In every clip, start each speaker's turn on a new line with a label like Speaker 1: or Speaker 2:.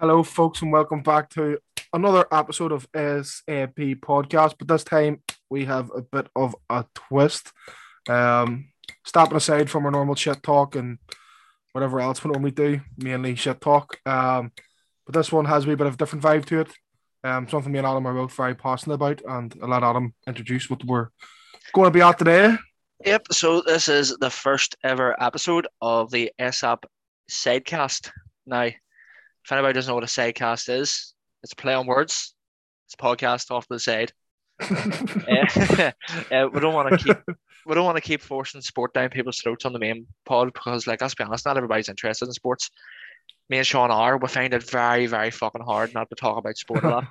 Speaker 1: Hello, folks, and welcome back to another episode of SAP Podcast. But this time we have a bit of a twist. Um, stepping aside from our normal shit talk and whatever else we normally do, mainly shit talk. Um, but this one has a wee bit of a different vibe to it. Um, something me and Adam are both very passionate about, and I'll let Adam introduce what we're going to be at today.
Speaker 2: Yep, so this is the first ever episode of the SAP Sidecast. Now, if anybody doesn't know what a sidecast is, it's a play on words. It's a podcast off to the side. Eh, eh, we don't want to keep we don't want to keep forcing sport down people's throats on the main pod because, like, let's be honest, not everybody's interested in sports. Me and Sean are. We find it very, very fucking hard not to talk about sport a lot.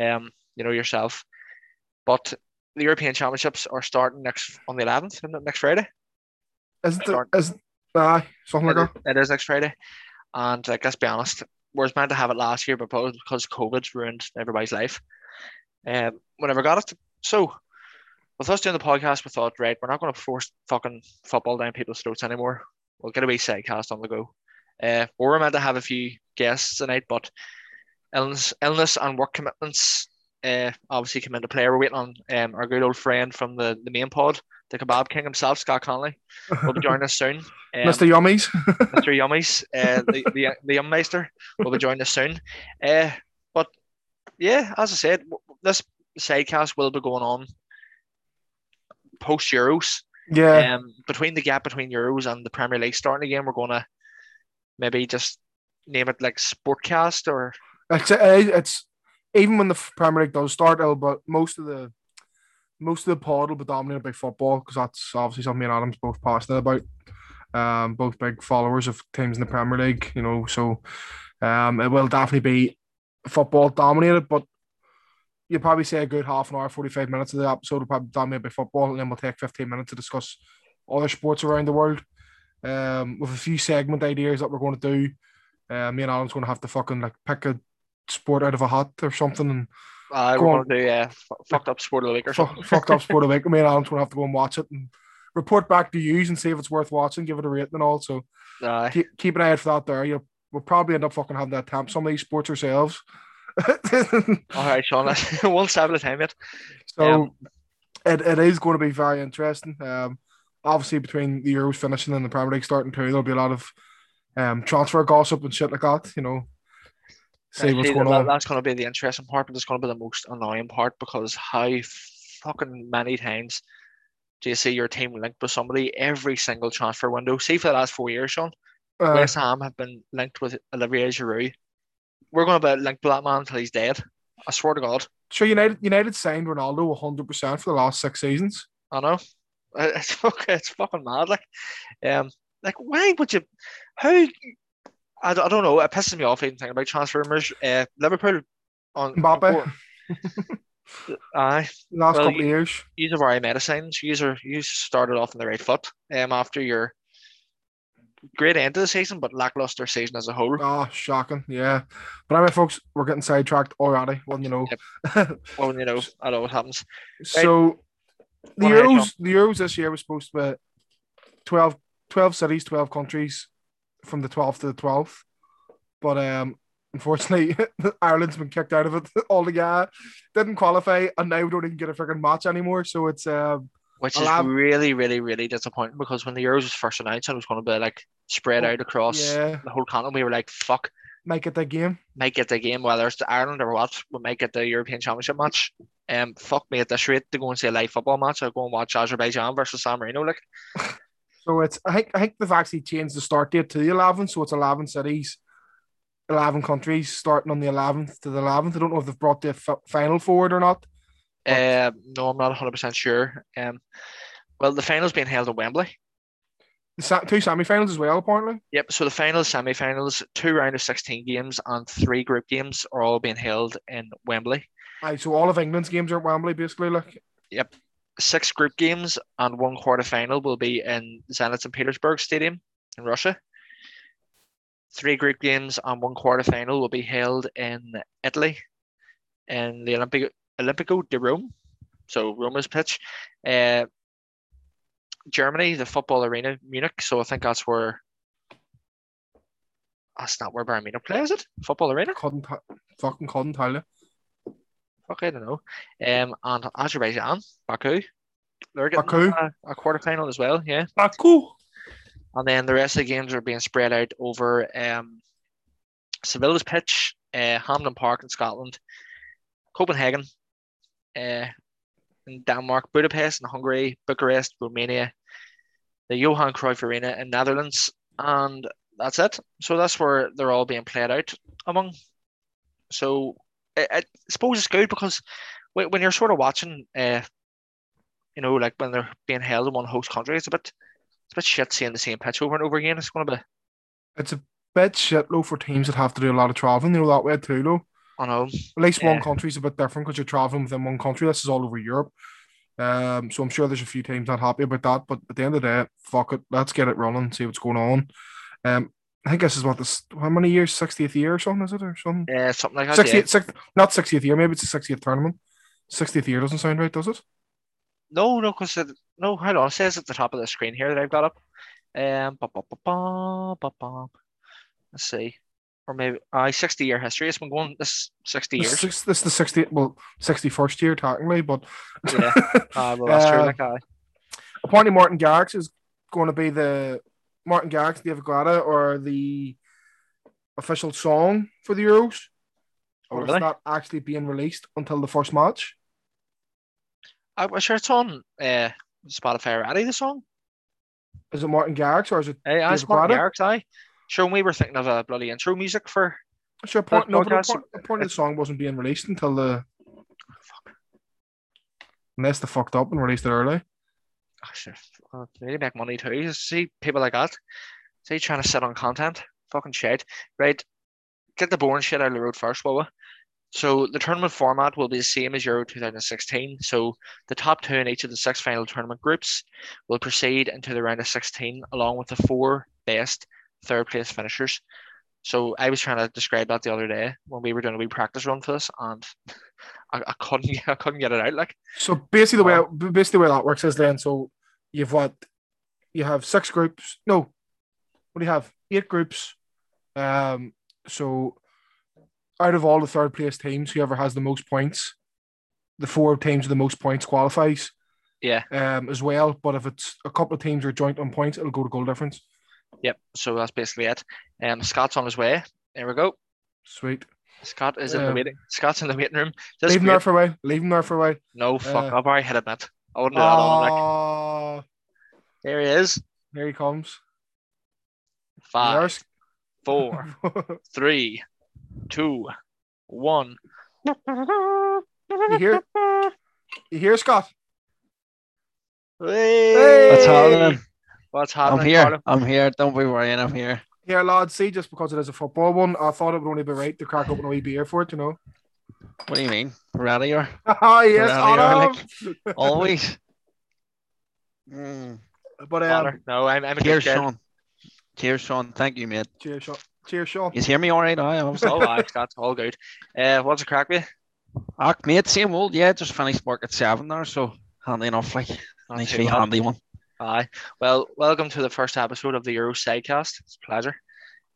Speaker 2: um, you know yourself. But the European Championships are starting next on the 11th, isn't it? next Friday.
Speaker 1: Isn't there,
Speaker 2: Start.
Speaker 1: isn't, aye, something like
Speaker 2: It is
Speaker 1: that?
Speaker 2: it is next Friday. And like, let's be honest, we was meant to have it last year, but because because COVID ruined everybody's life, um, we never got it. So, with us doing the podcast, we thought, right, we're not going to force fucking football down people's throats anymore. We'll get a wee sidecast on the go. Uh, we were meant to have a few guests tonight, but illness, illness and work commitments uh, obviously come into play. We're waiting on um, our good old friend from the, the main pod, the Kebab King himself, Scott Connolly. will be joining us soon. Um,
Speaker 1: Mr. Yummies.
Speaker 2: Mr. Yummies, uh, the, the, the Yum Meister will be joining us soon. Uh, but yeah, as I said, w- w- this sidecast will be going on post Euros.
Speaker 1: yeah.
Speaker 2: Um, between the gap between Euros and the Premier League starting again, we're going to maybe just name it like Sportcast or
Speaker 1: It's, it- eh, it's even when the f- Premier League does start, it'll but most of the most of the pod will be dominated by football because that's obviously something me and Adam's both passionate about. Um, both big followers of teams in the Premier League, you know, so um, it will definitely be football dominated, but you'll probably say a good half an hour, 45 minutes of the episode will probably be dominated by football, and then we'll take 15 minutes to discuss other sports around the world um, with a few segment ideas that we're going to do. Uh, me and Adam's going to have to fucking like pick a sport out of a hat or something and
Speaker 2: uh,
Speaker 1: Go
Speaker 2: we're
Speaker 1: on.
Speaker 2: going to do uh, fu- fucked up sport of the week or something.
Speaker 1: fuck, fucked up sport of the week. Me and Adam's gonna have to go and watch it and report back to you and see if it's worth watching, give it a rating and all. So
Speaker 2: Uh,
Speaker 1: keep, keep an eye out for that there. You'll we'll probably end up fucking having that attempt some of these sports ourselves.
Speaker 2: all right, Sean, that's one step at a time yet.
Speaker 1: so it, it is going to be very interesting. Um, obviously between the Euros finishing and the Premier League starting too, there'll be a lot of um transfer gossip and shit like that. You know, see what's
Speaker 2: Actually,
Speaker 1: going
Speaker 2: that-
Speaker 1: on.
Speaker 2: That's going to be the interesting part, but it's going to be the most annoying part because how fucking many times do you see your team linked with somebody every single transfer window? See, for the last four years, Sean,
Speaker 1: Uh,
Speaker 2: West Ham have been linked with Olivier Giroud. We're going to be linked with that man until he's dead. I swear to God.
Speaker 1: sure, United United signed Ronaldo 100% for the last six seasons.
Speaker 2: I know. It's fucking, it's fucking mad. Like, um, like why would you? How? I, don't- I don't know. It pisses me off even thinking about transfer rumors. Uh, Liverpool on
Speaker 1: Mbappe.
Speaker 2: Aye,
Speaker 1: Last
Speaker 2: Well,
Speaker 1: couple
Speaker 2: you-
Speaker 1: of years.
Speaker 2: use of our medicines. Use are you started off on the right foot. Um, after your great end of the season, but lackluster season as a whole.
Speaker 1: Ah, shocking. Yeah. But anyway, folks, we're getting sidetracked already. Well, you know.
Speaker 2: Well, you know, I know what happens.
Speaker 1: so the
Speaker 2: Go ahead, Tom.
Speaker 1: Euros the Euros this year was supposed to be 12, 12 cities, 12 countries from the 12th to the 12th. But um unfortunately Ireland's been kicked out of it altogether. Didn't qualify and now we don't even get a freaking match anymore. So it's um
Speaker 2: Which
Speaker 1: I'll
Speaker 2: is
Speaker 1: have-
Speaker 2: really, really, really disappointing because when the Euros was first announced, it was going to be like spread out across
Speaker 1: Oh, yeah,
Speaker 2: the whole continent. We were like, "Fuck,
Speaker 1: make it the game.
Speaker 2: might get the game, whether it's to Ireland or what. We might get the European Championship match." Um, fuck me at this rate to go and see a live football match. I'll go and watch Azerbaijan versus San Marino. Like,
Speaker 1: So it's I think I think they've actually changed the start date to the eleventh, so it's eleven cities, eleven countries starting on the eleventh to the eleventh. I don't know if they've brought the f- final forward or not. But-
Speaker 2: um, no, I'm not 100 percent sure. Um, well, the final's being held at Wembley.
Speaker 1: The sa- two semi-finals as well, apparently.
Speaker 2: Yep. So the finals, semi-finals, two round of sixteen games, and three group games are all being held in Wembley.
Speaker 1: Aye, so all of England's games are at Wembley, basically. Like,
Speaker 2: Six group games and one quarter final will be in Zenit St. Petersburg Stadium in Russia. Three group games and one quarter final will be held in Italy, in the Olympic Olympico de Rome, so Roma's pitch. Uh, Germany, the football arena, Munich. So I think that's where That's not where Barmino plays it. Football Arena.
Speaker 1: Couldn't t- fucking couldn't tell you.
Speaker 2: Okay, I don't know. Um, and Azerbaijan, Baku. They're getting
Speaker 1: Baku.
Speaker 2: A, a quarter final as well. Yeah.
Speaker 1: Baku.
Speaker 2: And then the rest of the games are being spread out over um, Sevilla's pitch, uh, Hampden Park in Scotland, Copenhagen uh, in Denmark, Budapest in Hungary, Bucharest, Romania, the Johan Cruyff Arena in Netherlands, and that's it. So that's where they're all being played out among. So I, I suppose it's good because when, when you're sort of watching, uh, you know, like when they're being held in one host country, it's a bit it's a bit shit seeing the same pitch over and over again. It's going to be,
Speaker 1: It's a bit shit though for teams that have to do a lot of traveling. You know that way too though.
Speaker 2: I know,
Speaker 1: At least one
Speaker 2: Yeah.
Speaker 1: country's a bit different because you're traveling within one country. This is all over Europe. Um, so I'm sure there's a few teams not happy about that. But at the end of the day, fuck it. Let's get it running. See what's going on. Um, I think this is what this how many years? 60th year or something is it or something?
Speaker 2: uh, something like that. yeah.
Speaker 1: 60th, six, not 60th year. Maybe it's the 60th tournament. 60th year doesn't sound right, does it?
Speaker 2: No, no, because no, hold on. It says at the top of the screen here that I've got up. Um, ba, ba, ba, ba, ba, ba. let's see, or maybe I sixty year history. It's been going this sixty
Speaker 1: This,
Speaker 2: years.
Speaker 1: six- this is the 60th, well, 61st year technically, but
Speaker 2: yeah, uh, well, that's true.
Speaker 1: Uh,
Speaker 2: Like, uh,
Speaker 1: apparently Martin Garrix is going to be the Martin Garrix, David Guetta, or the official song for the Euros.
Speaker 2: Oh,
Speaker 1: Or
Speaker 2: really?
Speaker 1: it's not actually being released until the first match.
Speaker 2: I, I'm sure it's on uh, Spotify already. The song. Eh,
Speaker 1: Is it Martin Garrix or is it?
Speaker 2: Hey, I
Speaker 1: David
Speaker 2: smart
Speaker 1: Guetta?
Speaker 2: Garrix. I sure when we were thinking of a bloody intro music for.
Speaker 1: Sure, point, no, but
Speaker 2: podcast-
Speaker 1: the point, the point of the song wasn't being released until the. Unless they fucked up and released it early.
Speaker 2: Oh, sure. Uh, They need to make money too. You see people like that. See trying to sit on content. Fucking shit. Right. Get the boring shit out of the road first, will we? So the tournament format will be the same as Euro 2016. So the top two in each of the six final tournament groups will proceed into the round of 16 along with the four best third place finishers. So I was trying to describe that the other day when we were doing a wee practice run for this and I, I couldn't I couldn't get it out like
Speaker 1: So basically, the way basically the way that works is then so you've what you have six groups. No, what do you have? Eight groups. Um, so out of all the third place teams, whoever has the most points, the four teams with the most points qualifies.
Speaker 2: Yeah.
Speaker 1: Um, as well, but if it's a couple of teams are joint on points, it'll go to goal difference.
Speaker 2: Yep. So that's basically it. Um, Scott's on his way. There we go.
Speaker 1: Sweet.
Speaker 2: Scott is in the
Speaker 1: Um,
Speaker 2: waiting. Scott's in the waiting room. This
Speaker 1: Leave him
Speaker 2: weird-
Speaker 1: there for a while. Leave him there for a while.
Speaker 2: no, fuck.
Speaker 1: uh,
Speaker 2: I've already hit a bit. I wouldn't do that. on him, like,
Speaker 1: Ah,
Speaker 2: there he is.
Speaker 1: here he comes.
Speaker 2: Five,
Speaker 1: There's-
Speaker 2: four, three, two, one.
Speaker 1: you hear? You hear, Scott?
Speaker 2: Hey!
Speaker 3: What's happening?
Speaker 2: What's
Speaker 3: I'm
Speaker 2: happening,
Speaker 3: here.
Speaker 2: Carlo?
Speaker 3: I'm here. Don't be worrying. I'm here.
Speaker 1: Yeah, lads, see, just because it is a football one, I thought it would only be right to crack open a wee beer for it, you know.
Speaker 3: What do you mean? Ready or
Speaker 1: Ah, yes,
Speaker 3: Well, you're
Speaker 1: Adam.
Speaker 3: always? Mm.
Speaker 1: But um,
Speaker 2: Connor? No, I'm, I'm a good
Speaker 3: Cheers,
Speaker 2: kid.
Speaker 3: Sean. Cheers, Sean. Thank you, mate.
Speaker 1: cheers, Sean. Cheers, Sean.
Speaker 3: You hear me all right? I obviously.
Speaker 2: Oh, aye, Scott, all good. Uh, what's a crack with?
Speaker 3: Ach, Ah, mate, same old. Yeah, just finished work at seven there, so handy enough. Like,
Speaker 2: Not
Speaker 3: nice,
Speaker 2: too
Speaker 3: wee
Speaker 2: bad.
Speaker 3: handy one.
Speaker 2: Aye. Well, welcome to the first episode of the Euro Sidecast. It's a pleasure.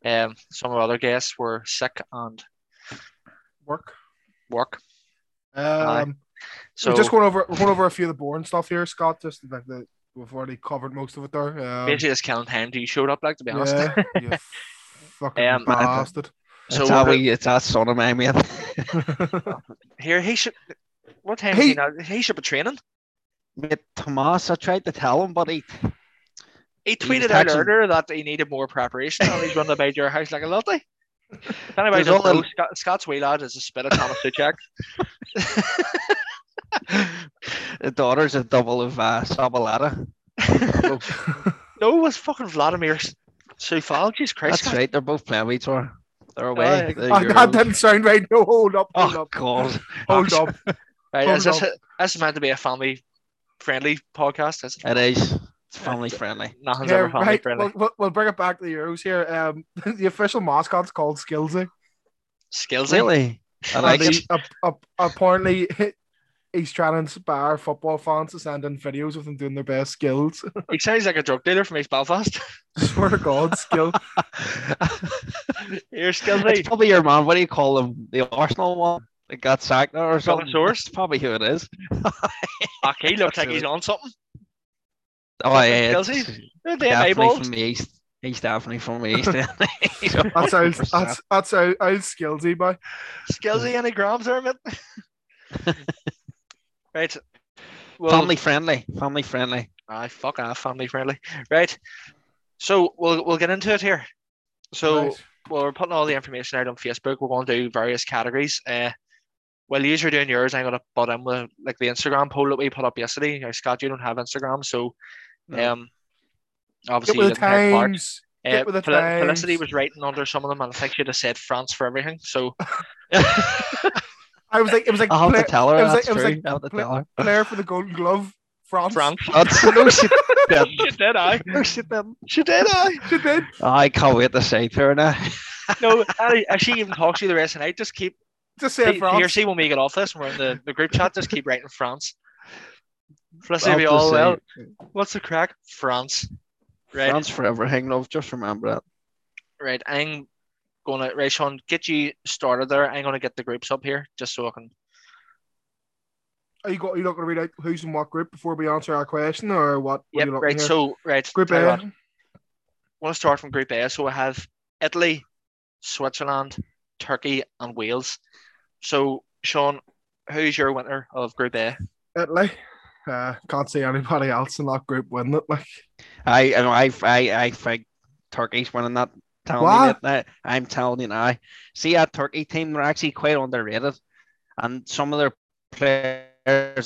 Speaker 2: Um, some of our other guests were sick and
Speaker 1: Work.
Speaker 2: work.
Speaker 1: Um,
Speaker 2: So
Speaker 1: we're just going over we're going over a few of the boring stuff here, Scott. Just like the we've already covered most of it there. Um,
Speaker 2: basically just killing time till you showed up, like to be honest.
Speaker 1: yeah, you fucking
Speaker 2: Um,
Speaker 1: bastard.
Speaker 3: It's
Speaker 2: So
Speaker 3: that
Speaker 2: we're-
Speaker 3: wee, it's that son of mine, mate.
Speaker 2: Here he should what time
Speaker 1: He-
Speaker 2: he, now? he should be training.
Speaker 3: mate, Tomas, I tried to tell him, but he
Speaker 2: He
Speaker 3: He was
Speaker 2: tweeted out
Speaker 3: texting-
Speaker 2: earlier that he needed more preparation and he's running about your house like a lottie. If anybody
Speaker 3: There's
Speaker 2: doesn't
Speaker 3: all
Speaker 2: know,
Speaker 3: the-
Speaker 2: Scott, Scott's wee lad is a spit of Thomas Suchek.
Speaker 3: the daughter's a double of uh, Sabalata.
Speaker 2: Oh, No, it was fucking Vladimir Sufal. Jesus Christ.
Speaker 3: That's right. They're both playing with each other. They're
Speaker 2: Aye. Oh,
Speaker 3: away. They're
Speaker 1: Ah, that
Speaker 3: Euros.
Speaker 1: didn't sound right. No, hold up, hold
Speaker 3: Oh
Speaker 1: up,
Speaker 3: God!
Speaker 1: hold up.
Speaker 2: Right,
Speaker 1: Hold
Speaker 2: is this,
Speaker 1: on.
Speaker 2: this is meant to be a family friendly podcast, is it?
Speaker 3: It is. It's family friendly.
Speaker 2: Nothing's
Speaker 1: Yeah,
Speaker 2: ever family
Speaker 1: right.
Speaker 2: friendly.
Speaker 1: We'll, we'll, we'll bring it back to the Euros here. Um, the official mascot's called Skillsy.
Speaker 2: Skills it.
Speaker 3: Really? I
Speaker 1: And
Speaker 3: like
Speaker 1: he-
Speaker 3: it.
Speaker 1: ap- ap- apparently, he's trying to inspire football fans to send in videos of them doing their best skills.
Speaker 2: He sounds like a drug dealer from East Belfast.
Speaker 1: Swear to God, skill.
Speaker 2: You're
Speaker 3: It's probably your man. What do you call him? The Arsenal one that got sacked there or something.
Speaker 2: Soares?
Speaker 3: It's probably who it is.
Speaker 2: Fuck, he looks like he's on something.
Speaker 3: Oh yeah, it's
Speaker 2: Kelsey? They're damn
Speaker 3: definitely
Speaker 2: eyeballs.
Speaker 3: from the east. He's definitely from the east. He's
Speaker 1: That sounds
Speaker 3: 100%.
Speaker 1: that's that's how how skillsy by
Speaker 2: Skills any grams there, mate. right. Well,
Speaker 3: family friendly. Family friendly.
Speaker 2: Aye, fuck off, family friendly. Right. So we'll we'll get into it here. So well, we're putting all the information out on Facebook. We're going to do various categories. Uh, while you are doing yours, I'm going to butt in with like the Instagram poll that we put up yesterday. Now, Scott, you don't have Instagram, so
Speaker 3: No.
Speaker 2: um,
Speaker 1: get
Speaker 2: obviously
Speaker 1: with
Speaker 2: you
Speaker 1: the
Speaker 2: didn't have part.
Speaker 1: times. Get with the
Speaker 2: Fel- Felicity
Speaker 1: times.
Speaker 2: was writing under some of them, and I think she'd have said France for everything. So
Speaker 1: I was like, it was like
Speaker 3: I'll have
Speaker 1: play-
Speaker 3: to tell her.
Speaker 1: it was like-
Speaker 3: That's
Speaker 1: it was
Speaker 3: true.
Speaker 1: like
Speaker 3: I'll have to
Speaker 1: play-
Speaker 3: tell her.
Speaker 1: player for the Golden Glove, France.
Speaker 2: France,
Speaker 3: That's no shit. didn't.
Speaker 2: she did, I,
Speaker 3: No shit. didn't.
Speaker 2: she did, I.
Speaker 1: She did.
Speaker 3: I can't wait to see to her now.
Speaker 2: No, I, if she even talks to you the rest of the night, just keep
Speaker 1: Just
Speaker 2: P-
Speaker 1: say
Speaker 2: here.
Speaker 1: France.
Speaker 2: See when we get off this, and we're in the, the group chat. Just keep writing France. Felicity
Speaker 3: I'll
Speaker 2: will be
Speaker 3: have to
Speaker 2: all
Speaker 3: see.
Speaker 2: well. What's the crack? France. Right.
Speaker 3: France for everything. Love. Just remember that.
Speaker 2: Right, I'm gonna right, Sean, get you started there. I'm gonna get the groups up here just so I can
Speaker 1: Are you, got, are you not going to read out who's in what group before we answer our question or what? what
Speaker 2: Yep,
Speaker 1: are you looking
Speaker 2: right.
Speaker 1: here?
Speaker 2: So right,
Speaker 1: group
Speaker 2: tell you
Speaker 1: A.
Speaker 2: what, I wanna start from group A. So I have Italy, Switzerland, Turkey, and Wales. So Sean, who's your winner of group A?
Speaker 1: Italy. Uh, can't see anybody else in that group winning it. Like,
Speaker 3: I I know, I I I think Turkey's winning that. Telling you
Speaker 1: What?
Speaker 3: that, that- I'm telling you now. See that Turkey team, they're actually quite underrated, and some of their players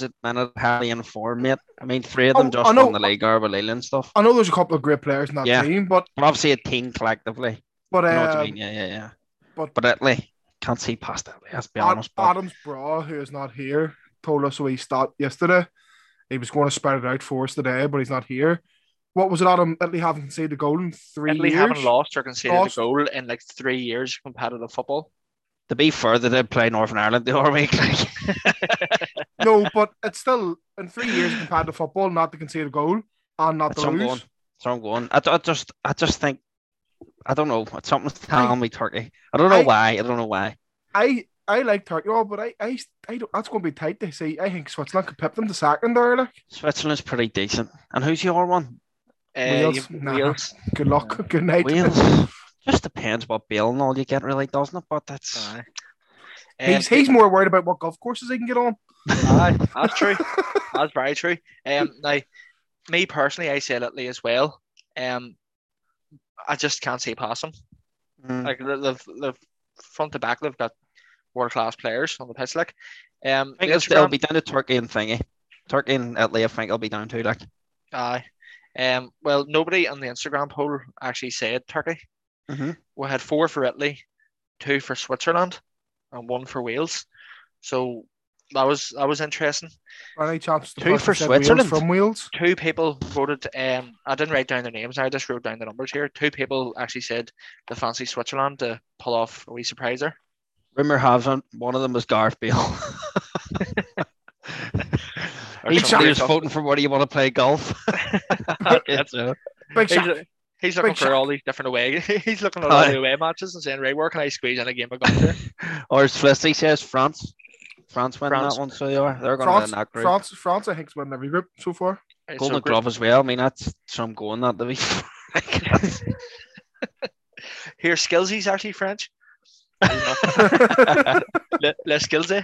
Speaker 3: at the minute highly informed. Mate. I mean, three of them
Speaker 1: Oh, I
Speaker 3: just
Speaker 1: know.
Speaker 3: won the league, Arbor and stuff.
Speaker 1: I know there's a couple of great players in that
Speaker 3: Yeah.
Speaker 1: team, but
Speaker 3: But obviously, a team collectively.
Speaker 1: but
Speaker 3: You know what
Speaker 1: um,
Speaker 3: I mean? Yeah, yeah, yeah.
Speaker 1: but-
Speaker 3: but Italy can't see past Italy. Let's be
Speaker 1: Ad-
Speaker 3: honest. But
Speaker 1: Adams Bra, who is not here, told us we start yesterday. He was going to spread it out for us today, but he's not here. What was it, Adam? Italy haven't conceded a goal in three
Speaker 2: Italy
Speaker 1: years.
Speaker 2: haven't lost or conceded
Speaker 1: Lost.
Speaker 2: a goal in like three years of competitive football.
Speaker 3: to be fair, they did play Northern Ireland the other week. Like,
Speaker 1: No, but it's still in three years compared to football, not to concede a goal and not
Speaker 3: That's
Speaker 1: to
Speaker 3: what I'm
Speaker 1: lose.
Speaker 3: going. So I'm going. I, d- I just, I just think, I don't know. Something's telling me Turkey. I don't know
Speaker 1: I-
Speaker 3: why. I don't know why.
Speaker 1: I I like Turkey, oh, but I I, I don't, that's going to be tight. They say I think Switzerland could pip them to second there. Like,
Speaker 3: Switzerland's pretty decent. And who's your one?
Speaker 2: Uh,
Speaker 1: Wales?
Speaker 2: you've-
Speaker 1: Nah.
Speaker 2: Wales.
Speaker 1: good luck, good night.
Speaker 3: Wales. Just depends what bail and all you get, really, doesn't it? But that's
Speaker 2: Aye.
Speaker 1: He's,
Speaker 2: Um,
Speaker 1: he's more worried about what golf courses he can get on.
Speaker 2: Aye, that's true. that's very true. Um, now, me personally, I say Italy as well. Um, I just can't see past them.
Speaker 3: Mm,
Speaker 2: Like the the, the front to back, they've got world class players on the pitch. Like, um,
Speaker 3: I think
Speaker 2: the
Speaker 3: it's, it'll
Speaker 2: Instagram-
Speaker 3: be down to Turkey and thingy. Turkey and Italy, I think it'll be down to like.
Speaker 2: aye. Um, well, nobody on the Instagram poll actually said Turkey.
Speaker 3: Mhm.
Speaker 2: We had four for Italy, two for Switzerland, and one for Wales. So that was that was interesting.
Speaker 1: Any chance the
Speaker 3: Two
Speaker 1: person
Speaker 3: for
Speaker 1: said Wales
Speaker 3: Switzerland.
Speaker 1: from Wales?
Speaker 2: two people voted. Um, I didn't write down their names. I just wrote down the numbers here. Two people actually said the fancy Switzerland to pull off a wee surpriser.
Speaker 3: Rumor has it one of them was Gareth Bale.
Speaker 2: Or
Speaker 3: Each
Speaker 2: somebody
Speaker 3: was
Speaker 2: or
Speaker 3: voting for where do you want to play golf. uh, That's it.
Speaker 1: Big
Speaker 2: He's,
Speaker 1: shot.
Speaker 2: he's looking
Speaker 1: Big
Speaker 2: for
Speaker 1: shock.
Speaker 2: all these different away. he's looking at all
Speaker 3: Aye.
Speaker 2: the away matches and saying, "Right, where can I squeeze in a game of golf?" here?"
Speaker 3: Or as Felicity says, France. France win
Speaker 2: France.
Speaker 3: that one, so they are. They're going to win
Speaker 1: France,
Speaker 3: that group.
Speaker 1: France, France, I think's winning every group so far.
Speaker 2: Right, so
Speaker 3: Golden
Speaker 2: group-
Speaker 3: Glove as well. I mean, that's some going that to be.
Speaker 2: Here, Skillsy's actually French.
Speaker 1: yeah,
Speaker 2: Le, Le Skillsy. eh?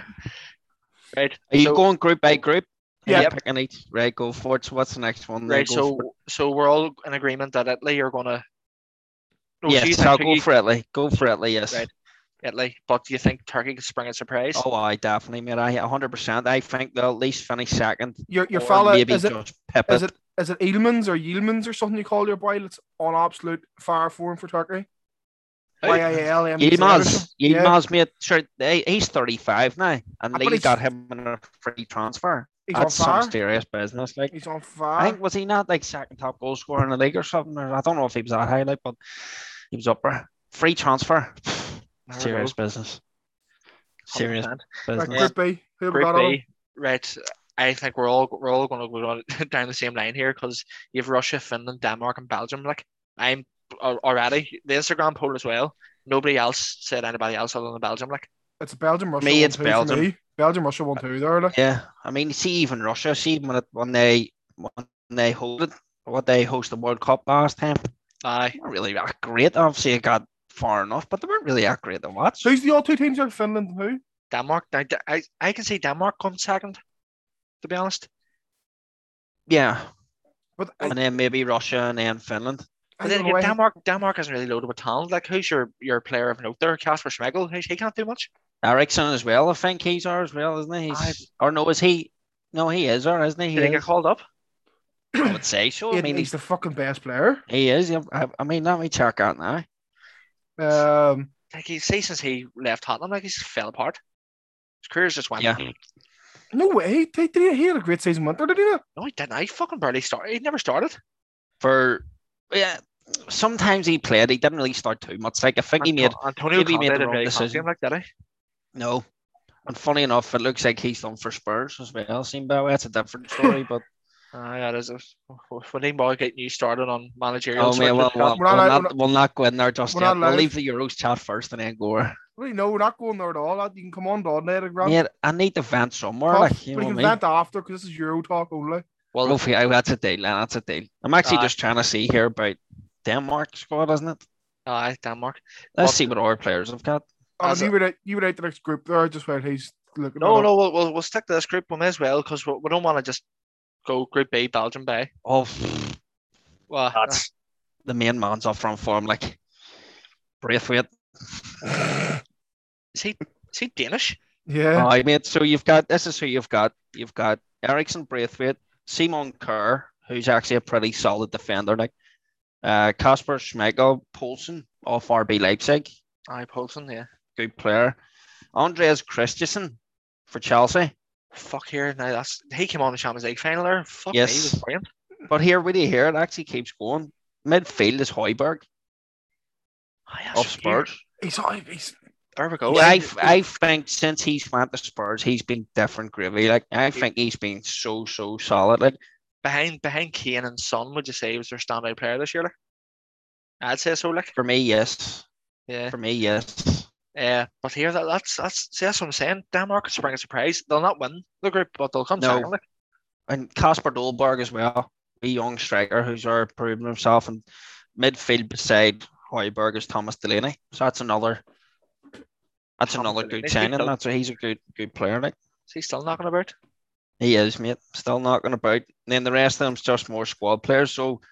Speaker 2: Right.
Speaker 3: Are you
Speaker 2: so-
Speaker 3: going group by group?
Speaker 1: Yeah.
Speaker 3: You're Picking each. Right, go for it. So what's the next one? Then
Speaker 2: Right.
Speaker 3: go
Speaker 2: So,
Speaker 3: for it.
Speaker 2: so we're all in agreement that Italy are gonna.
Speaker 1: oh,
Speaker 2: No, so you
Speaker 3: yes,
Speaker 2: think
Speaker 3: I'll
Speaker 2: Turkey-
Speaker 3: go for Italy. Go for Italy, yes.
Speaker 2: Right. Italy, but do you think Turkey could spring a surprise?
Speaker 3: Oh, I definitely, mate. I 100%. I think they'll at least finish second.
Speaker 1: your your
Speaker 3: or
Speaker 1: fella
Speaker 3: Oh, maybe
Speaker 1: is it
Speaker 3: just pip
Speaker 1: is
Speaker 3: it.
Speaker 1: it is it Edelmans or Yeelmans or something you call your boy? That's on absolute fire form for Turkey.
Speaker 2: Who?
Speaker 1: Y i l m.
Speaker 3: Yilmaz,
Speaker 1: Yeah.
Speaker 3: Yilmaz, mate. Sure, they- he's 35 now, and
Speaker 1: but
Speaker 3: Leeds
Speaker 1: he's-
Speaker 3: got him in a free transfer.
Speaker 1: He's on
Speaker 3: That's some
Speaker 1: fire.
Speaker 3: serious business. Like,
Speaker 1: He's on
Speaker 3: I
Speaker 1: fire.
Speaker 3: think was he not like second top goal scorer in the league or something? Or I don't know if he was that highlight, but he was up there. Free transfer.
Speaker 2: I don't
Speaker 3: Serious business. Serious
Speaker 2: 100%.
Speaker 1: Right,
Speaker 3: business.
Speaker 1: Group B. Who have we
Speaker 2: Group
Speaker 1: got on?
Speaker 2: B, right? I think we're all we're all going to go down- down the same line here because you have Russia, Finland, Denmark, and Belgium. Like I'm al- already the Instagram poll as well. Nobody else said anybody else other than Belgium. Like,
Speaker 1: It's Belgium, Russia.
Speaker 3: Me,
Speaker 1: one,
Speaker 3: it's
Speaker 1: two for
Speaker 3: Belgium.
Speaker 1: me. Belgium, Russia, one two there. Like.
Speaker 3: Yeah, I mean, see, even Russia, see even when it, when they when they hold it, what they host the World Cup last time,
Speaker 2: aye,
Speaker 3: they weren't really that great. Obviously, it got far enough, but they weren't really that great to watch.
Speaker 1: So who's the all two teams are Finland and who?
Speaker 2: Denmark. I, I, I can see Denmark come second. To be honest,
Speaker 3: Yeah,
Speaker 1: But I,
Speaker 3: and then maybe Russia and then Finland.
Speaker 1: I don't
Speaker 2: but then
Speaker 1: know
Speaker 2: again,
Speaker 1: why-
Speaker 2: Denmark, Denmark isn't really loaded with talent. Like, who's your your player of note there? Casper Schmeichel. He, he can't do much.
Speaker 3: Ericsson as well, I think he's there as well, isn't he? He's, or no, is he? No, he is, or isn't he?
Speaker 2: Did
Speaker 3: He
Speaker 2: he get
Speaker 3: is.
Speaker 2: called up?
Speaker 3: I would say so. I
Speaker 1: Aiden,
Speaker 3: mean,
Speaker 1: he's
Speaker 3: he's,
Speaker 1: the fucking best player.
Speaker 3: he is. yeah. I, I mean, let me check out now.
Speaker 1: Um,
Speaker 2: Like, he see since he left Tottenham, like he's fell apart. His career's just went.
Speaker 3: Yeah.
Speaker 1: no way. Did, did he, he had a great season winter, did he? Not?
Speaker 2: No, he didn't. He fucking barely started. He never started.
Speaker 3: For yeah, sometimes he played. He didn't really start too much. Like I think he
Speaker 2: Anto-
Speaker 3: made
Speaker 2: Antonio
Speaker 3: maybe he
Speaker 2: Conte
Speaker 3: made the
Speaker 2: didn't
Speaker 3: wrong
Speaker 2: really
Speaker 3: decision.
Speaker 2: decision. Him like that, eh?
Speaker 3: No. And funny enough, it looks like he's done for Spurs as well. Seen that way, that's a different story. But
Speaker 2: Aye, that is. Ah, A, we need more getting you started on managerial.
Speaker 3: oh
Speaker 2: sort
Speaker 3: man,
Speaker 2: of
Speaker 3: well,
Speaker 2: stuff.
Speaker 3: well,
Speaker 1: We're not
Speaker 3: we'll
Speaker 1: allowed- we're
Speaker 3: not,
Speaker 1: not-
Speaker 3: we'll not go in there just
Speaker 1: we're
Speaker 3: yet.
Speaker 1: not
Speaker 3: We'll
Speaker 1: allowed.
Speaker 3: leave the Euros chat first and then go.
Speaker 1: Well, you know, we're not going there at all. You can come on down there, Grant.
Speaker 3: Yeah, I need to vent somewhere.
Speaker 1: Tough,
Speaker 3: Like, you
Speaker 1: but
Speaker 3: know
Speaker 1: you can
Speaker 3: what I mean?
Speaker 1: vent after because this is Euro talk only.
Speaker 2: Well,
Speaker 3: Well, yeah, that's a deal, man. That's a deal. I'm actually
Speaker 2: Aye.
Speaker 3: just trying to see here about Denmark squad, isn't it?
Speaker 2: aye, Denmark.
Speaker 3: Let's
Speaker 2: But-
Speaker 3: see what our players have got.
Speaker 1: Um,
Speaker 2: As
Speaker 1: you were out, you were out the next group there just while he's looking.
Speaker 2: No,
Speaker 1: it up.
Speaker 2: no, we'll, we'll, we'll stick to this group. We may as well because we, we don't want to just go Group B, Belgium Bay.
Speaker 3: Oh, pff,
Speaker 2: Well,
Speaker 3: that's the main man's up front form. Like, Braithwaite.
Speaker 2: is he is he Danish?
Speaker 1: Yeah.
Speaker 3: I mean, so you've got this is who you've got. You've got Ericsson Braithwaite, Simon Kerr, who's actually a pretty solid defender, like uh Casper Schmeichel, Poulsen off RB Leipzig,
Speaker 2: Aye, Poulsen. Yeah.
Speaker 3: good player. Andreas Christensen for Chelsea.
Speaker 2: Fuck here. Now that's he came on the Champions League final there. Fuck me, he was
Speaker 3: Yes.
Speaker 2: brilliant.
Speaker 3: But here with you here, it actually keeps going. Midfield is Hoiberg
Speaker 2: Aye, that's
Speaker 3: of
Speaker 2: weird.
Speaker 3: Spurs.
Speaker 1: He's, all- he's
Speaker 2: There we go.
Speaker 3: Oh, I,
Speaker 2: Aye.
Speaker 3: I think since he's went to Spurs, he's been different gravy. Like I think he's been so so solid. Like
Speaker 2: behind behind Kane and Son, would you say he was their standout player this year? Like? I'd say so. Like,
Speaker 3: for me, yes.
Speaker 2: yeah.
Speaker 3: For me, yes.
Speaker 2: Uh, but here, that, that's that's see, that's what I'm saying. Denmark could spring a surprise. They'll not win the group, but they'll come
Speaker 3: No.
Speaker 2: second. Like,
Speaker 3: and Casper Dolberg as well, a young striker who's already proven himself in midfield beside Hoiberg is Thomas Delaney. So that's another that's
Speaker 2: Thomas
Speaker 3: another
Speaker 2: Delaney,
Speaker 3: good
Speaker 2: good
Speaker 3: signing.
Speaker 2: though.
Speaker 3: That's a, he's a good good player, like
Speaker 2: is he still knocking about?
Speaker 3: he is, mate. Still knocking about. And then the rest of them's just more squad players. So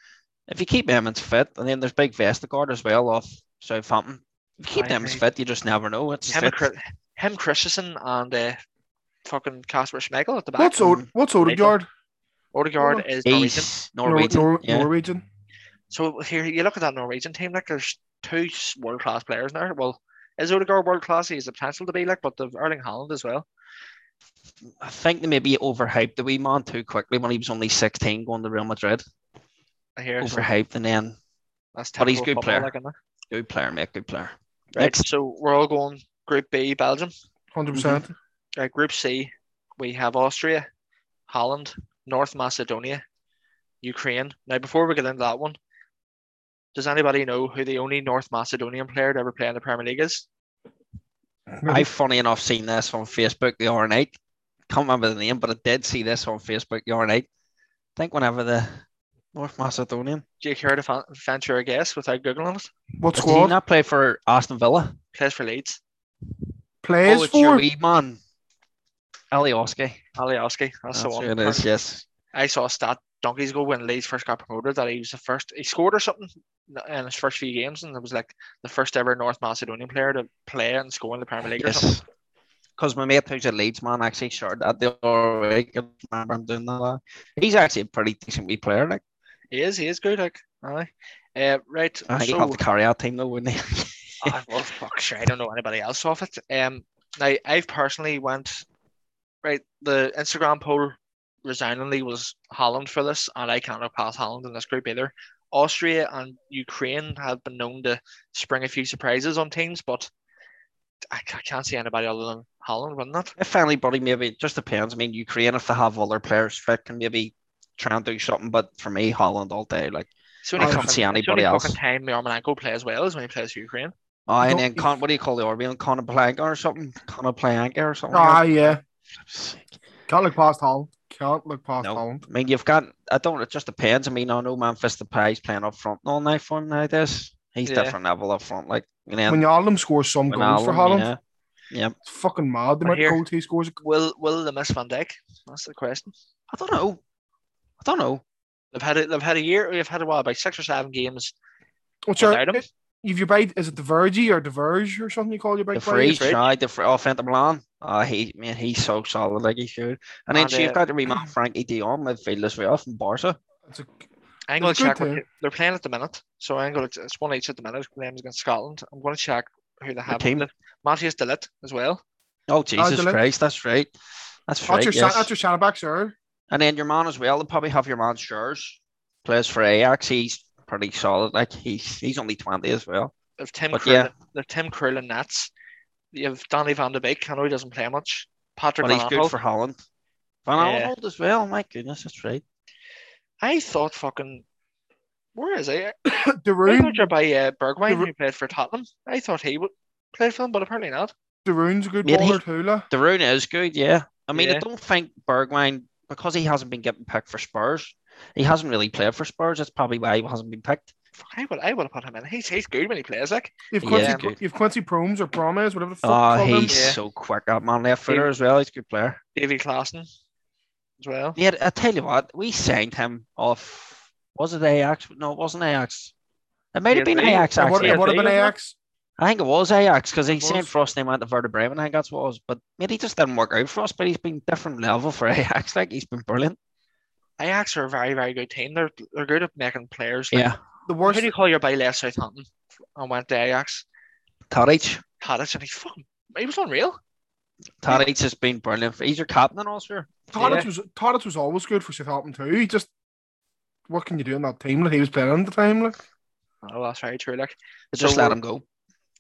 Speaker 3: if you keep Emmons fit, and then there's big Vestergaard as well off Southampton. If you
Speaker 2: I
Speaker 3: keep Emmons
Speaker 2: agree.
Speaker 3: fit, you just never know. It's
Speaker 2: Him,
Speaker 3: it.
Speaker 2: and Chris, him Christensen, and uh, fucking Casper Schmeichel at the back.
Speaker 1: what's Od- what's Odegaard?
Speaker 2: Odegaard
Speaker 1: Hold
Speaker 2: is Norwegian.
Speaker 3: he's
Speaker 1: Nor-
Speaker 3: Norwegian.
Speaker 1: Nor-
Speaker 3: yeah.
Speaker 1: Norwegian.
Speaker 2: So here you look at that Norwegian team. Like, there's two world class players in there. Well, is Odegaard world class? He has the potential to be like, but the Erling Haaland as well.
Speaker 3: I think they maybe overhyped the wee man too quickly when he was only 16 going to Real Madrid.
Speaker 2: I hear so
Speaker 3: overhyped and then
Speaker 2: that's
Speaker 3: but he's
Speaker 2: typical
Speaker 3: good
Speaker 2: football,
Speaker 3: player.
Speaker 2: Like, isn't it?
Speaker 3: good player, mate, good player.
Speaker 2: right.
Speaker 3: Next.
Speaker 2: So we're all going Group B, Belgium.
Speaker 1: Hundred percent.
Speaker 3: Mm-hmm.
Speaker 2: Uh, Group C, we have Austria, Holland, North Macedonia, Ukraine. Now, before we get into that one, does anybody know who the only North Macedonian player to ever play in the Premier League is?
Speaker 3: I funny enough seen this on Facebook the other night. Can't remember the name, but I did see this on Facebook the other night. I think whenever the North Macedonian
Speaker 2: Do you care to fa- venture a guess without googling it?
Speaker 1: What
Speaker 3: Does he
Speaker 1: squad?
Speaker 3: not play for Aston Villa?
Speaker 2: Plays for Leeds,
Speaker 1: Plays
Speaker 3: oh, it's your
Speaker 1: for?
Speaker 3: wee man. Alioski.
Speaker 2: Alioski. That's, the
Speaker 3: That's
Speaker 2: one.
Speaker 3: who it is, yes.
Speaker 2: I saw a stat donkeys ago when Leeds first got promoted that he was the first he scored or something in his first few games, and it was like the first ever North Macedonian player to play and score in the Premier League. Or something.
Speaker 3: Yes. Because my mate who's a Leeds man actually shared that the other week. I remember him doing that. He's actually a pretty decent wee player. Like,
Speaker 2: He is. He is good. Like, aye. Uh, right.
Speaker 3: I think
Speaker 2: so-
Speaker 3: he'd have to carry our team though, wouldn't he?
Speaker 2: Ah, well, fuck, sure. I don't know anybody else off it. Um, now I've personally went right. The Instagram poll resigningly was Holland for this, and I can't look past Holland in this group either. Austria and Ukraine have been known to spring a few surprises on teams, but I, ca- can't see anybody other than Holland winning that.
Speaker 3: if anybody maybe it just depends. I mean, Ukraine if they have other players fit can maybe try and do something, but for me, Holland all day. Like
Speaker 2: It's only
Speaker 1: I can't
Speaker 2: fucking-
Speaker 3: see
Speaker 2: it's
Speaker 3: anybody
Speaker 2: only
Speaker 3: else.
Speaker 2: fucking time Yarmolenko plays well is when he plays for Ukraine.
Speaker 3: Oh, and
Speaker 1: don't
Speaker 3: then
Speaker 1: think-
Speaker 3: Con, what do you call the Orbeon? Conoplanka or something? Conoplanka or something?
Speaker 1: Ah,
Speaker 3: like
Speaker 1: yeah.
Speaker 3: that?
Speaker 1: Can't look past Holland. Can't look past
Speaker 3: No.
Speaker 1: Holland.
Speaker 3: I mean, you've got. I don't. It just depends. I mean, I know Memphis Depay's playing up front and all night for him nowadays. He's
Speaker 2: Yeah.
Speaker 3: different level up front. Like you know,
Speaker 1: When Wijnaldum scores some
Speaker 3: when
Speaker 1: goals for
Speaker 3: Allen,
Speaker 1: Holland,
Speaker 3: yeah.
Speaker 1: it's fucking mad the
Speaker 2: But
Speaker 1: amount of
Speaker 2: here-
Speaker 1: goals he scores.
Speaker 2: Will Will they miss Van Dijk? That's the question.
Speaker 3: I don't know. I don't know.
Speaker 2: They've had it. They've had a year. They've had a while, about six or seven games
Speaker 1: What's your,
Speaker 2: without him.
Speaker 1: if you paid, is it the Vergy or the Verge or something you call your big
Speaker 3: The
Speaker 1: player?
Speaker 3: free tried the free offensive Milan. Oh, he man, he's so solid. Like he should. And then
Speaker 2: And,
Speaker 3: so you've
Speaker 2: uh,
Speaker 3: got to remark Frankie Dion midfield as well from Barca.
Speaker 1: It's a-
Speaker 2: I'm
Speaker 1: They're
Speaker 2: going to
Speaker 1: good
Speaker 2: check. What,
Speaker 1: too.
Speaker 2: they- they're playing at the minute, so I'm going to. It's one each at the minute. Names against Scotland. I'm going to check who they have.
Speaker 3: team.
Speaker 2: They- Matthias Delit as well.
Speaker 3: Oh Jesus
Speaker 1: Dylan.
Speaker 3: Christ, that's right. That's
Speaker 1: That's
Speaker 3: right.
Speaker 1: your, sa-
Speaker 3: yes.
Speaker 1: that's your centre back, sir.
Speaker 3: And then your man as well. They probably have your man Shurs plays for Ajax. He's pretty solid. Like he's he's only twenty as well.
Speaker 2: They've Tim
Speaker 3: But
Speaker 2: Krul.
Speaker 3: yeah.
Speaker 2: They've Tim Krul and Nats. You have Danny Van de Beek. I know he doesn't play much. Patrick
Speaker 3: But he's
Speaker 2: Van
Speaker 3: good
Speaker 2: Aanholt.
Speaker 3: for Holland. Van
Speaker 2: Yeah.
Speaker 3: Aanholt as well. My goodness, that's right.
Speaker 2: I thought fucking. Where is he?
Speaker 1: the
Speaker 2: Right
Speaker 1: Roon,
Speaker 2: manager by uh, Bergwijn,
Speaker 1: Ru-
Speaker 2: who played for Tottenham. I thought he would play for them, but apparently not.
Speaker 1: the Roon's a good
Speaker 3: Mate, he-
Speaker 1: baller too, lah.
Speaker 3: The Rooney is good, yeah. I mean, I
Speaker 2: Yeah.
Speaker 3: don't think Bergwijn, because he hasn't been getting picked for Spurs, he hasn't really played for Spurs. That's probably why he hasn't been picked.
Speaker 2: Fuck, I would. I would have put him in. He's he's good when he plays. Like
Speaker 1: You've
Speaker 3: Yeah,
Speaker 1: Quincy,
Speaker 2: he's
Speaker 1: Pro-
Speaker 3: good.
Speaker 1: you've Quincy Promes or Promes, whatever the fuck.
Speaker 3: Oh,
Speaker 1: you call him.
Speaker 3: he's
Speaker 2: Yeah.
Speaker 3: so quick up, man. Left footer as well. He's a good player.
Speaker 2: Davy Claassen as well.
Speaker 3: Yeah, I tell you what, we signed him off. Was it Ajax? No, it wasn't Ajax. It might have been
Speaker 2: PSV?
Speaker 3: Ajax,
Speaker 1: It would,
Speaker 3: actually.
Speaker 1: it would have been
Speaker 2: Yeah.
Speaker 1: Ajax.
Speaker 3: I think it was Ajax because he
Speaker 1: It
Speaker 3: signed
Speaker 1: was.
Speaker 3: for us and he went to Werder Bremen. I think that's what it was. But mate, he just didn't work out for us. But he's been different level for Ajax. Like he's been brilliant.
Speaker 2: Ajax are a very very good team. They're they're good at making players. Like,
Speaker 3: Yeah,
Speaker 1: The
Speaker 2: Who
Speaker 1: worst.
Speaker 2: do you call your by left Southampton on went to Ajax?
Speaker 3: Tadic.
Speaker 2: Tadic and he's fucking he was unreal.
Speaker 3: Tadic has been brilliant. He's your captain also.
Speaker 1: Tadic was Tadic was always good for Southampton too. He just what can you do in that team that he was playing in at the time? Like
Speaker 2: Oh, that's very true. Like
Speaker 3: They just
Speaker 2: So
Speaker 3: let
Speaker 2: we're-
Speaker 3: him go.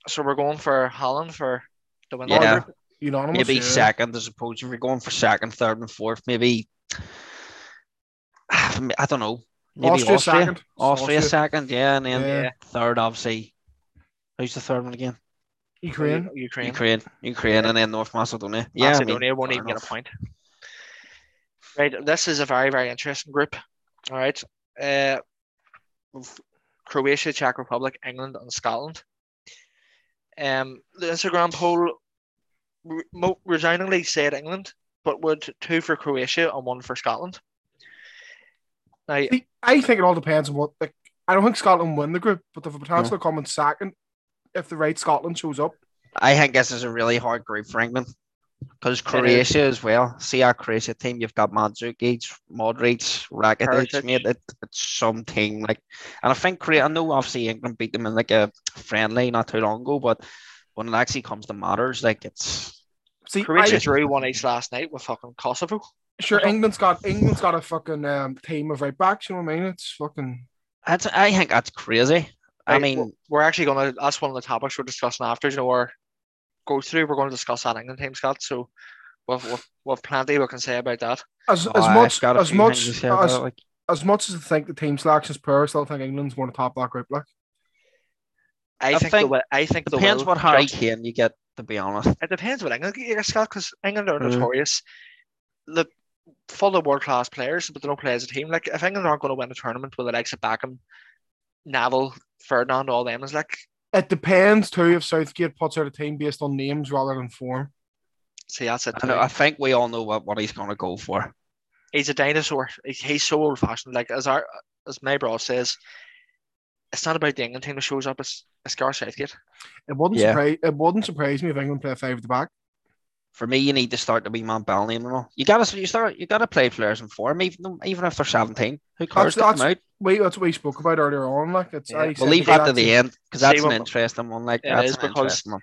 Speaker 2: so, we're going for Holland for the win.
Speaker 3: Yeah.
Speaker 1: unanimous.
Speaker 3: Maybe
Speaker 1: yeah.
Speaker 3: second, I suppose. If you're going for second, third, and fourth, maybe I don't know. Maybe
Speaker 1: Austria
Speaker 3: Austria,
Speaker 1: second.
Speaker 3: Austria
Speaker 1: Austria.
Speaker 3: second, yeah, and then
Speaker 1: Yeah.
Speaker 3: third, obviously. Who's the third one again?
Speaker 1: Ukraine.
Speaker 2: Ukraine.
Speaker 3: Ukraine, Ukraine, and then North Macedonia. Yeah, I mean,
Speaker 2: Macedonia won't
Speaker 3: fair
Speaker 2: even get
Speaker 3: enough.
Speaker 2: a point. Right, this is a very, very interesting group. All right. Uh, we've Croatia, Czech Republic, England, and Scotland. Um, the Instagram poll re- mo- resoundingly said England, but would two for Croatia and one for Scotland. Now,
Speaker 1: See, I think it all depends on what. Like, I don't think Scotland win the group, but they've a potential to come in second if the right Scotland shows up.
Speaker 3: I think this is a really hard group for England because Croatia as well. See our Croatia team, you've got Mandzukic, Modric, Rakitic,
Speaker 2: Perisic.
Speaker 3: mate. It, it's some team like, and I think Croatia. I know obviously England beat them in like a friendly not too long ago, but when it actually comes to matters, like it's
Speaker 1: See,
Speaker 2: Croatia
Speaker 1: I,
Speaker 2: drew one each last night with fucking Kosovo.
Speaker 1: sure England's got England's got a fucking um, team of right backs. You know what I mean? It's fucking.
Speaker 3: that's, I think that's crazy. I
Speaker 2: Right,
Speaker 3: mean,
Speaker 2: w- we're actually going to, that's one of the topics we're discussing after, you know, our go through. We're going to discuss that England team, Scott. So we've, we've, we've plenty we can say about that.
Speaker 1: As,
Speaker 3: oh,
Speaker 1: as
Speaker 3: I've
Speaker 1: much
Speaker 3: got a
Speaker 1: as
Speaker 3: few things to
Speaker 1: much
Speaker 3: say about
Speaker 1: as,
Speaker 3: it, like,
Speaker 1: as much as I think the team selection's poor, I still think England's going to top that group. Like
Speaker 2: I,
Speaker 3: I
Speaker 2: think,
Speaker 3: think
Speaker 2: the, way- I think the
Speaker 3: depends
Speaker 2: will-
Speaker 3: what Harry
Speaker 2: Scott-
Speaker 3: Kane you get. To be honest,
Speaker 2: It depends what England get, yeah, Scott, because England are
Speaker 3: Mhm.
Speaker 2: notorious. The full of world class players, but they don't play as a team. Like if England aren't going to win a tournament with the likes of Beckham, Neville, Ferdinand, all them is like.
Speaker 1: it depends too if Southgate puts out a team based on names rather than form.
Speaker 2: See, that's it.
Speaker 3: I, know,
Speaker 2: too.
Speaker 3: I think we all know what, what he's going to go for.
Speaker 2: he's a dinosaur. He- He's so old fashioned. Like as our as my bro says, it's not about the England team that shows up. It's it's Gareth Southgate.
Speaker 1: It wouldn't
Speaker 3: Yeah.
Speaker 1: surprise it wouldn't surprise me if England play a five at the back.
Speaker 3: for me, you need to start to be man Balney and all. You gotta you start you gotta play players in form, even though, even if they're seventeen. Who cares?
Speaker 1: That's-
Speaker 3: Get them out.
Speaker 1: We that's what we spoke about earlier on. Like it's
Speaker 2: Yeah.
Speaker 1: I
Speaker 2: Well,
Speaker 1: said
Speaker 3: We'll leave
Speaker 1: that
Speaker 3: that to
Speaker 1: that's-
Speaker 3: the end because
Speaker 2: See,
Speaker 3: that's an
Speaker 2: well,
Speaker 3: interesting one. Like
Speaker 2: it
Speaker 3: that's
Speaker 2: is
Speaker 3: an
Speaker 2: because-
Speaker 3: interesting one.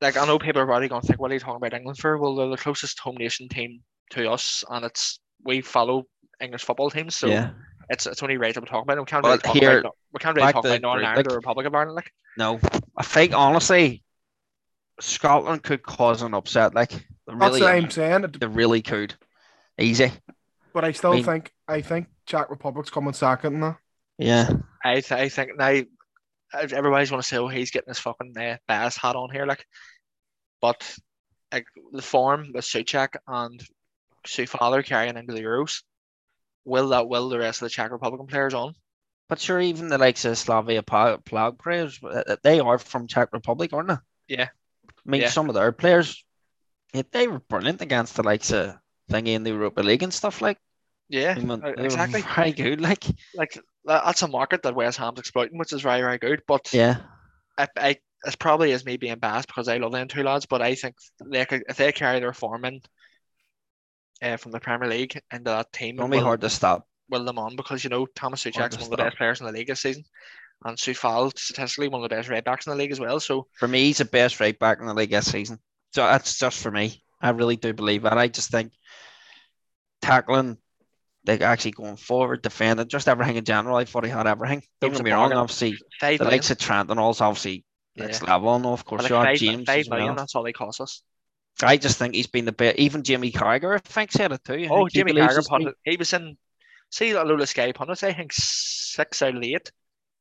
Speaker 2: Like I know people are already going to think, what are you talking about England for? Well, they're the closest home nation team to us, and it's we follow English football teams, so
Speaker 3: yeah.
Speaker 2: it's it's only right that we're talking about. them. We can't
Speaker 3: Well,
Speaker 2: really talk
Speaker 3: here-
Speaker 2: about no- we can't really
Speaker 3: back
Speaker 2: talk
Speaker 3: to
Speaker 2: about Northern
Speaker 3: Great-
Speaker 2: Ireland
Speaker 3: like-
Speaker 2: or Republic of Ireland. Like
Speaker 3: No, I think honestly, Scotland could cause an upset. Like they
Speaker 1: That's
Speaker 3: really,
Speaker 1: what I'm saying. It-
Speaker 3: they really could. Easy.
Speaker 1: But I still
Speaker 3: I mean-
Speaker 1: think I think Czech Republic's coming second now.
Speaker 3: Yeah.
Speaker 2: I th- I think now everybody's want to say, oh, he's getting his fucking uh, bias hat on here, like. But like the form with Suchak and Sufather carrying into the Euros, will that will the rest of the Czech Republican players on?
Speaker 3: But sure, even the likes of Slavia Pla- Prague players, uh, they are from Czech Republic, aren't they?
Speaker 2: Yeah.
Speaker 3: I mean,
Speaker 2: Yeah.
Speaker 3: some of their players, yeah, they were brilliant against the likes of thingy in the Europa League and stuff like.
Speaker 2: Yeah, uh,
Speaker 3: I mean, they were
Speaker 2: exactly.
Speaker 3: Very good, like.
Speaker 2: Like that- that's a market that West Ham's exploiting, which is very very good. But
Speaker 3: Yeah.
Speaker 2: I, I it's probably as me being biased because I love them two lads, but I think they could if they carry their form in uh, from the Premier League into that team,
Speaker 3: It'll
Speaker 2: it
Speaker 3: be
Speaker 2: will,
Speaker 3: hard to stop.
Speaker 2: will them on because you know Thomas Suchak's one of the
Speaker 3: stop.
Speaker 2: best players in the league this season, and Sufal statistically one of the best right backs in the league as well. So
Speaker 3: For me, he's the best right back in the league this season. So that's just for me. I really do believe that. I just think tackling, like actually going forward, defending, just everything in general. I thought he had everything. Don't
Speaker 2: Even
Speaker 3: get
Speaker 2: the
Speaker 3: me wrong.
Speaker 2: bargain.
Speaker 3: Obviously,
Speaker 2: five
Speaker 3: the
Speaker 2: million,
Speaker 3: likes of Trent and all's obviously
Speaker 2: yeah.
Speaker 3: next level. And of course,
Speaker 2: Like
Speaker 3: you are
Speaker 2: five,
Speaker 3: James.
Speaker 2: five
Speaker 3: as well.
Speaker 2: million, that's all they cost us.
Speaker 3: I just think he's been the best. Even Jimmy Carragher, I think, said it too. I think
Speaker 2: Oh,
Speaker 3: he
Speaker 2: Jimmy
Speaker 3: believes
Speaker 2: Carragher
Speaker 3: it's been-
Speaker 2: punted. He was in, see a load of Sky pundits. I think six out of the eight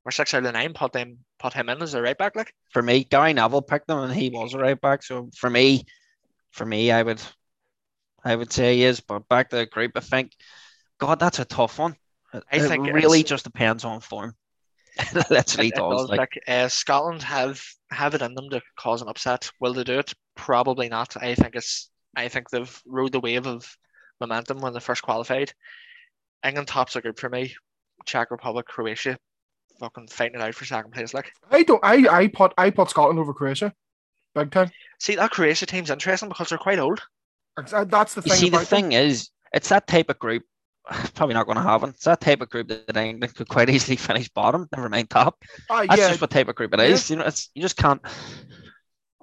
Speaker 2: or six out of the nine put them put him in as a right back. Like
Speaker 3: For me, Gary Neville picked him, and he was a right back. So for me, for me, I would, I would say he is. But back to the group, I think, God, that's a tough one. It-
Speaker 2: I
Speaker 3: it
Speaker 2: think it
Speaker 3: really
Speaker 2: is.
Speaker 3: just depends on form. It Literally
Speaker 2: it- it
Speaker 3: does.
Speaker 2: does,
Speaker 3: Like,
Speaker 2: like, uh, Scotland have have it in them to cause an upset. Will they do it? Probably not. I think it's. I think they've rode the wave of momentum when they first qualified. England tops are good for me. Czech Republic, Croatia, fucking fighting it out for second place. Like,
Speaker 1: I don't. I I put I put Scotland over Croatia, big time.
Speaker 2: see that Croatia team's interesting because they're quite old.
Speaker 1: uh, That's the
Speaker 3: you
Speaker 1: thing.
Speaker 3: see, the
Speaker 1: about them.
Speaker 3: thing is, it's that type of group. It's probably not going to happen. It's that type of group that England could quite easily finish bottom. Never mind top.
Speaker 1: Ah,
Speaker 3: That's
Speaker 1: yeah,
Speaker 3: just what type of group it
Speaker 1: Yeah.
Speaker 3: is. You know, it's you just can't.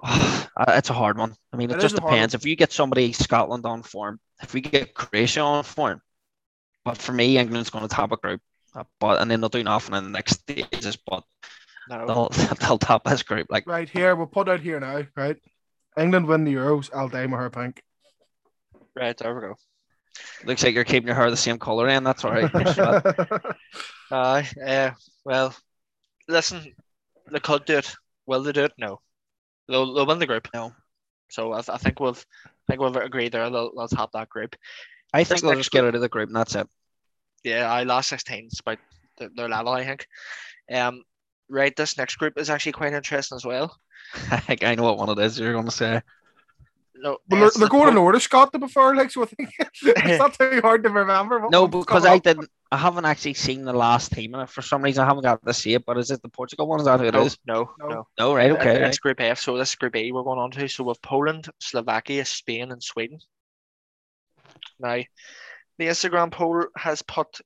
Speaker 3: Uh, it's a hard one. I mean, it,
Speaker 1: It is
Speaker 3: just
Speaker 1: a hard one.
Speaker 3: depends. If you get somebody Scotland on form, if we get Croatia on form, but for me, England's going to top a group. Uh, But and then they'll do nothing in the next stages. But
Speaker 2: No,
Speaker 1: Oh.
Speaker 3: they'll they'll top this group. Like
Speaker 1: right here. We'll put out here now. Right, England win the Euros. I'll dye my hair pink.
Speaker 2: right there we go.
Speaker 3: looks like you're keeping your hair the same color, and that's all right. Thanks for that.
Speaker 2: Aye, uh, well, listen, they could do it. Will they do it? No. They'll, they'll win the group.
Speaker 3: No.
Speaker 2: So I, th- I think we've I think we've agreed there. They'll, they'll top that group.
Speaker 3: I think
Speaker 2: This
Speaker 3: they'll
Speaker 2: next
Speaker 3: just get out of the group, and that's it.
Speaker 2: Yeah, I last sixteen is about th- their level, I think. Um, right. This next group is actually quite interesting as well.
Speaker 3: I think I know what one it is. You're going to say
Speaker 2: No,
Speaker 1: Well, they're,
Speaker 2: it's
Speaker 1: they're
Speaker 2: the
Speaker 1: going in
Speaker 2: Port-
Speaker 1: order, Scott, to be fair, like, so I think it's not too hard to remember. what
Speaker 3: no
Speaker 1: one's
Speaker 3: because
Speaker 1: coming
Speaker 3: I
Speaker 1: up.
Speaker 3: didn't. I haven't actually seen the last team, and for some reason I haven't got to see it. But is it the Portugal one? Is that who it is?
Speaker 2: no, no,
Speaker 1: No.
Speaker 2: no,
Speaker 3: No, right,
Speaker 2: It-
Speaker 3: okay.
Speaker 2: It's Group F. So this is Group E we're going on to. So with Poland, Slovakia, Spain, and Sweden. Now, the Instagram poll has put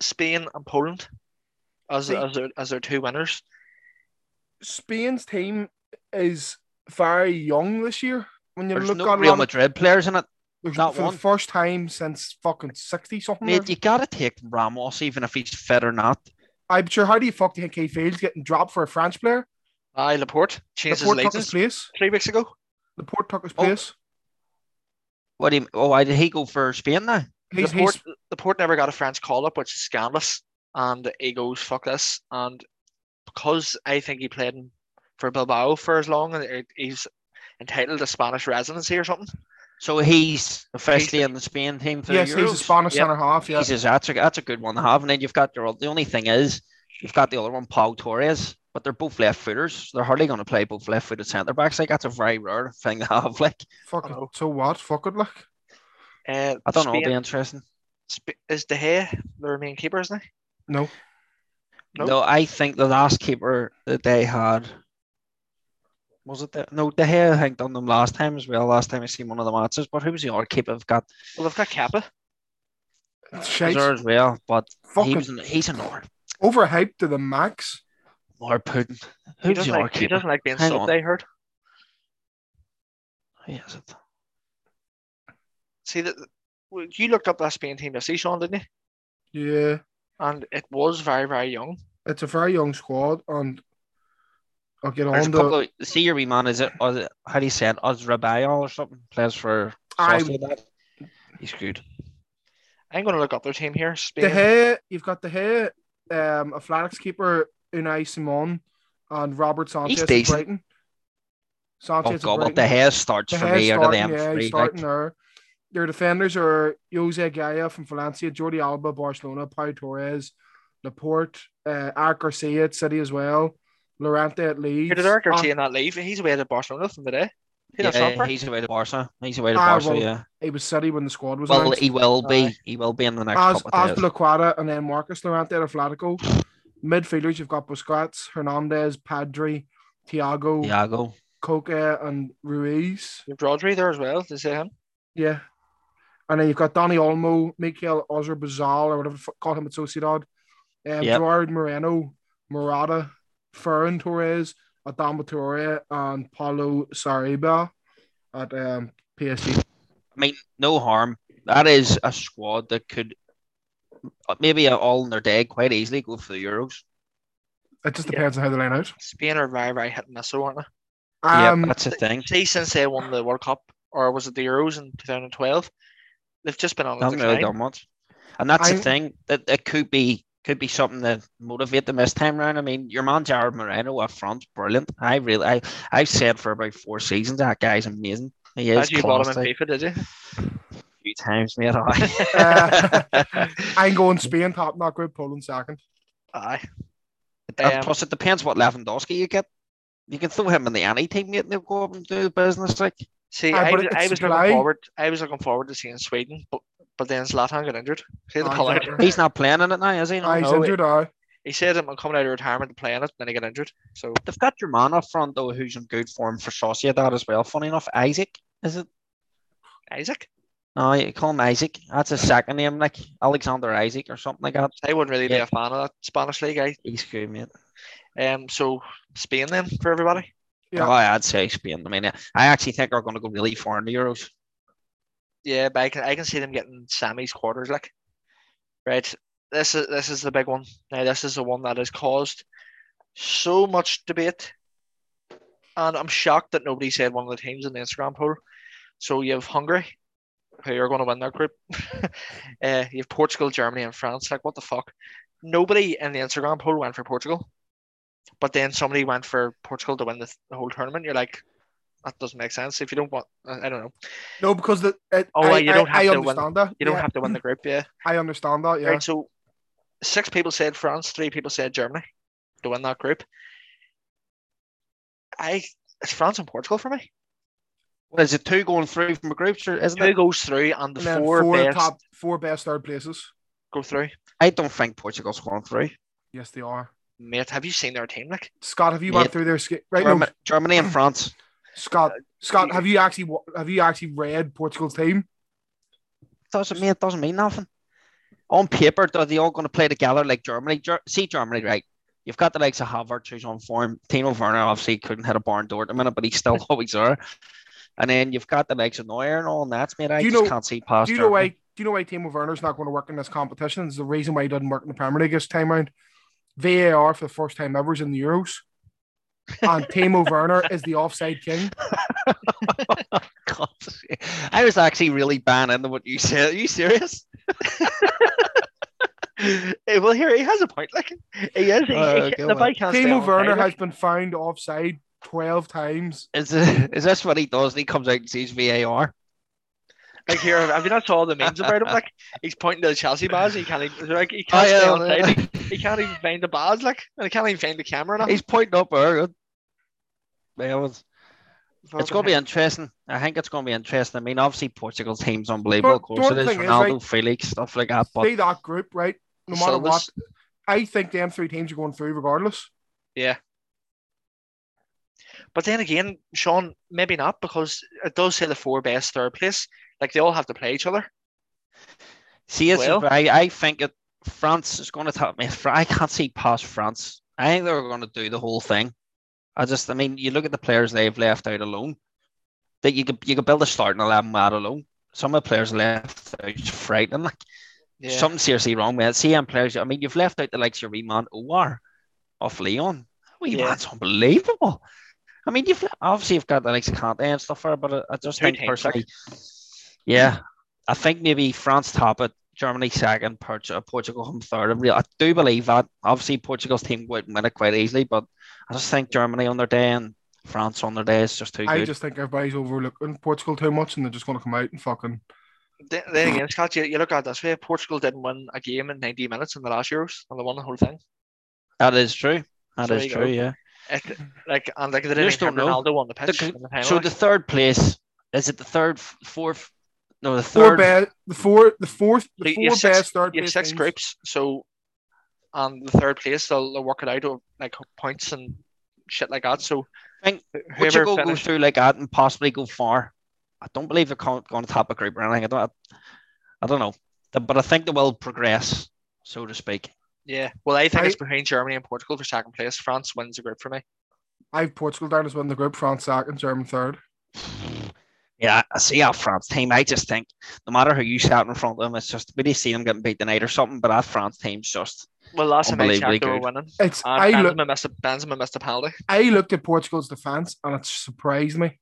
Speaker 2: Spain and Poland as,
Speaker 1: See-
Speaker 2: as, their, as their two winners.
Speaker 1: Spain's team is very young this year. When you
Speaker 3: There's
Speaker 1: look
Speaker 3: no
Speaker 1: at
Speaker 3: Real
Speaker 1: it,
Speaker 3: Madrid players in it.
Speaker 1: there's-
Speaker 3: not
Speaker 1: for
Speaker 3: one.
Speaker 1: the first time since fucking sixty something.
Speaker 3: Mate, you gotta take Ramos even if he's fit or not.
Speaker 1: I'm sure. How do you fuck do you think he feels getting dropped for a French player?
Speaker 2: Aye, Laporte changed
Speaker 1: Laporte
Speaker 2: his
Speaker 1: took his
Speaker 2: latest
Speaker 1: place.
Speaker 2: three weeks ago.
Speaker 1: Laporte took his
Speaker 3: Oh,
Speaker 1: place.
Speaker 3: What do you, oh why did he go for Spain now?
Speaker 1: he's, he's
Speaker 2: Laporte, Laporte never got a French call up, which is scandalous. And he goes, fuck this. And because I think he played in- for Bilbao for as long, and it- he's entitled to Spanish residency or something.
Speaker 3: So he's officially in the Spain team for
Speaker 1: yes,
Speaker 3: the
Speaker 1: he's
Speaker 3: Euros.
Speaker 1: a Spanish
Speaker 2: Yep.
Speaker 1: centre half. Yeah,
Speaker 3: Jesus, that's a that's a good one to have. And then you've got your oth- the only thing is you've got the other one, Paul Torres, but they're both left footers. They're hardly gonna play both left footed centre backs. Like that's a very rare thing to have. Like
Speaker 1: fuck it.
Speaker 2: Hello.
Speaker 1: So what? Fuck it, look.
Speaker 2: Uh,
Speaker 3: I don't know,
Speaker 2: Spain,
Speaker 3: it'll be interesting.
Speaker 2: Sp- is De Gea their main keeper, isn't he?
Speaker 1: No,
Speaker 2: No.
Speaker 3: No, I think the last keeper that they had was it the, no De Gea. I think done them last time as well. Last time I seen one of the matches, but who was the other keeper? I've got
Speaker 2: Well, they've got Kappa.
Speaker 1: it's
Speaker 3: was
Speaker 1: shite.
Speaker 3: there as well, but he
Speaker 1: Fucking
Speaker 3: was an, he's an or
Speaker 1: overhyped to the max.
Speaker 3: or Putin.
Speaker 2: He
Speaker 3: Who's the
Speaker 2: doesn't,
Speaker 3: other
Speaker 2: like, he
Speaker 3: keeper?
Speaker 2: doesn't like being
Speaker 3: Hang
Speaker 2: subbed,
Speaker 3: on.
Speaker 2: I heard.
Speaker 3: Who is it?
Speaker 2: See, that well, you looked up that Spain team to see, Sean, didn't you?
Speaker 1: Yeah.
Speaker 2: And it was very, very young.
Speaker 1: it's a very young squad, and I'll get
Speaker 3: There's
Speaker 1: on
Speaker 3: a
Speaker 1: to.
Speaker 3: couple of, see your wee man. Is it, Oz- how do you say it? Ozrabayo or something? Plays for.
Speaker 1: I-
Speaker 3: Swansea, that. He's good.
Speaker 2: I'm going to look up their team here.
Speaker 1: De
Speaker 2: Spain.
Speaker 1: Gea, you've got De Gea, um, a Flanix keeper, Unai Simon and Robert Sanchez at
Speaker 3: decent.
Speaker 1: Brighton.
Speaker 3: Oh
Speaker 1: Sanchez at
Speaker 3: god, but the
Speaker 1: Brighton.
Speaker 3: hair starts
Speaker 1: The
Speaker 3: for
Speaker 1: head
Speaker 3: me out of them
Speaker 1: yeah, he's
Speaker 3: three. like,
Speaker 1: starting there. Your defenders are Jose Gaia from Valencia, Jordi Alba, Barcelona, Pau Torres, Laporte, uh, Eric Garcia at City as well, Lorente at Leeds.
Speaker 2: Who did Eric
Speaker 1: An-
Speaker 2: Garcia not leave? He's away at Barcelona from today. He yeah,
Speaker 3: yeah, he's away to Barca. He's away to
Speaker 1: Ah,
Speaker 3: Barca.
Speaker 1: well,
Speaker 3: yeah.
Speaker 1: He was City when the squad was
Speaker 3: Well,
Speaker 1: announced.
Speaker 3: he will be.
Speaker 2: Aye.
Speaker 3: he will be in the next
Speaker 1: as
Speaker 3: couple
Speaker 1: as
Speaker 3: of days.
Speaker 1: Laquata and then Marcus Llorente at Atletico. Midfielders, you've got Busquets, Hernandez, Padre, Thiago,
Speaker 3: Thiago.
Speaker 1: Coca, and Ruiz.
Speaker 2: You've Rodri there as well. Did you say him?
Speaker 1: Yeah. And then you've got Donny Olmo, Mikael Ozerbazal, or whatever the fuck call him at Sociedad. Um,
Speaker 3: Yep.
Speaker 1: Gerard Moreno, Morata, Ferran Torres, Adama Torre, and Paulo Sariba at um, PSG.
Speaker 3: I mean, no harm. That is a squad that could uh, maybe all in their day quite easily go for the Euros.
Speaker 1: It just
Speaker 2: Yeah.
Speaker 1: depends on how they line out.
Speaker 2: Spain are very, very hit and miss, aren't they?
Speaker 1: Um,
Speaker 3: yeah, that's the thing.
Speaker 2: See, since they won the World Cup, or was it the Euros in 2012, they've just been on
Speaker 3: They
Speaker 2: a
Speaker 3: haven't really
Speaker 2: decline.
Speaker 3: done much, and that's
Speaker 1: I'm-
Speaker 3: the thing that it could be could be something that motivate them this time round. I mean, your man Jared Moreno up front's brilliant. I really, I, I've said for about four seasons that guy's amazing. He is
Speaker 2: Glad you bought
Speaker 3: class,
Speaker 2: him
Speaker 3: like,
Speaker 2: in FIFA, did you?
Speaker 3: a few times, mate.
Speaker 1: Uh,
Speaker 3: aye.
Speaker 1: I'm going Spain top, not good. Poland second.
Speaker 2: Aye.
Speaker 3: And
Speaker 2: Um,
Speaker 3: plus, it depends what Lewandowski you get. You can throw him in the any team, mate, and they'll go up and do the business. Like,
Speaker 2: See,
Speaker 1: Aye,
Speaker 2: I,
Speaker 1: but
Speaker 2: was,
Speaker 1: it-
Speaker 2: I
Speaker 1: it's
Speaker 2: was
Speaker 1: July.
Speaker 2: looking forward. I was looking forward to seeing Sweden, but but then Zlatan got injured. See the
Speaker 1: Aye,
Speaker 2: pull out.
Speaker 1: exactly.
Speaker 3: he's not playing in it now, is he? No.
Speaker 1: Aye, he's
Speaker 2: no,
Speaker 1: injured now.
Speaker 2: He said I'm coming out of retirement to play in it, then he got injured. So
Speaker 3: They've got your man up front though, who's in good form for Sociedad as well. Funny enough, Isaac is it?
Speaker 2: Isaac,
Speaker 3: No, you call him Isaac. That's his second name, like Alexander Isaac or something like that.
Speaker 2: I wouldn't really be
Speaker 3: Yeah.
Speaker 2: a fan of that Spanish league. I
Speaker 3: He's good, mate.
Speaker 2: um so Spain then for everybody.
Speaker 1: Yeah.
Speaker 3: Oh, I'd say Spain. I mean, I actually think they're going to go really far in the Euros.
Speaker 2: Yeah, but I can I can see them getting Sammy's quarters. Like, right, this is this is the big one. Now this is the one that has caused so much debate, and I'm shocked that nobody said one of the teams in the Instagram poll. So you have Hungary, who are going to win their group. uh, you have Portugal, Germany, and France. Like, what the fuck? Nobody in the Instagram poll went for Portugal, but then somebody went for Portugal to win the, the whole tournament. You're like, that doesn't make sense. If you don't want, I I don't know.
Speaker 1: No, because the it,
Speaker 2: Oh,
Speaker 1: I,
Speaker 2: well, you don't
Speaker 1: I, I
Speaker 2: have to win-
Speaker 1: understand that.
Speaker 2: You don't
Speaker 1: Yeah,
Speaker 2: have to win the group, yeah.
Speaker 1: I understand that. Yeah.
Speaker 2: Right, so six people said France, three people said Germany to win that group. I it's France and Portugal for me.
Speaker 3: What is it? Two going through from a group, sure, isn't
Speaker 2: Who
Speaker 3: it?
Speaker 2: goes through and the
Speaker 1: And then
Speaker 2: four,
Speaker 1: four
Speaker 2: best
Speaker 1: top four best third places.
Speaker 2: go through?
Speaker 3: I don't think Portugal's going through.
Speaker 1: Yes, they are.
Speaker 2: Mate, have you seen their team? Like
Speaker 1: Scott, have you
Speaker 3: Yeah.
Speaker 1: went through their sk- right? No,
Speaker 3: Germany, Germany and France.
Speaker 1: Scott,
Speaker 2: uh,
Speaker 1: Scott, have you actually wa- have you actually read Portugal's team?
Speaker 3: Doesn't mean it doesn't mean nothing. On paper, are they all going to play together like Germany? Ger- see Germany, right? You've got the likes of Havertz who's on form. Timo Werner obviously couldn't hit a barn door at the minute, but he's still always there. And then you've got the likes of Neuer and all, and that's mate. I
Speaker 1: Do you
Speaker 3: just
Speaker 1: know-
Speaker 3: can't see past.
Speaker 1: Do you know why?
Speaker 3: Germany.
Speaker 1: Do you know why Timo Werner's not going to work in this competition? It's the reason why he doesn't work in the Premier League this time round. VAR for the first time ever is in the Euros, and Timo Werner is the offside king.
Speaker 3: God. I was actually really banned into what you said. Are you serious?
Speaker 2: Eh, well here he has a point, like he is he,
Speaker 3: Oh,
Speaker 2: he,
Speaker 3: go
Speaker 2: the
Speaker 3: on.
Speaker 2: bike has
Speaker 1: Timo Werner has been found offside twelve times.
Speaker 3: Is, it, is this what he does? He comes out and sees VAR.
Speaker 2: like here have you not saw all the memes about him? Like he's pointing to the Chelsea bars, he can't even like he
Speaker 3: I,
Speaker 2: can't stay
Speaker 3: uh,
Speaker 2: on side. He, he can't even find the bars, like and he can't even find the camera now.
Speaker 3: He's pointing up there. Yeah, it was- It's going to be interesting. I think it's going to be interesting. I mean, obviously Portugal's team's unbelievable. Of
Speaker 1: But
Speaker 3: course, it
Speaker 1: the
Speaker 3: is.
Speaker 1: thing is,
Speaker 3: Ronaldo,
Speaker 1: like-
Speaker 3: Felix, stuff like that. But
Speaker 1: See that group, right? No matter what,
Speaker 2: Silva's-
Speaker 1: I think them three teams are going through regardless.
Speaker 2: But then again, Sean, maybe not because it does say the four best third place. Like they all have to play each other.
Speaker 3: see, it's,
Speaker 2: Well-
Speaker 3: I, I think it, France is going to top me. Fr- I can't see past France. I think they're going to do the whole thing. I just, I mean, you look at the players they've left out alone. That you could you could build a starting eleven out alone. Some of the players left out is frightening. Like something seriously wrong with it. CM players. I mean, you've left out the likes of Riemann Owar off Leon. We
Speaker 2: Yeah.
Speaker 3: that's unbelievable. I mean, you've obviously you've got the likes of Conte and stuff there, but I, I just
Speaker 2: Two
Speaker 3: think
Speaker 2: teams, like.
Speaker 3: personally, yeah, I think maybe France top it, Germany second, Port- uh, Portugal come third. I, really, I do believe that. Obviously, Portugal's team would win it quite easily, but I just think Germany on their day and France on their day is just too
Speaker 1: I
Speaker 3: good.
Speaker 1: just think everybody's overlooking Portugal too much, and they're just going to come out and fucking.
Speaker 2: Then, then again, Scott, you, you look at it this way Portugal didn't win a game in 90 minutes in the last Euros and they won the whole thing.
Speaker 3: That is true. That
Speaker 2: So
Speaker 3: is
Speaker 2: there you
Speaker 3: true.
Speaker 2: go.
Speaker 3: Yeah.
Speaker 2: It, like, and like they didn't
Speaker 3: just
Speaker 2: even
Speaker 3: don't
Speaker 2: have
Speaker 3: know.
Speaker 2: Ronaldo on the pitch
Speaker 3: c-
Speaker 2: in the final.
Speaker 3: So
Speaker 2: like.
Speaker 3: the third place is it the third, f- fourth? No, the
Speaker 1: Four
Speaker 3: third.
Speaker 1: bad, the four, the fourth,
Speaker 2: So
Speaker 1: the
Speaker 2: you
Speaker 1: four
Speaker 2: have
Speaker 1: best
Speaker 2: six-
Speaker 1: third
Speaker 2: you have
Speaker 1: place
Speaker 2: six
Speaker 1: teams.
Speaker 2: groups, so and the third place they'll, they'll work it out of like points and shit like that. So
Speaker 3: I think
Speaker 2: wh- whoever
Speaker 3: Portugal go
Speaker 2: finish-
Speaker 3: through like that and possibly go far. I don't believe they're going to top a group or anything. I don't. I don't know, Th- but I think they will progress, so to speak.
Speaker 2: yeah. Well, I think
Speaker 1: I-
Speaker 2: it's behind Germany and Portugal for second place. France wins the group for me.
Speaker 1: I have Portugal down as winning the group, France second, German third.
Speaker 3: Yeah, I see our France team. I just think no matter who you sat in front of them, it's just we didn't see them getting beat tonight or something. But that France team's just
Speaker 2: Well, last time I
Speaker 3: Unbelievably
Speaker 2: checked, they were
Speaker 3: good.
Speaker 2: winning.
Speaker 1: It's
Speaker 2: And
Speaker 1: I look,
Speaker 2: Benzema missed a Benzema missed a penalty.
Speaker 1: I looked at Portugal's defense, and it surprised me.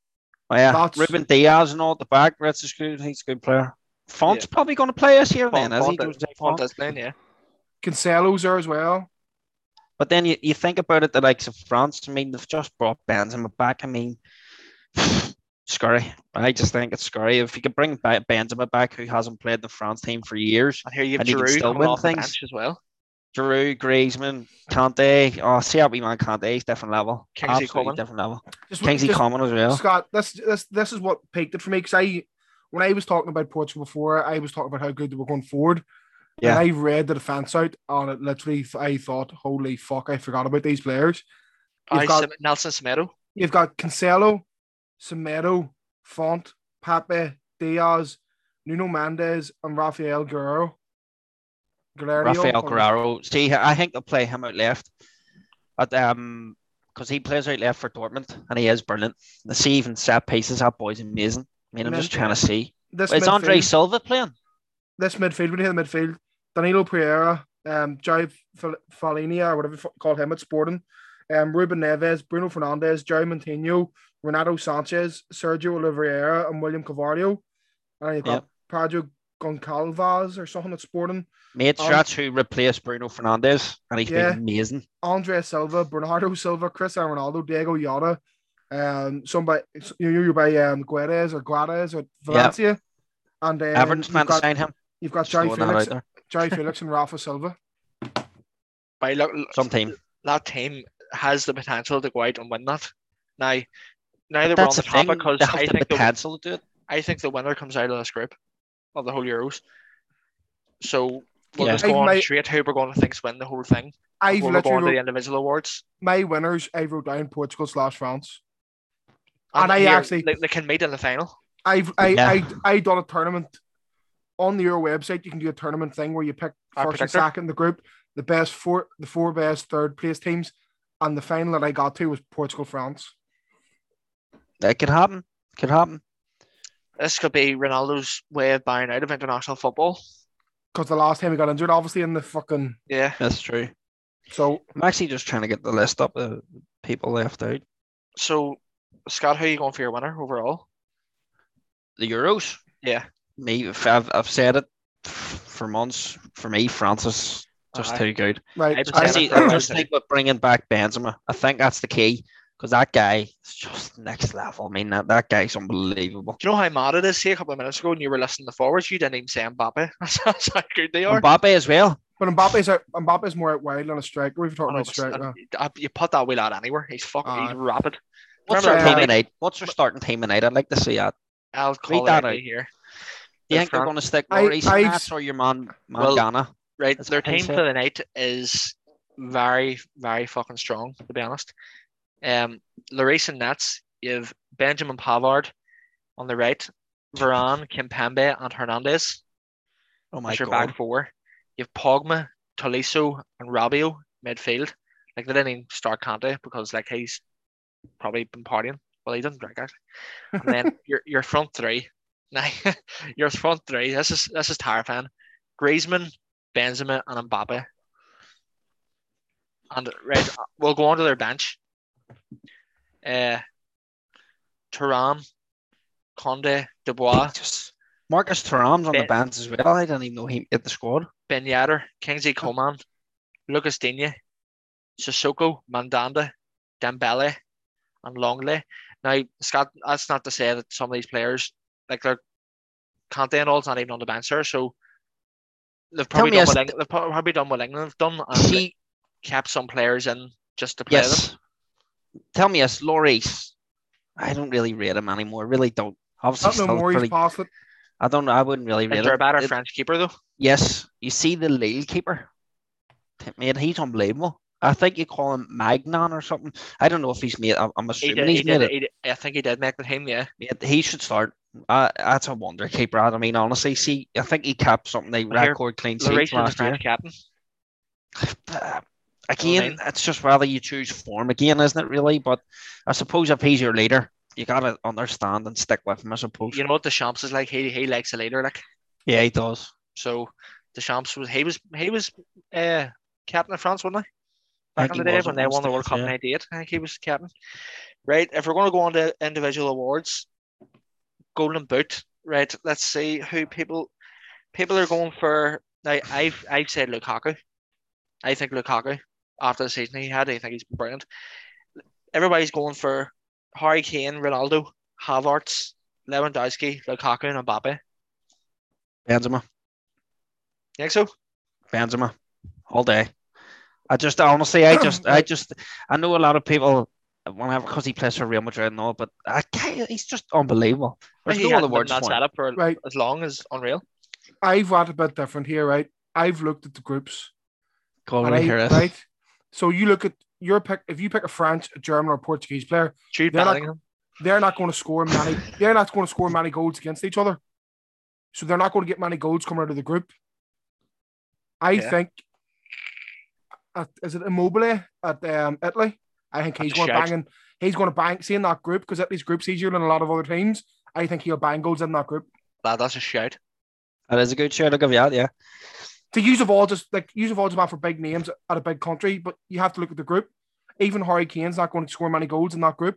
Speaker 3: oh, yeah.
Speaker 1: That's-
Speaker 3: Ruben Diaz and all at the back. Reds is good. He's a good player. Font's probably going to play us here, man.
Speaker 2: Font- Font-
Speaker 3: Is he? Jose
Speaker 2: Font
Speaker 3: Font?
Speaker 2: is playing, yeah.
Speaker 1: Cancelo's there as well.
Speaker 3: But then you, you think about it, the likes of France, I mean, they've just brought Benzema back. I mean, scurry. I just think it's scurry. If you could bring ba- Benzema back, who hasn't played the France team for years,
Speaker 2: And here you have
Speaker 3: And he can
Speaker 2: Giroud
Speaker 3: still
Speaker 2: coming
Speaker 3: win
Speaker 2: off the
Speaker 3: things.
Speaker 2: bench as well.
Speaker 3: Giroud, Griezmann, Kante, oh, see how we man Kante, he's different level.
Speaker 2: Kingsley
Speaker 3: Absolutely
Speaker 2: Coman.
Speaker 3: different level.
Speaker 1: Just,
Speaker 3: Kingsley
Speaker 1: just-
Speaker 3: Common as well.
Speaker 1: Scott, this this this is what peaked it for me because I when I was talking about Portugal before, I was talking about how good they were going forward.
Speaker 3: Yeah.
Speaker 1: And I read the defense out, and it literally I thought, holy fuck, I forgot about these players. You've
Speaker 2: I
Speaker 1: got-
Speaker 2: Sim- Nelson Semedo.
Speaker 1: You've got Cancelo, Semedo, Font, Pape, Diaz, Nuno Mendes, and Rafael Guerrero. Guerrero. Oh,
Speaker 3: Rafael Guerrero. See, I think they'll play him out left. But um because he plays out left for Dortmund and he is brilliant. The see even set pieces, that boy's amazing. I mean, I'm just
Speaker 1: Men-
Speaker 3: trying to see.
Speaker 1: This
Speaker 3: Is Andre
Speaker 1: midfield-
Speaker 3: Silva playing?
Speaker 1: this midfield, when you hear the midfield, Danilo Pereira, um, Jai Fel- Fellini, or whatever you f- call him at Sporting, um, Ruben Neves, Bruno Fernandes, Jai Montino, Renato Sanchez, Sergio Oliveira, and William Cavardio. And you've got Pedro Goncalves or something at Sporting,
Speaker 3: Mate,
Speaker 1: Um,
Speaker 3: that's who replaced Bruno Fernandez, and he's
Speaker 1: Yeah.
Speaker 3: been amazing.
Speaker 1: Andre Silva, Bernardo Silva, Cristiano Ronaldo, Diego Yota, um, somebody, you know, you're by um, Guedes or Guedes or Valencia. And then
Speaker 3: Everton's
Speaker 1: you've
Speaker 3: meant to
Speaker 1: got,
Speaker 3: sign him.
Speaker 1: you've got
Speaker 3: Just
Speaker 1: Jai
Speaker 3: throwing that out
Speaker 1: Felix,
Speaker 3: there.
Speaker 1: Jai Felix and Rafa Silva.
Speaker 2: By look,
Speaker 3: Some team.
Speaker 2: that team has the potential to go out and win that. Now, neither we're on
Speaker 3: That's
Speaker 2: the
Speaker 3: the thing.
Speaker 2: topic because
Speaker 3: they have
Speaker 2: I
Speaker 3: the
Speaker 2: think the
Speaker 3: potential to do it.
Speaker 2: I think the winner comes out of this group of the whole Euros. So we'll
Speaker 3: Yeah.
Speaker 2: just go
Speaker 1: I
Speaker 2: on
Speaker 1: might-
Speaker 2: straight who we're going to think's win the whole thing.
Speaker 1: I've
Speaker 2: Before we're going
Speaker 1: literally
Speaker 2: to the individual awards.
Speaker 1: my winners, I wrote down Portugal slash France. And I
Speaker 2: here,
Speaker 1: actually-
Speaker 2: they, they can meet in the final.
Speaker 1: I've I,
Speaker 3: Yeah.
Speaker 1: I I done a tournament on your website. You can do a tournament thing where you pick
Speaker 2: Our
Speaker 1: first and
Speaker 2: predictor?
Speaker 1: second in the group, the best four, the four best third place teams, and the final that I got to was Portugal France.
Speaker 3: It could happen. It could happen.
Speaker 2: This could be Ronaldo's way of buying out of international football.
Speaker 1: Because the last time he got injured, obviously in the fucking
Speaker 2: Yeah.
Speaker 3: That's true.
Speaker 1: so
Speaker 3: I'm actually just trying to get the list up of people left out.
Speaker 2: So Scott, how are you going for your winner overall?
Speaker 3: The Euros.
Speaker 2: Yeah.
Speaker 3: Me, if I've, I've said it f- for months. For me, France is just
Speaker 2: Aye.
Speaker 3: too good.
Speaker 1: right.
Speaker 2: I've said
Speaker 3: I
Speaker 2: it
Speaker 3: see.
Speaker 2: for a
Speaker 3: I
Speaker 2: while
Speaker 3: just
Speaker 2: too.
Speaker 3: think with bringing back Benzema, I think that's the key because that guy is just next level. I mean, that, that guy's unbelievable.
Speaker 2: Do you know how mad it is here a couple of minutes ago when you were listening to forwards? You didn't even say Mbappe. That's, that's how good they are.
Speaker 3: Mbappe as well.
Speaker 1: But Mbappe's out, Mbappe's more out wide than a striker. We've
Speaker 2: I
Speaker 1: talked
Speaker 2: know,
Speaker 1: about striker.
Speaker 2: but I- you put that wheel out anywhere. He's fucking
Speaker 1: Aye.
Speaker 2: he's rapid.
Speaker 3: Um, uh, What's
Speaker 2: Remember
Speaker 3: our
Speaker 1: that
Speaker 3: team
Speaker 1: guy?
Speaker 3: tonight? What's our starting team tonight? I'd like to see that.
Speaker 2: I'll call it
Speaker 3: that
Speaker 2: out
Speaker 3: out.
Speaker 2: here.
Speaker 3: Do you
Speaker 2: Yeah,
Speaker 3: think they're
Speaker 2: Fran-
Speaker 3: going to stick
Speaker 1: I-
Speaker 3: Maurice
Speaker 1: I've
Speaker 3: Nats
Speaker 1: s-
Speaker 3: or your man
Speaker 2: Well,
Speaker 3: Mangana?
Speaker 2: Right,
Speaker 3: That's
Speaker 2: their
Speaker 3: what I
Speaker 2: team
Speaker 3: said.
Speaker 2: for the night is very, very fucking strong, to be honest. Um, Lloris and Nats, you have Benjamin Pavard on the right, Varane, Kimpembe, and Hernandez.
Speaker 3: oh my
Speaker 2: That's your
Speaker 3: god!
Speaker 2: back four. You have Pogba, Tolisso, and Rabio midfield. Like they didn't even start Kante because like he's probably been partying. Well, he doesn't drink actually. And then your your front three. Now your front three. This is this is terrifying. Griezmann, Benzema, and Mbappe. And right, we'll go on to their bench. Uh, Turam, Conde, Dubois,
Speaker 3: Just Marcus Thuram's on the
Speaker 2: Ben-
Speaker 3: bench as well. I didn't even know he hit the squad.
Speaker 2: Ben Yedder, Kingsley Coman, Lucas Digne, Sissoko, Mandanda, Dembele, and Longley. Now, Scott, that's not to say that some of these players, like they're Conte and all's not even on the bench there, so they've probably
Speaker 3: me
Speaker 2: done
Speaker 3: a
Speaker 2: what
Speaker 3: st-
Speaker 2: England, they've prob- probably done what England have done and
Speaker 3: He
Speaker 2: kept some players in just to play them.
Speaker 3: yes. Tell me yes, Lloris. I don't really rate him anymore. Really don't. Obviously,
Speaker 1: Not no
Speaker 3: still
Speaker 1: more.
Speaker 3: pretty-
Speaker 1: He's past it.
Speaker 3: I don't know. I wouldn't really
Speaker 2: Like
Speaker 3: rate
Speaker 2: they're a
Speaker 3: him.
Speaker 2: better
Speaker 3: It-
Speaker 2: French keeper though.
Speaker 3: Yes, you see the Lille keeper. Mate, he's unbelievable. I think you call him Magnan or something. I don't know if he's made. I'm, I'm
Speaker 2: He
Speaker 3: assuming
Speaker 2: did,
Speaker 3: he's
Speaker 2: he
Speaker 3: made
Speaker 2: did,
Speaker 3: it.
Speaker 2: he did- I think he did make the team, yeah.
Speaker 3: Mate, he should start. Uh, that's a wonder keeper. I mean, honestly, see, I think he capped something like
Speaker 2: Well, here,
Speaker 3: record clean sheets
Speaker 2: Lloris is the
Speaker 3: last year.
Speaker 2: French captain.
Speaker 3: Uh, again,
Speaker 2: mean?
Speaker 3: it's just whether you choose form again, isn't it? Really, but I suppose if he's your leader, you gotta understand and stick with him. I suppose.
Speaker 2: You know what the Champs is like? He he likes a leader, like
Speaker 3: Yeah, he does.
Speaker 2: So Deschamps was he was he was uh, captain of France, wasn't he?
Speaker 3: I
Speaker 2: Back in
Speaker 3: think
Speaker 2: the
Speaker 3: he
Speaker 2: day
Speaker 3: was
Speaker 2: when
Speaker 3: at
Speaker 2: they
Speaker 3: one
Speaker 2: won the World
Speaker 3: stage,
Speaker 2: Cup in
Speaker 3: yeah.
Speaker 2: '98, I think he was captain. Right. If we're going to go on to individual awards, Golden Boot. Right. Let's see who people people are going for. Now I've I've said Lukaku. I think Lukaku after the season he had, I think he's been brilliant. Everybody's going for Harry Kane, Ronaldo, Havertz, Lewandowski, Lukaku, and Mbappe. You
Speaker 3: Benzema,
Speaker 2: think so?
Speaker 3: Benzema, all day. I just honestly, I just, I just, I know a lot of people whenever because he plays for Real Madrid and all, but I can't, he's just unbelievable. There's
Speaker 2: He
Speaker 3: no other
Speaker 2: hadn't been
Speaker 3: words
Speaker 2: in that
Speaker 3: for him.
Speaker 2: setup for
Speaker 1: Right.
Speaker 2: as long as unreal.
Speaker 1: I've had a bit different here, right? I've looked at the groups.
Speaker 3: Go
Speaker 1: and
Speaker 3: on,
Speaker 1: I-
Speaker 3: hear it.
Speaker 1: right? So you look at your pick. If you pick a French, a German, or a Portuguese player,
Speaker 2: Jude
Speaker 1: They're not-
Speaker 2: Bellingham.
Speaker 1: they're not going to score many. they're not going to score many goals against each other. So they're not going to get many goals coming out of the group. I
Speaker 2: Yeah.
Speaker 1: think. At, is it Immobile at um, Italy? I think he's
Speaker 2: a
Speaker 1: going to
Speaker 2: shout.
Speaker 1: bang. in- He's going to bang. Seeing that group because Italy's group's easier than a lot of other teams. I think he'll bang goals in that group.
Speaker 2: Lad, that's a shout.
Speaker 3: That is Uh, a good shout. I'll give you that. Yeah,
Speaker 1: to use of all just like use of all just for big names at a big country, but you have to look at the group. Even Harry Kane's not going to score many goals in that group.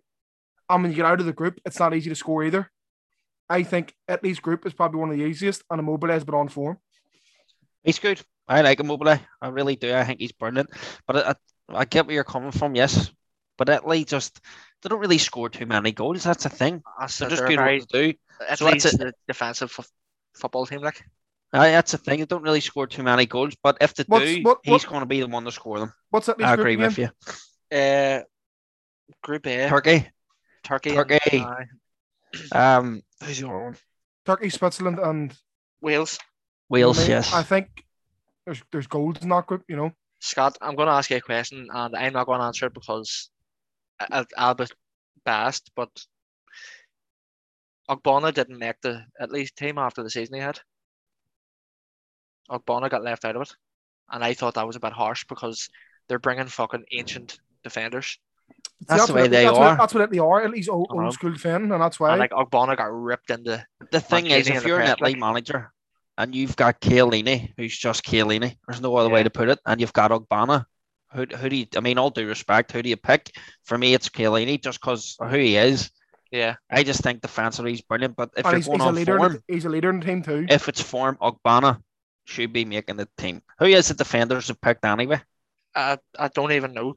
Speaker 1: And when you get out of the group, it's not easy to score either. I think Italy's group is probably one of the easiest, and Immobile has been on form.
Speaker 3: He's good. I like Immobile. I really do. I think he's brilliant. But I, I, I get where you're coming from, yes. But Italy just they don't really score too many goals. That's the thing.
Speaker 2: That's
Speaker 3: They're
Speaker 2: they're
Speaker 3: just
Speaker 2: they're
Speaker 3: good at
Speaker 2: very,
Speaker 3: what they do.
Speaker 2: at
Speaker 3: so that's
Speaker 2: least the defensive f- football team. Like
Speaker 3: Aye, that's the thing. They don't really score too many goals. But if they
Speaker 1: What's-
Speaker 3: do,
Speaker 1: what-
Speaker 3: he's
Speaker 1: what-
Speaker 3: going to be the one to score them.
Speaker 1: What's Italy's
Speaker 3: I
Speaker 1: group
Speaker 3: agree
Speaker 1: again?
Speaker 3: with you.
Speaker 2: uh, Group A,
Speaker 3: Turkey.
Speaker 2: Turkey, and,
Speaker 3: Turkey.
Speaker 2: uh,
Speaker 3: Um, who's the other one?
Speaker 1: Turkey, Switzerland, and
Speaker 2: Wales.
Speaker 3: Wales.
Speaker 1: Romania.
Speaker 3: yes.
Speaker 1: I think there's there's goals in that group. You know,
Speaker 2: Scott, I'm going to ask you a question, and I'm not going to answer it because I- I'll, I'll be biased. But Ogbonna didn't make the at least team after the season he had. Ogbonna got left out of it, and I thought that was a bit harsh because they're bringing fucking ancient defenders.
Speaker 1: See,
Speaker 3: That's the way
Speaker 1: what Italy-
Speaker 3: they
Speaker 1: that's
Speaker 3: are.
Speaker 1: What, that's what Italy are. Italy's old,
Speaker 3: Uh-huh.
Speaker 2: I know.
Speaker 1: old school fan, and that's why.
Speaker 2: And like Ogbonna got ripped into
Speaker 3: the thing is,
Speaker 2: Mancini in
Speaker 3: if
Speaker 2: the
Speaker 3: you're an
Speaker 2: press,
Speaker 3: Italy manager and you've got Chiellini, who's just Chiellini, there's no other way
Speaker 2: Yeah.
Speaker 3: to put it, and you've got Ogbana, who, who do you, I mean, all due respect, who do you pick? For me, it's Chiellini just because who he is.
Speaker 2: yeah.
Speaker 3: I just think defensively he's brilliant, but if
Speaker 1: and
Speaker 3: you're
Speaker 1: he's,
Speaker 3: going
Speaker 1: he's a
Speaker 3: on
Speaker 1: leader. in-
Speaker 3: form,
Speaker 1: he's a leader in the team too.
Speaker 3: if it's form, Ogbana should be making the team. Who is the defenders have picked anyway?
Speaker 2: I, I don't even know.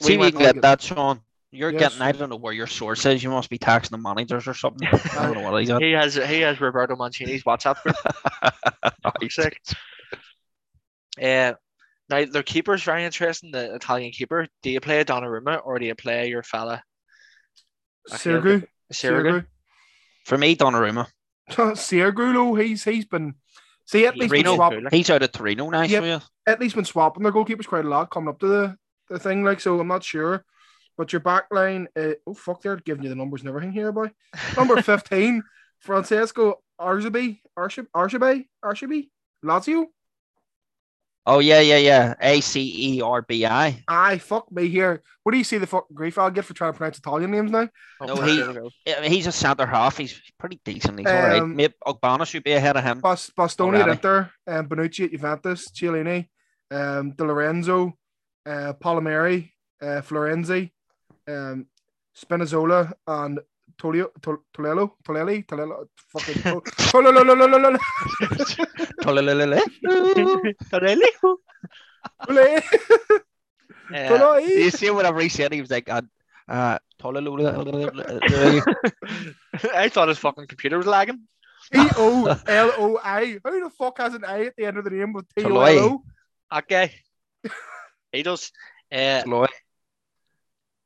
Speaker 2: We
Speaker 3: See, if you
Speaker 2: went
Speaker 3: can get that, Sean. You're
Speaker 1: Yes.
Speaker 3: getting, I don't know where your source is. You must be taxing the managers or something. I don't know what he's at.
Speaker 2: He has he has Roberto Mancini's WhatsApp group. Fuck's sake. Uh, now their keeper's very interesting. The Italian keeper. Do you play Donnarumma or do you play your fella I feel
Speaker 1: Sergu,
Speaker 2: Sirigu?
Speaker 1: Sergu,
Speaker 3: For me, Donnarumma,
Speaker 1: Sergu, though he's he's been. See, at
Speaker 2: He's
Speaker 1: least
Speaker 3: really
Speaker 1: been
Speaker 3: good,
Speaker 1: swapping,
Speaker 3: he's out of Torino now.
Speaker 1: Yep.
Speaker 3: for you.
Speaker 1: at least been swapping their goalkeepers quite a lot coming up to the, the thing. Like, so I'm not sure. But your back line, uh, oh fuck, they're giving you the numbers and everything here, boy. Number 15, Francesco Arzabi, Arshib, Arshabi, Arshabi, Lazio.
Speaker 3: Oh yeah, yeah, yeah. A C E R B I.
Speaker 1: Aye, fuck me here. What do you see the fucking grief I'll get for trying to pronounce Italian names now?
Speaker 3: No,
Speaker 2: Oh,
Speaker 3: he-
Speaker 2: there we go.
Speaker 3: I mean, He's a centre half. He's pretty decent. He's all right.
Speaker 1: Um,
Speaker 3: Maybe Ogbonna should be ahead of him.
Speaker 1: Bas- Bastoni at
Speaker 3: Alrighty.
Speaker 1: Inter, um, Bonucci at Juventus, Chiellini, um, Di Lorenzo, uh, Palomeri, uh, Florenzi, um, Spinazzola, and Tolio, Tol- Tolelo, Toleli, Tolelo, fucking Tol- Tololololololo-
Speaker 3: Tolololole.
Speaker 2: Tolelo.
Speaker 1: Tole-
Speaker 2: Uh,
Speaker 3: you
Speaker 1: Toloi.
Speaker 3: see whenever he said it, he was like, uh, uh, Tolololole.
Speaker 2: I thought his fucking computer was lagging.
Speaker 1: T O L O I. Who the fuck has an I at the end of the name with T O
Speaker 3: Toloi.
Speaker 1: L O?
Speaker 2: That guy. He does. Uh,
Speaker 3: Toloi.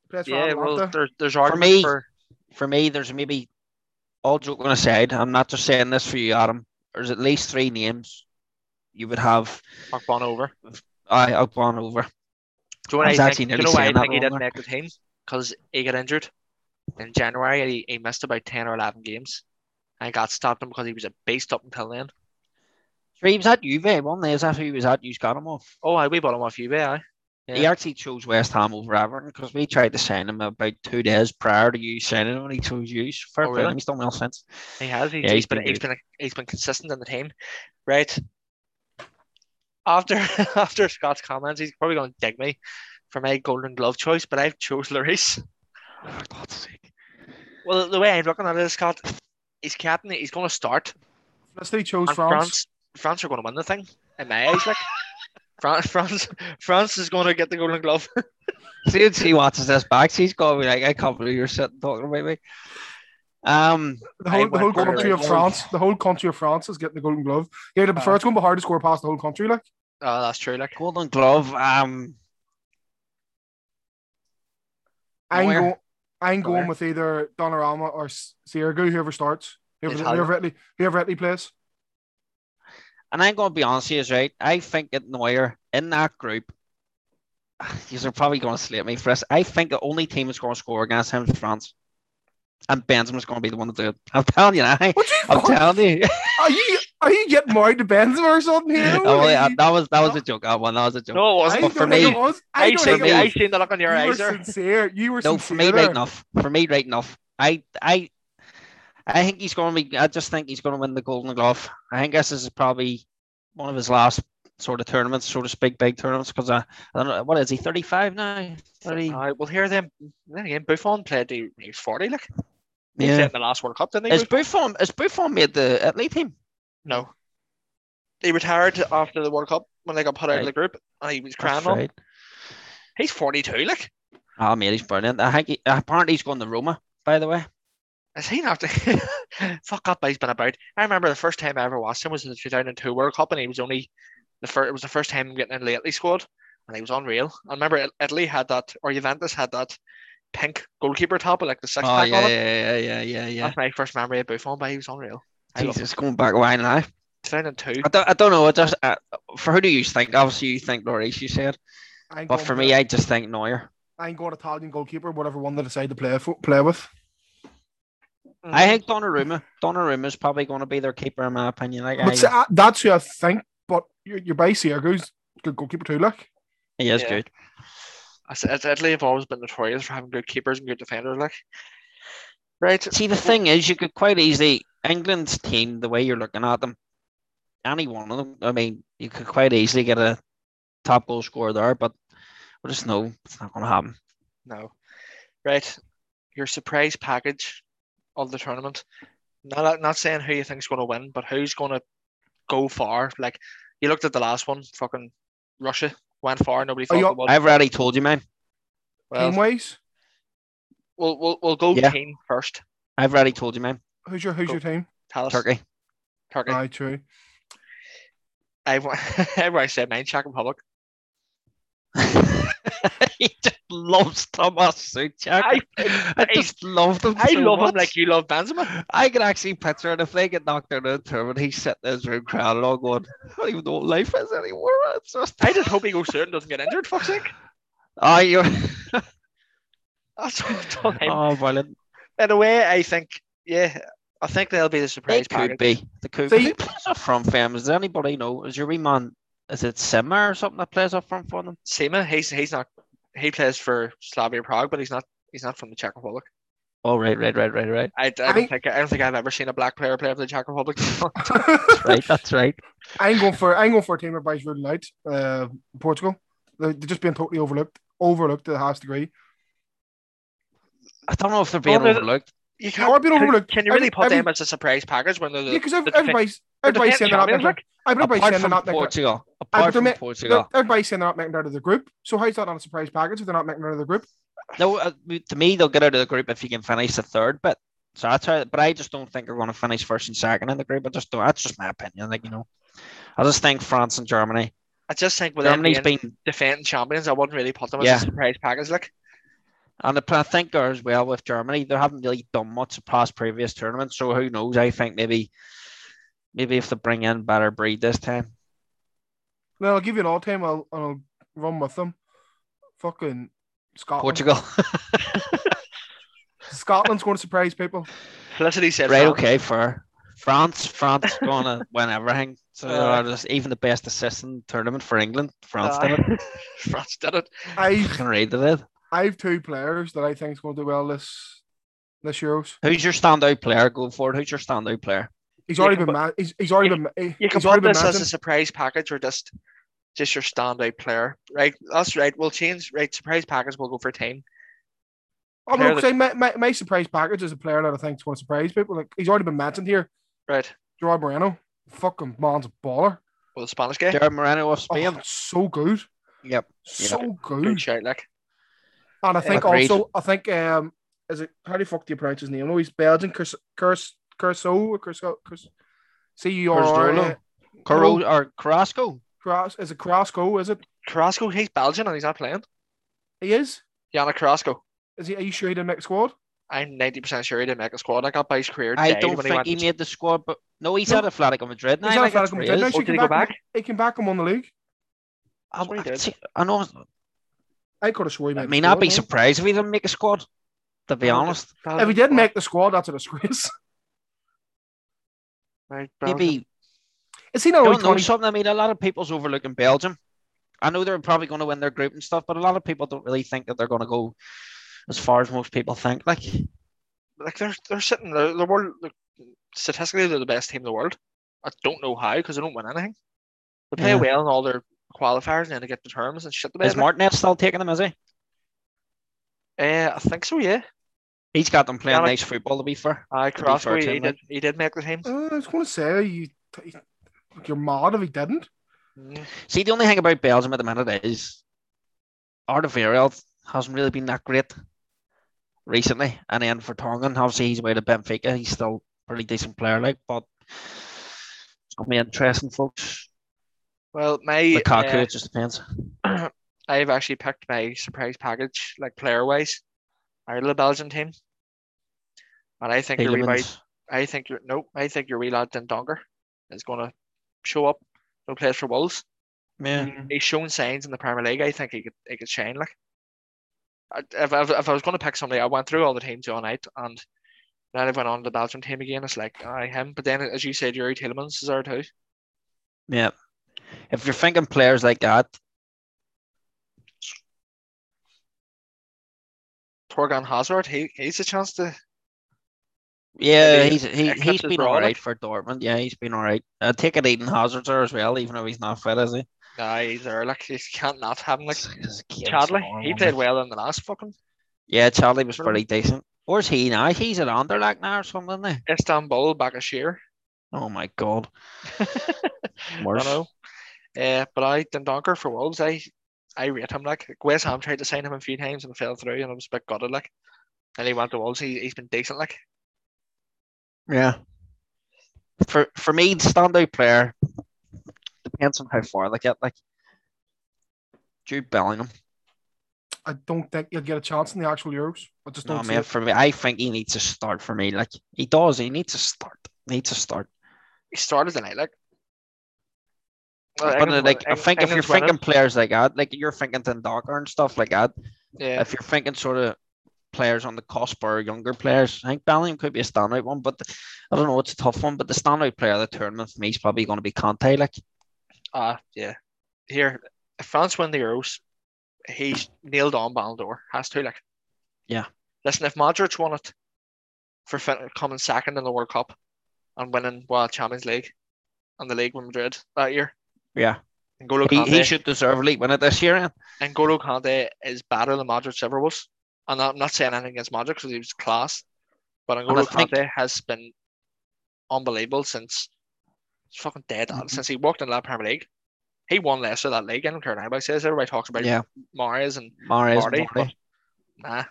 Speaker 1: Plays for
Speaker 2: yeah, well,
Speaker 1: Atlanta.
Speaker 2: there, there's arguments
Speaker 3: me,
Speaker 2: for-
Speaker 3: for me, there's maybe all joking aside, I'm not just saying this for you, Adam. There's at least three names you would have.
Speaker 2: Fuck Bon over.
Speaker 3: I I've gone over.
Speaker 2: Do you know
Speaker 3: I
Speaker 2: what
Speaker 3: was
Speaker 2: I
Speaker 3: actually
Speaker 2: think? Do you
Speaker 3: nearly
Speaker 2: know why I
Speaker 3: saying that
Speaker 2: think he didn't
Speaker 3: wrong
Speaker 2: make the team? Because he got injured in January and he, he missed about ten or eleven games. And got stopped him because he was a beast up until then.
Speaker 3: Sure, he was at Juve, one day. Is that who he was at? You got him off.
Speaker 2: Oh, aye, we bought him off eBay. Aye.
Speaker 3: He
Speaker 2: Yeah.
Speaker 3: actually chose West Ham over Everton because we tried to sign him about two days prior to you signing him, and he chose you. So Fair
Speaker 2: Oh,
Speaker 3: play to
Speaker 2: really?
Speaker 3: him, He's done well since.
Speaker 2: He has. He's,
Speaker 3: Yeah,
Speaker 2: he's
Speaker 3: he's
Speaker 2: been,
Speaker 3: been
Speaker 2: he's been he's been consistent in the team, right? After after Scott's comments, he's probably going to dig me for my Golden Glove choice, but I've chose Lloris.
Speaker 3: For God's sake.
Speaker 2: Well, the way I'm looking at it, Scott, he's captain. He's going to start.
Speaker 1: Unless they chose
Speaker 2: And
Speaker 1: France.
Speaker 2: France, France are going to win the thing in my eyes. Like France, France, France is going to get the Golden Glove.
Speaker 3: See, see, watches this back. He's going to be like, I can't believe you're sitting talking about me. Um,
Speaker 1: The
Speaker 2: I
Speaker 1: whole, the
Speaker 2: went
Speaker 1: whole
Speaker 2: for
Speaker 1: country of
Speaker 2: Lloris.
Speaker 1: France, the whole country of France is getting the Golden Glove. Yeah, to
Speaker 2: Uh-huh.
Speaker 1: be fair, it's going to be hard to score past the whole country. Like,
Speaker 2: Oh, that's true. Like
Speaker 3: Golden Glove. Um,
Speaker 1: I'm
Speaker 3: Neuer.
Speaker 1: going, I'm going
Speaker 2: Neuer.
Speaker 1: with either Donnarumma or S- Sierra, whoever starts, whoever,
Speaker 2: Italian.
Speaker 1: whoever, Italy, whoever Italy plays.
Speaker 3: And I'm going to be honest with you, right? I think at Neuer in that group, you're probably going to slate me for this. I think the only team that's going to score against him is France. And Benzema's going to be the one to do it. I'm telling you now.
Speaker 1: What you
Speaker 3: I'm telling you.
Speaker 1: Are you are you getting married to Benzema or something here?
Speaker 3: Oh, yeah, that was that was a joke. That one, that was a joke.
Speaker 2: no, it
Speaker 1: I
Speaker 2: wasn't.
Speaker 1: don't
Speaker 3: for
Speaker 1: think
Speaker 3: me-
Speaker 1: it was. I,
Speaker 2: I,
Speaker 1: don't
Speaker 2: seen
Speaker 1: think
Speaker 3: me-
Speaker 2: the,
Speaker 1: it
Speaker 2: I
Speaker 1: was.
Speaker 2: seen the look on your
Speaker 1: you were
Speaker 2: eyes there.
Speaker 1: sincere. You were
Speaker 3: No, for
Speaker 1: sincere.
Speaker 3: me, right enough. For me, right enough. I, I, I think he's going to be. I just think he's going to win the Golden Glove. I think this is probably one of his last sort of tournaments, so to speak, big tournaments. Because I, I don't know what is he, thirty five now? Thirty.
Speaker 2: Aye, well, here them. Then again, Buffon played the he was forty. Like he
Speaker 3: Yeah.
Speaker 2: played in the last World Cup, didn't he?
Speaker 3: Is Buffon is Buffon made the Italy team?
Speaker 2: No, he retired after the World Cup when they got put out
Speaker 3: Right.
Speaker 2: of the group, and he was
Speaker 3: That's
Speaker 2: crying. on.
Speaker 3: right.
Speaker 2: He's forty-two. Like
Speaker 3: Oh mate, he's brilliant. I think he, apparently he's going to Roma. By the way,
Speaker 2: Is he not? Fuck that boy's been about. I remember the first time I ever watched him was in the 2002 World Cup, and he was only the first. It was the first time him getting in the Italy squad, and he was unreal. I remember It- Italy had that, or Juventus had that pink goalkeeper top with like the six
Speaker 3: oh
Speaker 2: pack
Speaker 3: yeah,
Speaker 2: on Ah, it.
Speaker 3: yeah, yeah, yeah, yeah, yeah.
Speaker 2: That's my first memory of Buffon, but he was unreal. I love
Speaker 3: Jesus, going back a while now.
Speaker 2: 2002.
Speaker 3: I don't, I don't know. I just uh, for who do you think? Obviously, you think Lloris, you said,
Speaker 1: I ain't
Speaker 3: but
Speaker 1: going
Speaker 3: for
Speaker 1: with-
Speaker 3: me, I just think Neuer.
Speaker 1: I ain't going Italian goalkeeper, whatever one they decide to play for, play with.
Speaker 2: Mm-hmm. mm.
Speaker 3: I think Donnarumma. Donnarumma is probably going to be their keeper, in my opinion. Like, I,
Speaker 1: But see, I- that's who I think. But you're, you're by Sierra's good goalkeeper too. Like,
Speaker 3: he is
Speaker 2: Yeah.
Speaker 3: good.
Speaker 2: I said, Italy have always been notorious for having good keepers and good defenders. Like, right?
Speaker 3: See, the thing is, you could quite easily England's team. The way you're looking at them, any one of them. I mean, you could quite easily get a top goal scorer there, but we just know it's not going to happen.
Speaker 2: No. Right. Your surprise package of the tournament. Not uh, not saying who you think's going to win, but who's going to go far. Like you looked at the last one, fucking Russia went far. Nobody thought
Speaker 1: you-
Speaker 2: it would.
Speaker 3: I've already told you, man.
Speaker 1: team
Speaker 2: Well,
Speaker 1: wise,
Speaker 2: we'll, we'll we'll go
Speaker 3: Yeah.
Speaker 2: team first.
Speaker 3: I've already told you, man.
Speaker 1: who's your who's
Speaker 2: Go-
Speaker 1: your team?
Speaker 2: Tell us
Speaker 3: Turkey.
Speaker 2: Turkey.
Speaker 1: Aye, true.
Speaker 2: I everybody said mine. Czech Republic.
Speaker 3: he just loves Thomas Suchak. I,
Speaker 2: I-
Speaker 3: just love them.
Speaker 2: I
Speaker 3: so
Speaker 2: love
Speaker 3: much.
Speaker 2: him like you love Benzema.
Speaker 3: I can actually picture it if they get knocked out of the tournament, he's sitting in his room crying along going, I don't even know what life is anymore. It's just
Speaker 2: I just hope he goes through and doesn't get injured. Fuck's sake.
Speaker 3: oh, you
Speaker 2: That's all I'm.
Speaker 3: Oh brilliant.
Speaker 2: In a way, I think yeah, I think they'll be the
Speaker 3: They
Speaker 2: surprise
Speaker 3: could
Speaker 2: package.
Speaker 3: be. The could
Speaker 1: See-
Speaker 3: be plays up front for him. Does anybody know? Is your wee man is it Simmer or something that plays up front for them?
Speaker 2: Sema, he's he's not he plays for Slavia Prague, but he's not he's not from the Czech Republic.
Speaker 3: Oh right, right, right, right, right.
Speaker 2: I, I
Speaker 1: I-
Speaker 2: don't think I don't think I've ever seen a black player play for the Czech Republic.
Speaker 3: Right, that's right.
Speaker 1: I'm going for I'm going for a team everybody's ruling out. Uh, Portugal. They're, they're just being totally overlooked, overlooked to the highest degree.
Speaker 3: I don't know if they're being
Speaker 2: Oh, there's-
Speaker 3: overlooked.
Speaker 2: You
Speaker 1: No, I've been
Speaker 2: can,
Speaker 1: overlooked.
Speaker 2: can you
Speaker 1: Every-
Speaker 2: really put
Speaker 1: every-
Speaker 2: them as a surprise package when they're the,
Speaker 1: Yeah, because
Speaker 2: the defen-
Speaker 1: everybody's
Speaker 2: they're the
Speaker 1: everybody's saying they're not
Speaker 2: champions,
Speaker 1: making.
Speaker 2: like,
Speaker 1: Everybody's
Speaker 3: Apart
Speaker 1: saying they're
Speaker 3: from
Speaker 1: not making.
Speaker 3: Portugal. Apart from
Speaker 1: they're-
Speaker 3: Portugal.
Speaker 1: Everybody's saying they're not making it out of the group. So how's that not a surprise package if they're not making it out of the group?
Speaker 3: No, uh, to me, they'll get out of the group if you can finish the third bit. So that's how, but I just don't think they're going to finish first and second in the group. I just don't. That's just my opinion. Like you know, I just think France and Germany.
Speaker 2: I just think with them
Speaker 3: Germany's
Speaker 2: being
Speaker 3: been,
Speaker 2: defending champions, I wouldn't really put them as
Speaker 3: Yeah.
Speaker 2: a surprise package. Like,
Speaker 3: and I think there as well with Germany, they haven't really done much past previous tournaments. So who knows? I think maybe, maybe if they bring in better breed this time.
Speaker 1: Then I'll give you an all time. I'll and I'll run with them. Fucking Scotland.
Speaker 3: Portugal,
Speaker 1: Scotland's going to surprise people.
Speaker 2: Felicity said,
Speaker 3: right?
Speaker 2: France.
Speaker 3: Okay, fair. France, France gonna win everything. So they're
Speaker 2: Uh,
Speaker 3: just- even the best assistant tournament for England, France
Speaker 2: Aye.
Speaker 3: did it.
Speaker 2: France did it.
Speaker 1: I've
Speaker 3: Fucking raided it.
Speaker 1: I've two players that I think is going to do well this this Euros.
Speaker 3: Who's your standout player going forward? Who's your standout player?
Speaker 1: He's
Speaker 2: You
Speaker 1: already
Speaker 2: can
Speaker 1: been ma- he's, he's already
Speaker 2: you-
Speaker 1: been ma- he-
Speaker 2: You can
Speaker 1: he's already been
Speaker 2: put this as a
Speaker 1: mentioned.
Speaker 2: surprise package or just just your standout player. Right, that's right. We'll change. Right, surprise package. We'll go for team.
Speaker 1: Oh,
Speaker 2: player
Speaker 1: no, 'cause I- my, my, my surprise package is a player that I think is going to surprise people. Like he's already been mentioned here.
Speaker 2: Right,
Speaker 1: Gerard Moreno, fucking man's a baller.
Speaker 2: well, the Spanish guy.
Speaker 3: Jared Moreno of
Speaker 1: Oh,
Speaker 3: Spain.
Speaker 1: so good,
Speaker 3: Yep.
Speaker 1: so
Speaker 2: Good
Speaker 1: good.
Speaker 2: shout, like
Speaker 1: And I think
Speaker 3: Agreed.
Speaker 1: also, I think um, is it how do you fuck do you pronounce his name? No, he's Belgian. Curse, curse, curso, curso, curse. C U R R.
Speaker 3: Curzola. Coro or Carrasco.
Speaker 1: Cras- Is it Carrasco? Is it?
Speaker 2: Carrasco. He's Belgian and he's not playing.
Speaker 1: He is.
Speaker 2: Yana Carrasco.
Speaker 1: Is he? Are you sure he didn't make the squad?
Speaker 2: I'm ninety percent sure he didn't make a squad. I got by his career.
Speaker 3: I
Speaker 2: died
Speaker 3: don't
Speaker 2: when
Speaker 3: think
Speaker 2: he
Speaker 3: he
Speaker 2: went.
Speaker 3: made the squad, but no, he's
Speaker 1: No.
Speaker 3: at Atletico Madrid now.
Speaker 1: He's at
Speaker 3: like, that's
Speaker 1: Atletico
Speaker 3: where he
Speaker 1: Madrid
Speaker 3: is.
Speaker 1: now.
Speaker 2: Oh,
Speaker 1: Actually,
Speaker 2: did he
Speaker 1: come
Speaker 2: go
Speaker 1: back
Speaker 2: back?
Speaker 1: He came back and won the league.
Speaker 3: I-
Speaker 2: That's what he
Speaker 3: I
Speaker 2: did.
Speaker 3: see- I know.
Speaker 1: I could have swore he made.
Speaker 3: I
Speaker 1: the
Speaker 3: mean, I'd
Speaker 1: squad,
Speaker 3: be
Speaker 1: no?
Speaker 3: surprised if he didn't make a squad. To be
Speaker 2: Oh,
Speaker 3: honest,
Speaker 1: If he didn't make the squad, that's a disgrace.
Speaker 2: Right, Belgium.
Speaker 3: maybe
Speaker 1: Is he not
Speaker 3: don't
Speaker 1: only
Speaker 3: know
Speaker 1: 20,
Speaker 3: something. I mean, a lot of people's overlooking Belgium. I know they're probably going to win their group and stuff, but a lot of people don't really think that they're going to go as far as most people think. Like,
Speaker 2: like they're they're sitting there. The world like, statistically they're the best team in the world. I don't know how because they don't win anything. They play
Speaker 3: Yeah.
Speaker 2: well in all their qualifiers and then they get the terms and shit. The
Speaker 3: is
Speaker 2: best.
Speaker 3: Martinez still taking them? Is he?
Speaker 2: Uh, I think so. Yeah.
Speaker 3: He's got them playing
Speaker 2: Yannick-
Speaker 3: nice football. To be fair.
Speaker 2: I
Speaker 3: be
Speaker 2: Carrasco.
Speaker 3: fair
Speaker 2: He,
Speaker 3: to
Speaker 2: he
Speaker 3: him, like-
Speaker 2: did. He did make the team.
Speaker 1: Uh, I was going to say you, you're mad if he didn't.
Speaker 2: Mm.
Speaker 3: See, the only thing about Belgium at the minute is Ardevireld hasn't really been that great recently. And then for Tongan, obviously he's away to Benfica. He's still a pretty decent player, like, but it's gonna be interesting, folks.
Speaker 2: Well, my
Speaker 3: Lukaku,
Speaker 2: uh,
Speaker 3: it just depends.
Speaker 2: I've actually picked my surprise package, like player wise, our little Belgian team. And I think your wee lad,
Speaker 3: Tielemans,
Speaker 2: I think your no, I think your wee lad Dendonker is gonna show up. No place for Wolves.
Speaker 3: yeah.
Speaker 2: He's shown signs in the Premier League. I think he could he could shine. Like, I- if, if, if I was going to pick somebody, I went through all the teams all night, and then I went on to the Belgium team again. It's like I him, but then as you said, Yuri Tielemans is there too.
Speaker 3: Yeah. If you're thinking players like that,
Speaker 2: Torgan Hazard, he he's a chance to.
Speaker 3: yeah,
Speaker 2: Maybe
Speaker 3: he's he,
Speaker 2: Eclipse
Speaker 3: he's
Speaker 2: is
Speaker 3: been
Speaker 2: raw,
Speaker 3: all right
Speaker 2: like.
Speaker 3: for Dortmund. Yeah, he's been all right. I take it Eden Hazard's there as well, even though he's not fit, is he?
Speaker 2: Nah, he's there. Like you can't not have him. Like
Speaker 3: This kid's
Speaker 2: Chadley, he
Speaker 3: normal,
Speaker 2: played
Speaker 3: like.
Speaker 2: well in the last fucking
Speaker 3: Yeah, Charlie was
Speaker 2: Sure.
Speaker 3: pretty decent. Where's he now? He's at Anderlecht now or something, isn't he?
Speaker 2: Istanbul back a year.
Speaker 3: Oh my god.
Speaker 2: I
Speaker 3: Worse.
Speaker 2: know. Uh, but I Dendonker for Wolves, I I rate him like West Ham tried to sign him a few times and fell through, and I was a bit gutted like. And he went to Wolves. He has been decent like.
Speaker 3: Yeah. For for me, standout player depends on how far they get. Like Jude Bellingham.
Speaker 1: I don't think he'll get a chance in the actual Euros. I just
Speaker 3: No
Speaker 1: don't see
Speaker 3: man,
Speaker 1: it.
Speaker 3: for me, I think he needs to start for me. Like he does, he needs to start. Needs to start.
Speaker 2: He started the night like.
Speaker 3: but uh, like I think if you're thinking players like that, like you're thinking Tendaka and stuff like that,
Speaker 2: yeah,
Speaker 3: if you're thinking sort of players on the cusp or younger players, I think Bellingham could be a standout one. But the- I don't know, it's a tough one. But the standout player of the tournament for me is probably going to be Conte. Like,
Speaker 2: ah, yeah, here if France win the Euros, he's nailed on Ballon d'Or. Has to like.
Speaker 3: Yeah.
Speaker 2: Listen, if Modric won it, for fin- coming second in the World Cup, and winning well Champions League, and the league with Madrid that year,
Speaker 3: yeah,
Speaker 2: N'Golo
Speaker 3: he,
Speaker 2: Kante,
Speaker 3: he should deserve a league winner this year. Ian.
Speaker 2: N'Golo Kante is better than Modric ever was. And I'm not saying anything against Modric because he was class, But
Speaker 3: I
Speaker 2: N'Golo
Speaker 3: think-
Speaker 2: Kante has been unbelievable since he's fucking dead on
Speaker 3: Mhm.
Speaker 2: since he walked in that Premier League. He won Leicester that league. I don't care what anybody says. Everybody talks about
Speaker 3: Yeah,
Speaker 2: Mares and
Speaker 3: Mares.
Speaker 2: Vardy,
Speaker 3: Vardy.
Speaker 2: nah.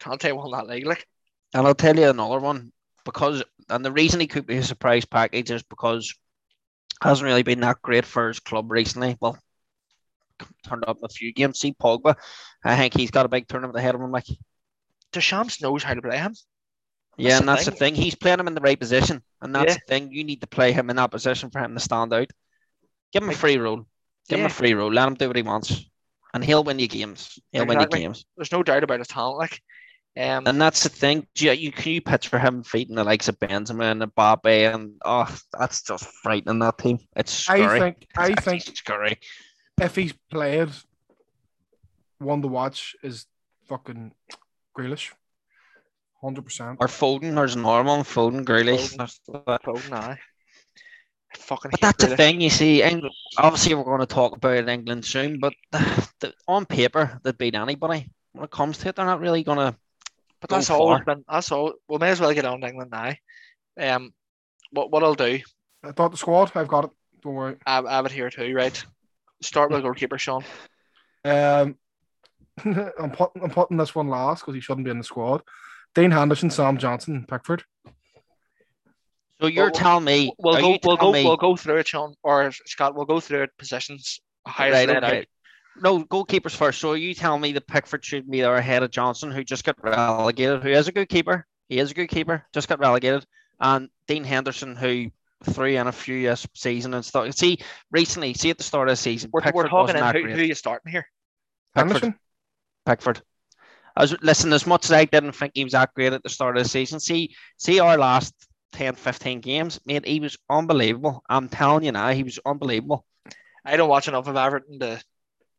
Speaker 2: Kante won that league. Like
Speaker 3: And I'll tell you another one because, and the reason he could be a surprise package is because hasn't really been that great for his club recently. Well, turned up a few games. See Pogba, I think he's got a big tournament ahead of him. Like,
Speaker 2: Deschamps knows how to play him.
Speaker 3: yeah,
Speaker 2: That's
Speaker 3: and
Speaker 2: the
Speaker 3: that's the thing. He's playing him in the right position, and
Speaker 2: Yeah.
Speaker 3: that's the thing. You need to play him in that position for him to stand out. Give him a
Speaker 2: Like-
Speaker 3: free roll. Give him
Speaker 2: Yeah.
Speaker 3: a free roll. Let him do what he wants, and he'll win you games. He'll win
Speaker 2: Exactly.
Speaker 3: you games.
Speaker 2: There's no doubt about his talent. Like, um,
Speaker 3: And that's the thing. Yeah, you can you picture him feeding the likes of Benzema and Mbappe, and oh, that's just frightening that team. It's scary.
Speaker 1: I think
Speaker 3: It's
Speaker 1: I
Speaker 3: actually
Speaker 1: think
Speaker 3: scary.
Speaker 1: if he's played, one to watch is fucking Grealish, hundred percent.
Speaker 3: Or Foden, there's normal Foden, Grealish.
Speaker 2: Foden.
Speaker 3: there's- But
Speaker 2: oh, nah. I fucking hate
Speaker 3: but that's the
Speaker 2: Grealish.
Speaker 3: thing, you see. England, obviously, we're going to talk about England soon, but the, the, on paper, they'd beat anybody. When it comes to it, they're not really going to.
Speaker 2: But
Speaker 3: Go
Speaker 2: that's all.
Speaker 3: far.
Speaker 2: it's Been, that's all. We may as well get on to England now. Um, what what I'll do,
Speaker 1: I thought the squad. I've got it. Don't worry.
Speaker 2: I, I have it here too, right? Start with goalkeeper Sean.
Speaker 1: Um, I'm putting I'm putting this one last because he shouldn't be in the squad. Dean Henderson, Sam Johnson, Pickford.
Speaker 3: So you're
Speaker 2: Well,
Speaker 3: telling me.
Speaker 2: We'll
Speaker 3: are
Speaker 2: go.
Speaker 3: you
Speaker 2: We'll go.
Speaker 3: telling me-
Speaker 2: We'll go through it, Sean or Scott. We'll go through it positions. How it's
Speaker 3: Right,
Speaker 2: laid
Speaker 3: okay. No, goalkeepers first. So are you telling me that Pickford should be there ahead of Johnson, who just got relegated, who is a good keeper. He is a good keeper, just got relegated. And Dean Henderson, who threw in a few this season and stuff. See, recently, see at the start of the season,
Speaker 2: We're,
Speaker 3: Pickford
Speaker 2: we're talking
Speaker 3: wasn't
Speaker 2: in
Speaker 3: that
Speaker 2: who,
Speaker 3: great.
Speaker 2: who you starting here.
Speaker 3: Pickford.
Speaker 1: Henderson.
Speaker 3: Pickford. I was listen, as much as I didn't think he was that great at the start of the season, see see our last 10, 15 games, mate, he was unbelievable. I'm telling you now, he was unbelievable.
Speaker 2: I don't watch enough of Everton to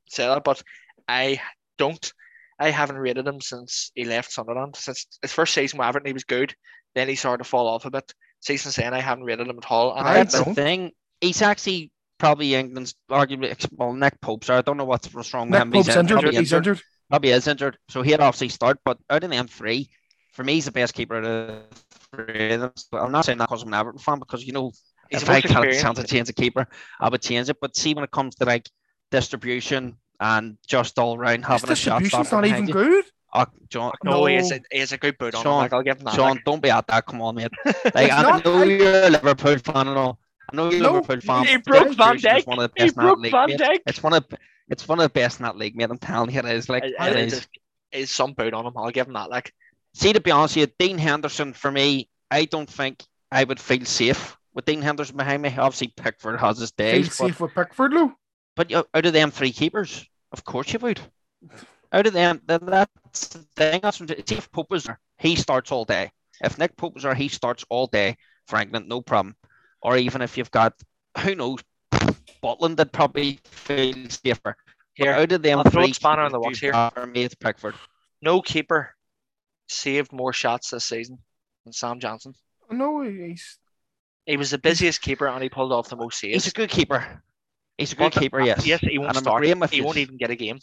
Speaker 2: say that, but I don't. I haven't rated him since he left Sunderland. Since his first season with Everton, he was good. Then he started to fall off a bit. Season saying I haven't rated him at all. And
Speaker 1: I
Speaker 2: I,
Speaker 3: That's
Speaker 2: admit,
Speaker 3: the
Speaker 1: don't.
Speaker 3: thing. He's actually probably England's arguably well, Nick Pope's. I don't know what's what's wrong with
Speaker 1: Nick
Speaker 3: him. but
Speaker 1: Pope's injured.
Speaker 3: He's Probably
Speaker 1: He's injured.
Speaker 3: Probably is injured. So he'd obviously start, but out of them three, for me, he's the best keeper out of the three. of them. So I'm not saying that because I'm an Everton fan, because you know
Speaker 2: he's
Speaker 3: if
Speaker 2: the
Speaker 3: I
Speaker 2: most
Speaker 3: had a chance
Speaker 2: experienced.
Speaker 3: to change a keeper, I would change it. But see, when it comes to like distribution and just all round
Speaker 1: His
Speaker 3: having a shot,
Speaker 1: distribution's
Speaker 3: stopper
Speaker 1: not
Speaker 3: behind
Speaker 1: even
Speaker 3: you-
Speaker 1: good.
Speaker 3: Oh, John,
Speaker 2: No, he is
Speaker 1: No.
Speaker 2: a, he is a good boot on.
Speaker 3: Sean,
Speaker 2: Sean, I'll give him that.
Speaker 3: Sean,
Speaker 2: like.
Speaker 3: don't be at that. Come on, mate. Like, I
Speaker 1: not-
Speaker 3: know
Speaker 1: I-
Speaker 3: you're a Liverpool fan and all. I know you're
Speaker 1: No,
Speaker 3: a Liverpool fan.
Speaker 2: he
Speaker 3: but
Speaker 2: broke Van
Speaker 3: distribution is
Speaker 2: Dijk.
Speaker 3: One of the
Speaker 2: he
Speaker 3: best in that
Speaker 2: broke
Speaker 3: league,
Speaker 2: Van
Speaker 3: mate.
Speaker 2: Dijk.
Speaker 3: It's one of it's one of the best in that league, mate. I'm telling you, it is. Like,
Speaker 2: It-
Speaker 3: it
Speaker 2: it
Speaker 3: is.
Speaker 2: is- Is some boot on him? I'll give him that. Like
Speaker 3: See, to be honest with you, Dean Henderson, for me, I don't think I would feel safe with Dean Henderson behind me. Obviously, Pickford has his
Speaker 1: He's
Speaker 3: days. but-
Speaker 1: safe with Pickford, Lou.
Speaker 3: But you- out of them three keepers, of course you would. Out of them, th- that's the thing. That's what, see, if Pope was there, he starts all day. If Nick Pope was there, he starts all day for England, no problem. Or even if you've got, who knows, Butland that probably feel safer. But
Speaker 2: here,
Speaker 3: out of them
Speaker 2: I'll throw
Speaker 3: three,
Speaker 2: a spanner in the
Speaker 3: keepers
Speaker 2: works
Speaker 3: you've
Speaker 2: here.
Speaker 3: got For me, it's Pickford.
Speaker 2: no keeper saved more shots this season than Sam Johnson.
Speaker 1: No, he's
Speaker 2: He was the busiest keeper and he pulled off the most
Speaker 3: He's
Speaker 2: saves.
Speaker 3: a good keeper. He's a good
Speaker 2: But,
Speaker 3: keeper,
Speaker 2: uh,
Speaker 3: yes.
Speaker 2: Yes, he won't
Speaker 3: And I'm
Speaker 2: start.
Speaker 3: agreeing with
Speaker 2: He
Speaker 3: you.
Speaker 2: won't even get a game.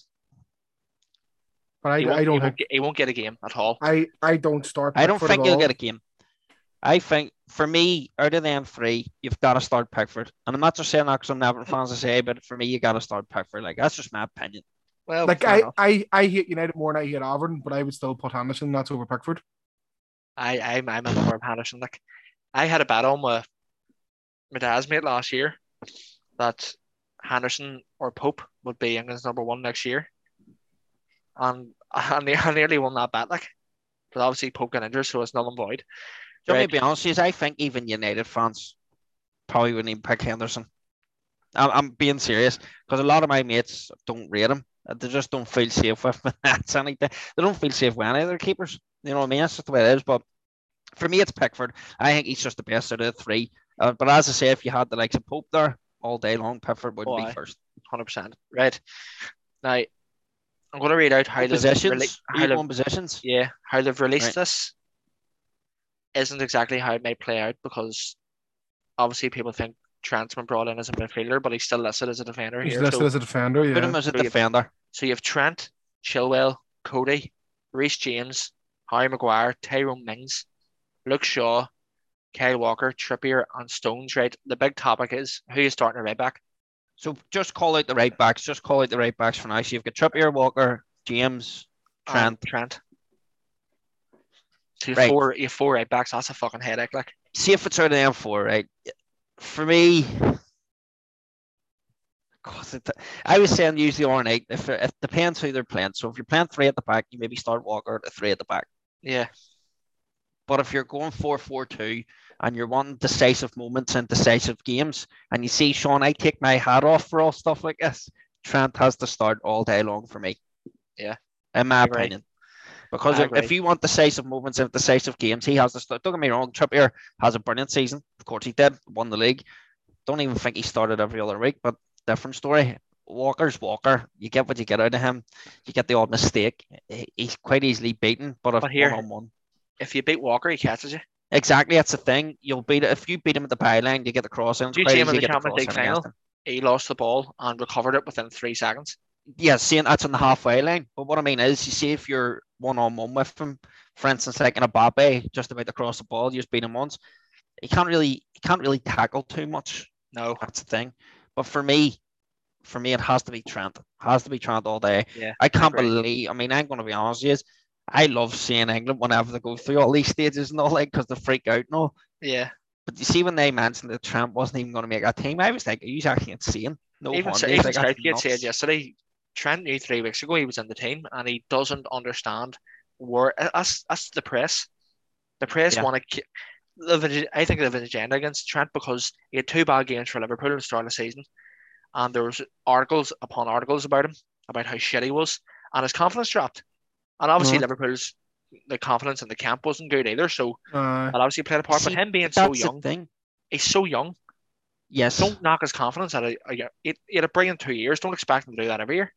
Speaker 1: but I,
Speaker 2: He won't,
Speaker 1: I
Speaker 2: he
Speaker 1: don't
Speaker 2: won't
Speaker 1: think
Speaker 2: get, he won't get a game at all.
Speaker 1: I, I don't start.
Speaker 3: I don't
Speaker 1: Pickford
Speaker 3: think
Speaker 1: at
Speaker 3: he'll
Speaker 1: all.
Speaker 3: get a game. I think for me, out of them three, you've got to start Pickford. And I'm not just saying that because I'm never fans to say, but for me, you got to start Pickford. Like that's just my opinion.
Speaker 2: Well,
Speaker 1: Like
Speaker 2: fair
Speaker 1: I,
Speaker 2: enough.
Speaker 1: I, I hate United more than I hate Everton, but I would still put Henderson. That's over Pickford.
Speaker 2: I, I'm, I'm a lover of Henderson. Like, I had a bet on with my dad's mate last year that Henderson or Pope would be England's number one next year, and I, ne- I nearly won that bet. Like, but obviously Pope got injured, so it's null and void.
Speaker 3: Do you
Speaker 2: Right.
Speaker 3: want me to be honest? with you? I think even United fans probably wouldn't even pick Henderson. I'm, I'm being serious because a lot of my mates don't rate him. Uh, They just don't feel safe with him. That's anything. They don't feel safe with any of their keepers. You know what I mean? That's just the way it is. But for me, it's Pickford. I think he's just the best out of the three. Uh, but as I say, if you had the likes of Pope there all day long, Pickford would
Speaker 2: Oh,
Speaker 3: be
Speaker 2: aye.
Speaker 3: first.
Speaker 2: Hundred percent. Right now, I'm going to read out how
Speaker 3: One
Speaker 2: they've
Speaker 3: possessions.
Speaker 2: rela-
Speaker 3: Are
Speaker 2: how
Speaker 3: you
Speaker 2: they've
Speaker 3: going possessions?
Speaker 2: Yeah, how they've released
Speaker 3: Right.
Speaker 2: this isn't exactly how it may play out because obviously people think Trent's been brought in as a midfielder, but he's still listed as a defender
Speaker 1: He's
Speaker 2: here.
Speaker 1: listed
Speaker 2: So,
Speaker 1: as a defender.
Speaker 3: Put
Speaker 1: Yeah,
Speaker 3: him as a
Speaker 2: So you-
Speaker 3: defender.
Speaker 2: so you have Trent, Chilwell, Cody, Reece James, Harry Maguire, Tyrone Mings, Luke Shaw, Kyle Walker, Trippier, and Stones, right? The big topic is who you starting at right back?
Speaker 3: So just call out the right backs. Just call out the right backs for now. So you've got Trippier, Walker, James,
Speaker 2: Um,
Speaker 3: Trent.
Speaker 2: Trent. So you
Speaker 3: Right.
Speaker 2: four you four right backs, that's a fucking headache. Like
Speaker 3: See if it's out of them four, right? For me, God, it- I was saying usually on eight. If it depends who they're playing. So if you're playing three at the back, you maybe start Walker at the three at the back.
Speaker 2: yeah.
Speaker 3: But if you're going 4 4 2 and you're wanting decisive moments and decisive games, and you see Sean, I take my hat off for all stuff like this, Trent has to start all day long for me.
Speaker 2: Yeah.
Speaker 3: In my
Speaker 2: I agree.
Speaker 3: opinion. Because
Speaker 2: I
Speaker 3: if, if
Speaker 2: agree.
Speaker 3: you want decisive moments and decisive games, he has to start. Don't get me wrong, Trippier has a brilliant season. Of course, he did, won the league. Don't even think he started every other week, but different story. Walker's Walker. You get what you get out of him. You get the odd mistake. He- He's quite easily beaten, but if
Speaker 2: But here-
Speaker 3: one on one.
Speaker 2: If you beat Walker, he catches you.
Speaker 3: Exactly, that's the thing. You'll beat it if you beat him at the byline, you get the cross in. It's
Speaker 2: You
Speaker 3: quite
Speaker 2: see him in
Speaker 3: easy to
Speaker 2: the
Speaker 3: get
Speaker 2: Champions
Speaker 3: cross
Speaker 2: League
Speaker 3: in
Speaker 2: final.
Speaker 3: against him.
Speaker 2: He lost the ball and recovered it within three seconds.
Speaker 3: Yeah, seeing that's on the halfway line. But what I mean is, you see, if you're one on one with him, for instance, like in a Mbappe, just about to cross the ball, you just beat him once. He can't really, he can't really tackle too much.
Speaker 2: No.
Speaker 3: That's the thing. But for me, for me, it has to be Trent. has to be Trent all day.
Speaker 2: Yeah,
Speaker 3: I can't
Speaker 2: agree.
Speaker 3: believe. I mean, I'm going to be honest with you. I love seeing England whenever they go through all these stages and all like because they freak out and all.
Speaker 2: Yeah.
Speaker 3: But you see, when they mentioned that Trump wasn't even going to make a team, I was like, "Are you actually insane?" No,
Speaker 2: even
Speaker 3: wonder.
Speaker 2: Sa-
Speaker 3: He's
Speaker 2: even
Speaker 3: like, "That's
Speaker 2: Southgate said
Speaker 3: nuts."
Speaker 2: yesterday, Trent knew three weeks ago he was in the team and he doesn't understand where uh, that's that's the press. The press
Speaker 3: Yeah.
Speaker 2: want to. ki- they've ag- I think they have an agenda against Trent because he had two bad games for Liverpool in the start of the season, and there was articles upon articles about him about how shit he was, and his confidence dropped, and obviously
Speaker 3: Mhm.
Speaker 2: Liverpool's the confidence in the camp wasn't good either. So
Speaker 1: Uh,
Speaker 2: that obviously played a part.
Speaker 3: See,
Speaker 2: but him being so
Speaker 3: That's
Speaker 2: young,
Speaker 3: the thing.
Speaker 2: he's so young.
Speaker 3: Yes,
Speaker 2: Don't knock his confidence out of. He had a brilliant two years. Don't expect him to do that every year.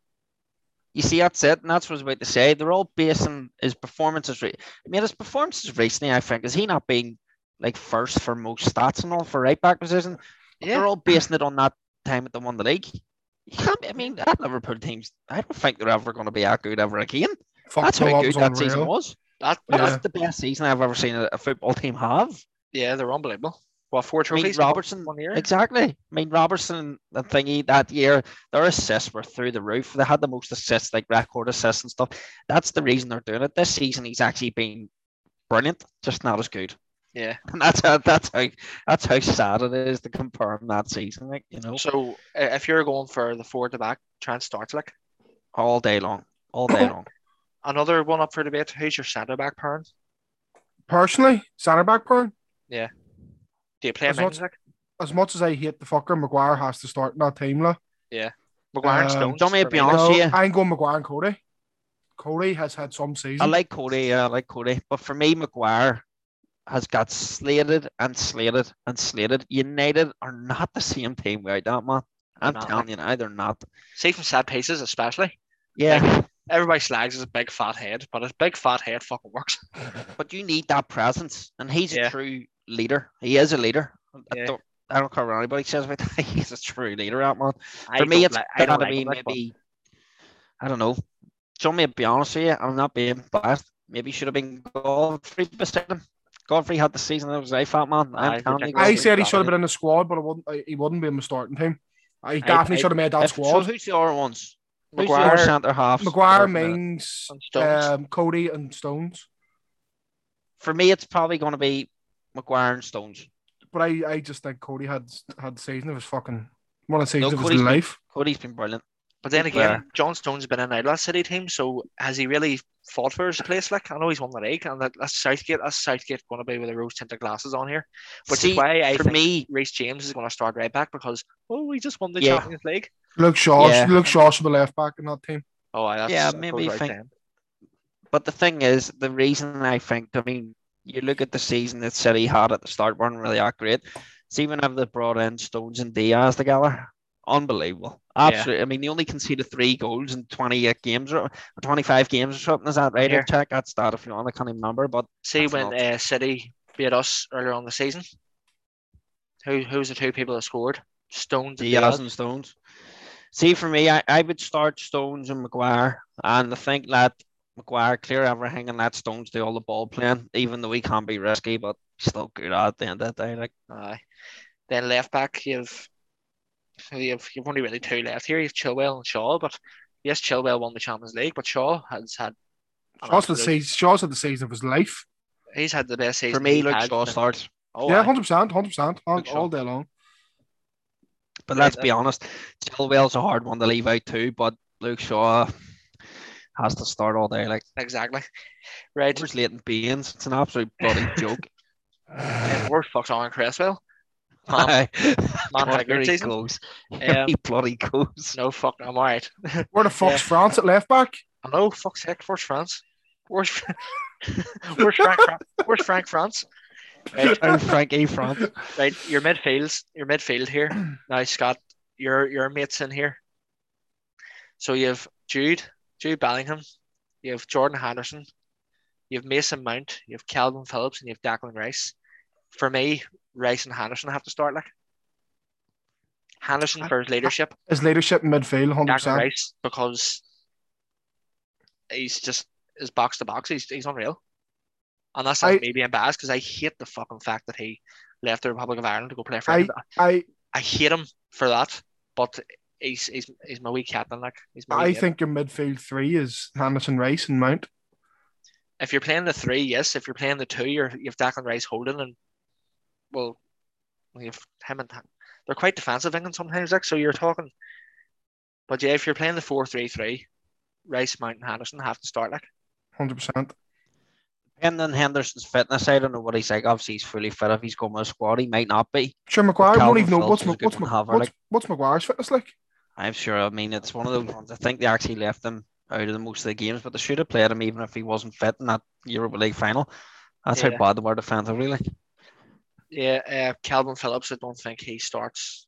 Speaker 3: you see, that's it, and that's what I was about to say. They're all basing his performances. Re- I mean, his performances recently, I think, is he not being like first for most stats and all for right back position? But
Speaker 2: Yeah.
Speaker 3: They're all basing it on that time that they won the league. You can't. I mean, that Liverpool team's. I don't think they're ever going to be that good ever again.
Speaker 1: fuck,
Speaker 3: that's how
Speaker 1: Klopp
Speaker 3: good
Speaker 1: was
Speaker 3: that
Speaker 1: unreal.
Speaker 3: season was.
Speaker 2: That,
Speaker 1: Yeah.
Speaker 3: That's the best season I've ever seen a, a football team have.
Speaker 2: yeah, they're unbelievable. Well, four
Speaker 3: I mean,
Speaker 2: trophies. in
Speaker 3: Robertson
Speaker 2: one year.
Speaker 3: Exactly. I mean, Robertson and thingy that year, their assists were through the roof. They had the most assists, like record assists and stuff. That's the reason they're doing it. This season, he's actually been brilliant, just not as good.
Speaker 2: Yeah.
Speaker 3: And that's how that's how that's how sad it is to compare him that season, like you know,
Speaker 2: So uh, if you're going for the four to back, Trent starts like
Speaker 3: all day long, all day long.
Speaker 2: another one up for debate. Who's your centre back parent?
Speaker 1: Personally, centre back burn.
Speaker 2: Do you play
Speaker 1: There's
Speaker 2: Mings like
Speaker 1: As much as I hate the fucker, Maguire has to start in that team, like.
Speaker 2: Maguire
Speaker 3: Uh,
Speaker 1: Um,
Speaker 2: and Stones?
Speaker 3: Dummy,
Speaker 2: for
Speaker 3: be
Speaker 2: me.
Speaker 3: honest.
Speaker 1: No,
Speaker 3: yeah.
Speaker 1: I'm going Maguire and Cody. Cody has had some season.
Speaker 3: I like Cody, yeah, I like Cody, but for me, McGuire has got slated and slated and slated. United are not the same team without that man. I'm
Speaker 2: not,
Speaker 3: telling you now, they're not.
Speaker 2: See from sad pieces, especially.
Speaker 3: Yeah,
Speaker 2: Everybody slags his big fat head, but his big fat head fucking works.
Speaker 3: but you need that presence, and he's
Speaker 2: Yeah.
Speaker 3: a true leader. He is a leader. I
Speaker 2: Yeah.
Speaker 3: don't, I don't care what anybody says about that. He's a true leader, that man.
Speaker 2: I
Speaker 3: For me,
Speaker 2: don't
Speaker 3: it's
Speaker 2: li-
Speaker 3: I
Speaker 2: don't
Speaker 3: to
Speaker 2: like
Speaker 3: be
Speaker 2: him, like, but
Speaker 3: maybe. I don't know. John, may be honest with you, I'm not being biased. Maybe should have been Godfrey beside him. Godfrey had the season that was I fat man. I'm
Speaker 2: Aye,
Speaker 3: telling
Speaker 2: ridiculous.
Speaker 3: you,
Speaker 1: I
Speaker 3: Godfrey
Speaker 1: said he
Speaker 3: was
Speaker 1: should have
Speaker 3: bad.
Speaker 1: been in the squad, but I wouldn't, I, he wouldn't be in the starting team. He definitely
Speaker 3: I-
Speaker 1: should have made that
Speaker 3: If- So
Speaker 1: squad.
Speaker 3: who's the other ones? Who's the other
Speaker 2: Maguire
Speaker 3: centre half?
Speaker 1: Maguire, Mings,
Speaker 2: and Stones.
Speaker 1: um, Cody, and Stones.
Speaker 3: For me, it's probably going to be Maguire and Stones.
Speaker 1: But I, I just think Cody had had the season of his fucking one of the
Speaker 3: No,
Speaker 1: seasons of his
Speaker 3: Cody's been-
Speaker 1: life.
Speaker 3: Cody's been brilliant.
Speaker 2: but then again,
Speaker 3: Maguire.
Speaker 2: John Stones been in the last City team, so has he really fought for his place? Like I know he's won the league, and that, that's Southgate. That's Southgate going to be with the rose tinted glasses on here. Which
Speaker 3: See,
Speaker 2: is why I
Speaker 3: for
Speaker 2: think
Speaker 3: me,
Speaker 2: Reece James is going to start right back because oh, he just won the
Speaker 3: Yeah.
Speaker 2: Champions League.
Speaker 1: Luke Shaw,
Speaker 3: Yeah.
Speaker 1: Luke Shaw should be left back in that team.
Speaker 2: Oh, aye, that's,
Speaker 3: Yeah,
Speaker 2: that
Speaker 3: maybe
Speaker 2: goes without
Speaker 3: think-
Speaker 2: saying.
Speaker 3: but the thing is, the reason I think, I mean, you look at the season that City had at the start, weren't really that great. It's even if they brought in Stones and Diaz together, unbelievable. Absolutely. I mean, they only conceded three goals in 28 games or, or 25 games or something. Is that right?
Speaker 2: Here.
Speaker 3: I'll Check that stat if you want. I can't even remember, but
Speaker 2: See
Speaker 3: that's
Speaker 2: when
Speaker 3: nuts.
Speaker 2: uh, City beat us earlier on the season. Who who's the two people that scored? Stones and
Speaker 3: Diaz
Speaker 2: Diaz.
Speaker 3: and Stones. See, for me, I, I would start Stones and Maguire, and I think that McGuire clear everything and let Stones do all the ball playing, even though he can be risky, but still good at the end of the day. Like
Speaker 2: Aye. Uh, Then left back, you've you've you've only really two left here. You've Chilwell and Shaw, but yes, Chilwell won the Champions League, but Shaw has had
Speaker 1: Shaw's
Speaker 2: an
Speaker 1: had, the
Speaker 2: absolute-
Speaker 1: season, Shaw's had the season of his life.
Speaker 2: he's had the best season
Speaker 3: for me,
Speaker 2: he's
Speaker 3: Luke
Speaker 2: had.
Speaker 3: Shaw starts.
Speaker 2: Oh,
Speaker 1: yeah,
Speaker 2: aye.
Speaker 1: hundred percent, hundred percent, all
Speaker 2: Good shot.
Speaker 1: all day long.
Speaker 3: But
Speaker 2: Yeah,
Speaker 3: let's be honest, Chilwell's a hard one to leave out too, but Luke Shaw has to start all day. Like
Speaker 2: exactly. Right.
Speaker 3: where's Leighton Baines? It's an absolute bloody joke.
Speaker 2: And where fuck's on Cresswell? Man,
Speaker 3: Aye.
Speaker 2: man had a
Speaker 3: God, here
Speaker 2: good
Speaker 3: he
Speaker 2: season.
Speaker 3: goes. Here
Speaker 2: Um,
Speaker 3: he bloody goes.
Speaker 2: no, fuck, I'm all right.
Speaker 1: Where the fuck's France at left back?
Speaker 2: I know, fuck's heck, where's France? Where's, Fra- where's, Frank, Fra- where's Frank France? Right,
Speaker 3: Oh, Frankie France.
Speaker 2: right, your midfields, your midfield here. Now, Scott, your your mates in here. So you have Jude, Jude Bellingham, you have Jordan Henderson, you have Mason Mount, you have Calvin Phillips, and you have Declan Rice. For me, Rice and Henderson have to start like. Henderson for his leadership.
Speaker 1: His leadership in midfield, hundred
Speaker 2: Declan
Speaker 1: percent.
Speaker 2: Rice because he's just his box to box. He's he's unreal, and that's
Speaker 1: I-
Speaker 2: like me being biased because I hate the fucking fact that he left the Republic of Ireland to go play for. I,
Speaker 1: I
Speaker 2: I hate him for that, but he's he's he's my wee captain. Like he's
Speaker 3: Oh,
Speaker 2: my. wee
Speaker 1: I
Speaker 2: hero.
Speaker 1: think your midfield three is Hamilton, Rice, and Mount.
Speaker 2: if you're playing the three, yes. If you're playing the two, you're you've Declan Rice holding and well, you've him and they're quite defensive England sometimes. Like so, you're talking. But yeah, if you're playing the four three three, Rice, Mount, and Henderson have to start like.
Speaker 1: Hundred percent.
Speaker 3: And then Henderson's fitness, I don't know what he's like. Obviously, he's fully fit. If he's going with a squad, he might not be.
Speaker 1: Sure, Maguire. I
Speaker 3: Calvin
Speaker 1: don't even know
Speaker 3: Phillips
Speaker 1: what's
Speaker 3: is
Speaker 1: Ma-
Speaker 3: a good
Speaker 1: what's,
Speaker 3: one to
Speaker 1: Ma-
Speaker 3: have, I
Speaker 1: what's
Speaker 3: like.
Speaker 1: what's Maguire's fitness like.
Speaker 3: I'm sure. I mean, it's one of those ones. I think they actually left him out of the most of the games, but they should have played him even if he wasn't fit in that Europa League final. That's
Speaker 2: Yeah.
Speaker 3: how bad they were defensively. Like,
Speaker 2: Yeah, uh, Calvin Phillips, I don't think he starts.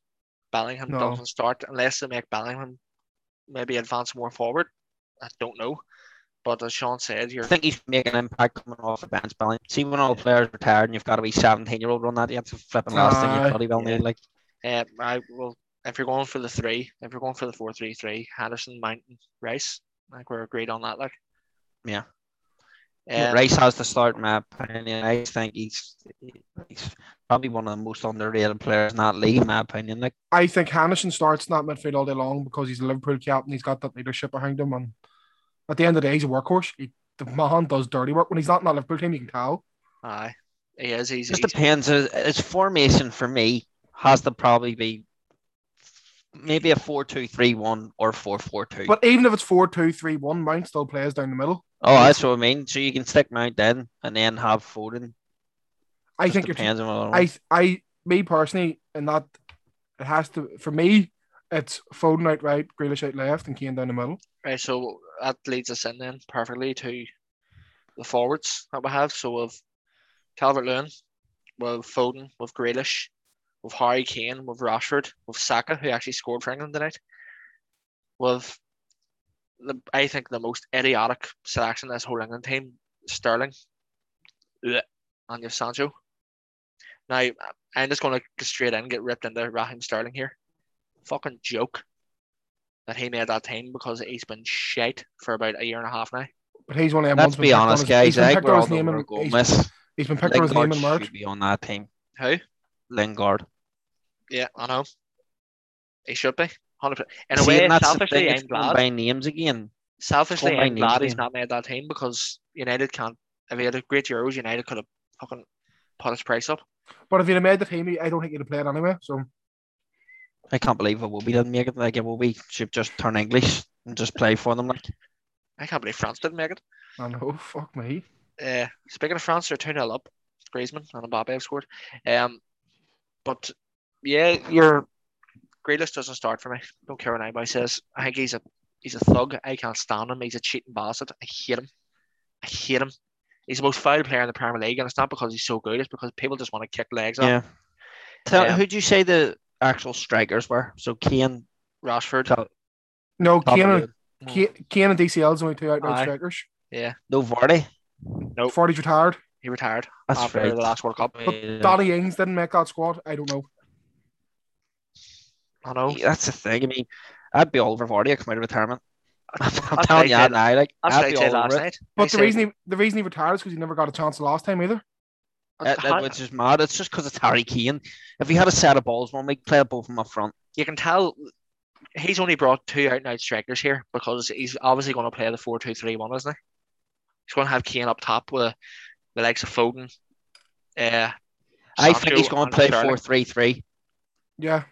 Speaker 2: Bellingham
Speaker 1: No.
Speaker 2: doesn't start unless they make Bellingham maybe advance more forward. I don't know. But as Sean said,
Speaker 3: I
Speaker 2: you're
Speaker 3: think he's making an impact coming off the bench, Billy. See, when all the players are tired and you've got to be 17 year old on that, that's a flipping last thing
Speaker 1: Aye.
Speaker 3: you bloody well
Speaker 2: Yeah.
Speaker 3: need. Like,
Speaker 2: uh, I will if you're going for the three, if you're going for the four three three, Henderson, Mountain, Rice. Like we're agreed on that, like.
Speaker 3: Yeah.
Speaker 2: Uh,
Speaker 3: Rice has to start, my opinion. I think he's, he's probably one of the most underrated players in that league, in my opinion. Like,
Speaker 1: I think Hannison starts in that midfield all day long because he's a Liverpool captain. He's got that leadership behind him, and at the end of the day, he's a workhorse. He, the man does dirty work when he's not in that Liverpool team. You can tell.
Speaker 2: Aye. He is he's,
Speaker 3: It just
Speaker 2: he's-
Speaker 3: depends. His, his formation for me has to probably be maybe a 4 2 3 1 or 4 4 2.
Speaker 1: But even if it's four, two, three, one, Mount still plays down the middle.
Speaker 3: Oh, that's what I mean. So you can stick Mount then and then have Foden.
Speaker 1: I
Speaker 3: Just
Speaker 1: think you're
Speaker 3: depends on what I,
Speaker 1: I, I, me personally, and that it has to for me. It's Foden out right, Grealish out left, and Kane down the middle.
Speaker 2: Right, so that leads us in then perfectly to the forwards that we have. So we've Calvert Lewin, we've Foden, we've Grealish, we've Harry Kane, we've Rashford, we've Saka, who actually scored for England tonight. We've the, I think the most idiotic selection in this whole England team, Sterling, Ugh. and you've Sancho. Now I'm just gonna go straight in and get ripped into Raheem Sterling here. Fucking joke that he made that team because he's been shite for about a year and a half now.
Speaker 1: But he's only
Speaker 3: Let's be honest, guys. I think we're all over
Speaker 1: he's,
Speaker 3: Gomez.
Speaker 1: he's been picked on his name
Speaker 3: Lingard
Speaker 1: and marked.
Speaker 3: should be on that team.
Speaker 2: Who?
Speaker 3: Lingard.
Speaker 2: Yeah, I know. He should be. 100%. In a
Speaker 3: See,
Speaker 2: way,
Speaker 3: and that's the
Speaker 2: selfishly,
Speaker 3: thing,
Speaker 2: I'm
Speaker 3: it's going
Speaker 2: glad.
Speaker 3: by names again.
Speaker 2: selfishly,
Speaker 3: going by
Speaker 2: I'm glad
Speaker 3: names,
Speaker 2: he's
Speaker 3: yeah.
Speaker 2: not made that team because United can't. If he had a great Euros, United could have fucking put his price up.
Speaker 1: But if he'd have made the team, I don't think he'd have played anyway. So
Speaker 3: I can't believe it will be didn't make it. Like it will be should just turn English and just play for them. Like
Speaker 2: I can't believe France didn't make it.
Speaker 1: I know, fuck me.
Speaker 2: Uh, speaking of France, they're 2 0 up. Griezmann and Mbappe have scored. Um, but yeah, your Grealish doesn't start for me. Don't care what anybody says. I think he's a he's a thug. I can't stand him. He's a cheating bastard. I hate him. I hate him. He's the most foul player in the Premier League, and it's not because he's so good. It's because people just want to kick legs at him.
Speaker 3: yeah. Tell,
Speaker 2: Yeah.
Speaker 3: Who'd you say the actual strikers were? So Kane,
Speaker 2: Rashford.
Speaker 3: Cal-
Speaker 1: No, Kane and,
Speaker 3: Calvert-Lewin,
Speaker 1: Kane, Kane and DCL is only two out
Speaker 2: Aye.
Speaker 1: strikers.
Speaker 3: no Vardy.
Speaker 2: Nope.
Speaker 1: 40's retired.
Speaker 2: He retired
Speaker 3: That's
Speaker 2: after
Speaker 3: right.
Speaker 2: the last World Cup.
Speaker 1: But
Speaker 3: Yeah.
Speaker 1: Donny Ings didn't make that squad. I don't know.
Speaker 2: I know.
Speaker 3: Yeah, That's the thing. I mean, I'd be all over Vardy come out of retirement. I'm
Speaker 2: I
Speaker 3: telling you
Speaker 2: said-
Speaker 3: that now. Like,
Speaker 2: That's
Speaker 3: I'd
Speaker 2: what I
Speaker 3: be
Speaker 2: said
Speaker 3: all
Speaker 2: last
Speaker 3: over it.
Speaker 2: night. I
Speaker 1: But the
Speaker 2: said-
Speaker 1: reason he the reason he retired is because he never got a chance last time either.
Speaker 2: I-
Speaker 3: That- that- which is mad. It's just because it's Harry Kane. If he had a set of balls one week, play both of them up front.
Speaker 2: you can tell he's only brought two out and out strikers here because he's obviously going to play the 4 2 3 1, isn't he? He's going to have Kane up top with the likes of Foden. Uh,
Speaker 3: I
Speaker 2: Sancho
Speaker 3: think he's going
Speaker 2: and
Speaker 3: to play
Speaker 2: Sterling.
Speaker 3: 4 3 3.
Speaker 1: Yeah,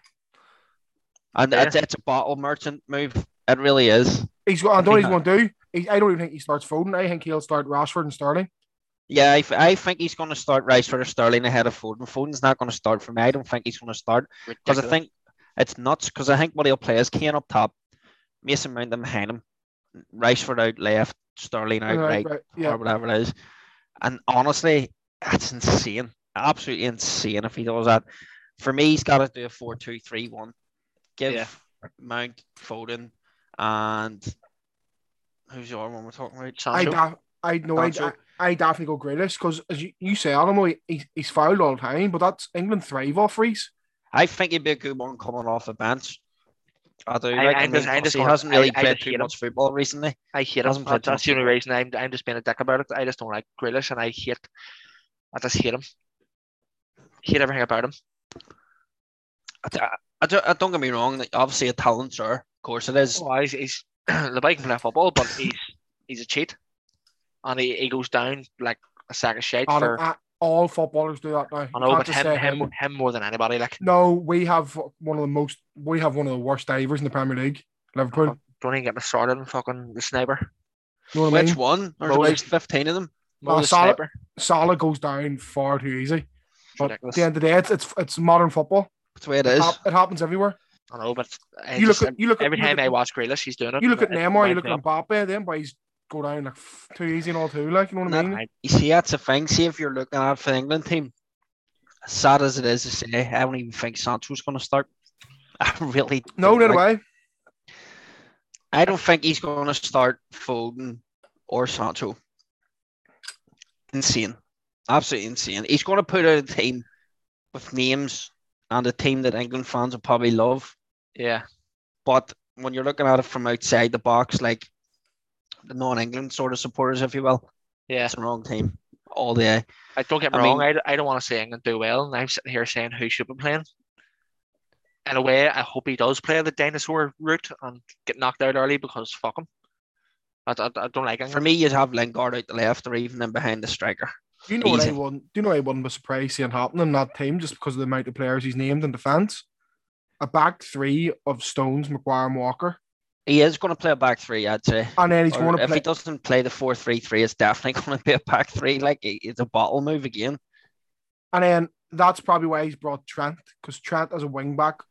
Speaker 3: And
Speaker 2: Yeah.
Speaker 3: that's it's a bottle merchant move. It really is.
Speaker 1: he's. I don't know what he's
Speaker 3: think
Speaker 1: going to do. He, I don't even think he starts Foden. I think he'll start Rashford and Sterling.
Speaker 3: Yeah, I, f- I think he's going to start Rice for Sterling ahead of Foden. Foden's not going to start for me. I don't think he's going to start because I
Speaker 2: ridiculous.
Speaker 3: think it's nuts. Because I think what he'll play is Kane up top, Mason Mount in behind him, Rice for out left, Sterling out right,
Speaker 1: right,
Speaker 3: or
Speaker 1: yeah.
Speaker 3: whatever it is. And honestly, that's insane. Absolutely insane if he does that. For me, he's got to do a 4 2 3 1. Give
Speaker 2: Yeah.
Speaker 3: Mount, Foden, and who's the other one we're talking about?
Speaker 1: I
Speaker 2: Sancho.
Speaker 1: da- I know. I,
Speaker 3: Sancho.
Speaker 1: I definitely go Grealish because as you, you say, Alamo, he, he's- he's fouled all the time, but that's England thrive off freeze.
Speaker 3: I think he'd be a good one coming off the bench. I do.
Speaker 2: I-
Speaker 3: Like, I,
Speaker 2: I
Speaker 3: mean,
Speaker 2: just- I
Speaker 3: because
Speaker 2: just
Speaker 3: he
Speaker 2: want-
Speaker 3: hasn't really
Speaker 2: I- I
Speaker 3: played
Speaker 2: just
Speaker 3: too
Speaker 2: hate him.
Speaker 3: much football recently.
Speaker 2: I hate him.
Speaker 3: Hasn't played
Speaker 2: That-
Speaker 3: too
Speaker 2: That's
Speaker 3: much
Speaker 2: the only reason I'm, I'm just being a dick about it. I just don't like Grealish and I hate, I just hate him. Hate everything about him.
Speaker 3: I, d- I d- I don't get me wrong. like, Obviously, a talent, sure. Of course, it is.
Speaker 2: Oh, he's, he's the bike can play football, but he's he's a cheat, and he, he goes down like a sack of shit.
Speaker 1: Adam,
Speaker 2: for,
Speaker 1: uh, all footballers do that now. You
Speaker 2: I know,
Speaker 1: can't
Speaker 2: but
Speaker 1: just
Speaker 2: him,
Speaker 1: say
Speaker 2: him him more than anybody. Like,
Speaker 1: No, we have one of the most. We have one of the worst divers in the Premier League. Liverpool.
Speaker 2: don't even get me started on fucking the sniper.
Speaker 1: You know what I
Speaker 3: Which
Speaker 1: mean?
Speaker 3: one? There's
Speaker 2: Moses.
Speaker 3: about 15 of them.
Speaker 2: Mo
Speaker 1: Oh,
Speaker 2: the
Speaker 1: Salah-
Speaker 2: sniper.
Speaker 1: Salah goes down far too easy.
Speaker 2: It's
Speaker 1: But at
Speaker 2: ridiculous.
Speaker 1: the end of the day, it's it's, it's modern football.
Speaker 3: That's the way it is.
Speaker 1: Hap- It happens everywhere.
Speaker 2: I know, but I
Speaker 1: You look
Speaker 2: just-
Speaker 1: at you look at
Speaker 2: every
Speaker 1: you
Speaker 2: time
Speaker 1: look
Speaker 2: I
Speaker 1: at-
Speaker 2: watch Grealish, he's doing it.
Speaker 1: You look at
Speaker 2: It- it
Speaker 1: Neymar, you
Speaker 2: winds
Speaker 1: look
Speaker 2: me
Speaker 1: at
Speaker 2: up.
Speaker 1: Mbappe, them boys go down like f- too easy and all too. Like you know what I
Speaker 3: Nah,
Speaker 1: mean?
Speaker 2: I-
Speaker 3: You see, that's the thing. See, if you're looking at it for the England team, as sad as it is to say, I don't even think Sancho's going to start. I really
Speaker 1: No,
Speaker 3: don't
Speaker 1: no
Speaker 3: like-
Speaker 1: way.
Speaker 3: I don't think he's going to start Foden or Sancho. Insane. Absolutely insane. He's going to put out a team with names and a team that England fans will probably love.
Speaker 2: Yeah,
Speaker 3: But when you're looking at it from outside the box, like the non England sort of supporters, if you will,
Speaker 2: yeah.
Speaker 3: that's the wrong team all day.
Speaker 2: I don't get me
Speaker 3: I
Speaker 2: wrong. I, d- I don't want to say England do well, and I'm sitting here saying who should be playing. In a way, I hope he does play the dinosaur route and get knocked out early because fuck him. I, I, I don't like England.
Speaker 3: For me, you'd have Lingard out the left or even in behind the striker.
Speaker 1: Do you know what
Speaker 3: Easy.
Speaker 1: I wouldn't? Do you know what I wouldn't be surprised seeing happen in that team just because of the amount of players he's named in defence? A back three of Stones, McGuire, and Walker,
Speaker 3: He is going to play a back three, I'd say.
Speaker 1: and then Ah, he's
Speaker 3: Or
Speaker 1: going to
Speaker 3: if he
Speaker 1: play.
Speaker 3: doesn't play the 4 3 3, it's definitely going to be a back three. Like, it- it's a bottle move again.
Speaker 1: And then that's probably why he's brought Trent because Trent as a wing back,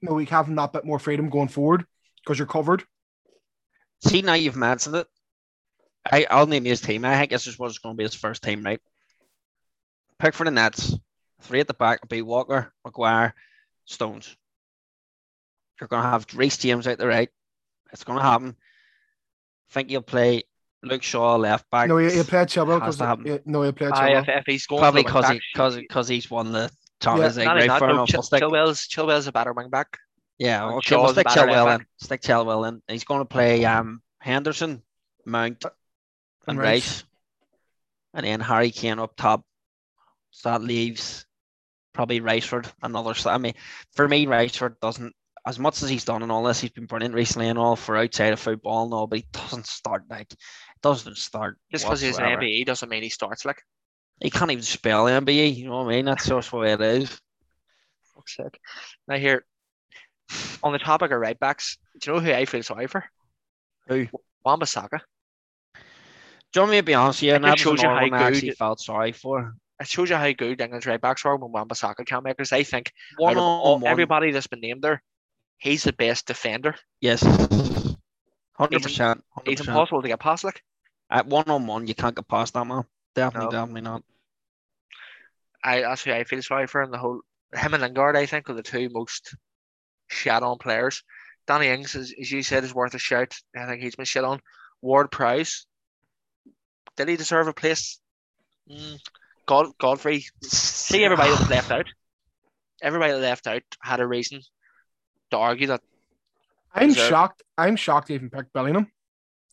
Speaker 1: you know, we have him that bit more freedom going forward because you're covered.
Speaker 3: See, now you've mentioned it. I, I'll name his team. I think this is what's going to be his first team, right? Pick for the Nets. Three at the back will be Walker, McGuire, Stones. You're going to have Reece James out the right. It's going to happen. think he'll play Luke Shaw left back.
Speaker 1: No, he, he played Chilwell because
Speaker 3: Has to happen.
Speaker 1: no, he
Speaker 3: Ah,
Speaker 1: played
Speaker 2: Aye, if,
Speaker 1: Chilwell.
Speaker 2: if he's going
Speaker 3: Probably
Speaker 2: for the
Speaker 3: because
Speaker 2: wing
Speaker 3: he, cause, cause he's won the
Speaker 2: back,
Speaker 3: Champions League.
Speaker 2: not only
Speaker 3: Right?
Speaker 2: that,
Speaker 3: Fair
Speaker 2: no,
Speaker 3: enough.
Speaker 2: Chil-
Speaker 3: We'll stick-
Speaker 2: Chilwell's Chilwell's a better wing back.
Speaker 3: Yeah,
Speaker 2: And
Speaker 3: okay,
Speaker 2: Shaw's the
Speaker 3: we'll stick
Speaker 2: better left
Speaker 3: Chilwell
Speaker 2: back.
Speaker 3: in. Stick Chilwell in. He's going to play um, Henderson, Mount, and
Speaker 1: And
Speaker 3: Rice.
Speaker 1: Rice.
Speaker 3: and then Harry Kane up top. So that leaves probably Riceford another. s- I mean, for me, Riceford doesn't. As much as he's done and all this, he's been brilliant recently and all for outside of football and all, but he doesn't start like doesn't start.
Speaker 2: Just because he's an
Speaker 3: whatsoever.
Speaker 2: MBE doesn't mean he starts like.
Speaker 3: He can't even spell MBE. You know what I mean? That's just the way it is.
Speaker 2: Fuck's sake. Now here, on the topic of right backs, do you know who I feel sorry for?
Speaker 3: Who?
Speaker 2: Wan-Bissaka.
Speaker 3: John, me to be honest, yeah,
Speaker 2: It
Speaker 3: and that
Speaker 2: just
Speaker 3: was
Speaker 2: shows you
Speaker 3: another
Speaker 2: how
Speaker 3: one I actually
Speaker 2: good-
Speaker 3: felt sorry for.
Speaker 2: It shows you how good England's right backs are when Wan-Bissaka can't make us. I think out
Speaker 3: One
Speaker 2: of all-
Speaker 3: on one.
Speaker 2: everybody that's been named there, he's the best defender.
Speaker 3: Yes. 100%. 100%.
Speaker 2: He's impossible to get past like.
Speaker 3: At one on one, you can't get past that man. Definitely,
Speaker 2: No.
Speaker 3: definitely not.
Speaker 2: I that's who I feel sorry for and the whole him and Lingard I think are the two most shit on players. Danny Ings as, as you said is worth a shout. I think he's been shit on. Ward Prowse. Did he deserve a place? Mm, God Godfrey. See everybody that was left out. Everybody that left out had a reason to argue that
Speaker 1: I'm
Speaker 2: Is it-
Speaker 1: shocked. I'm shocked he even picked Bellingham.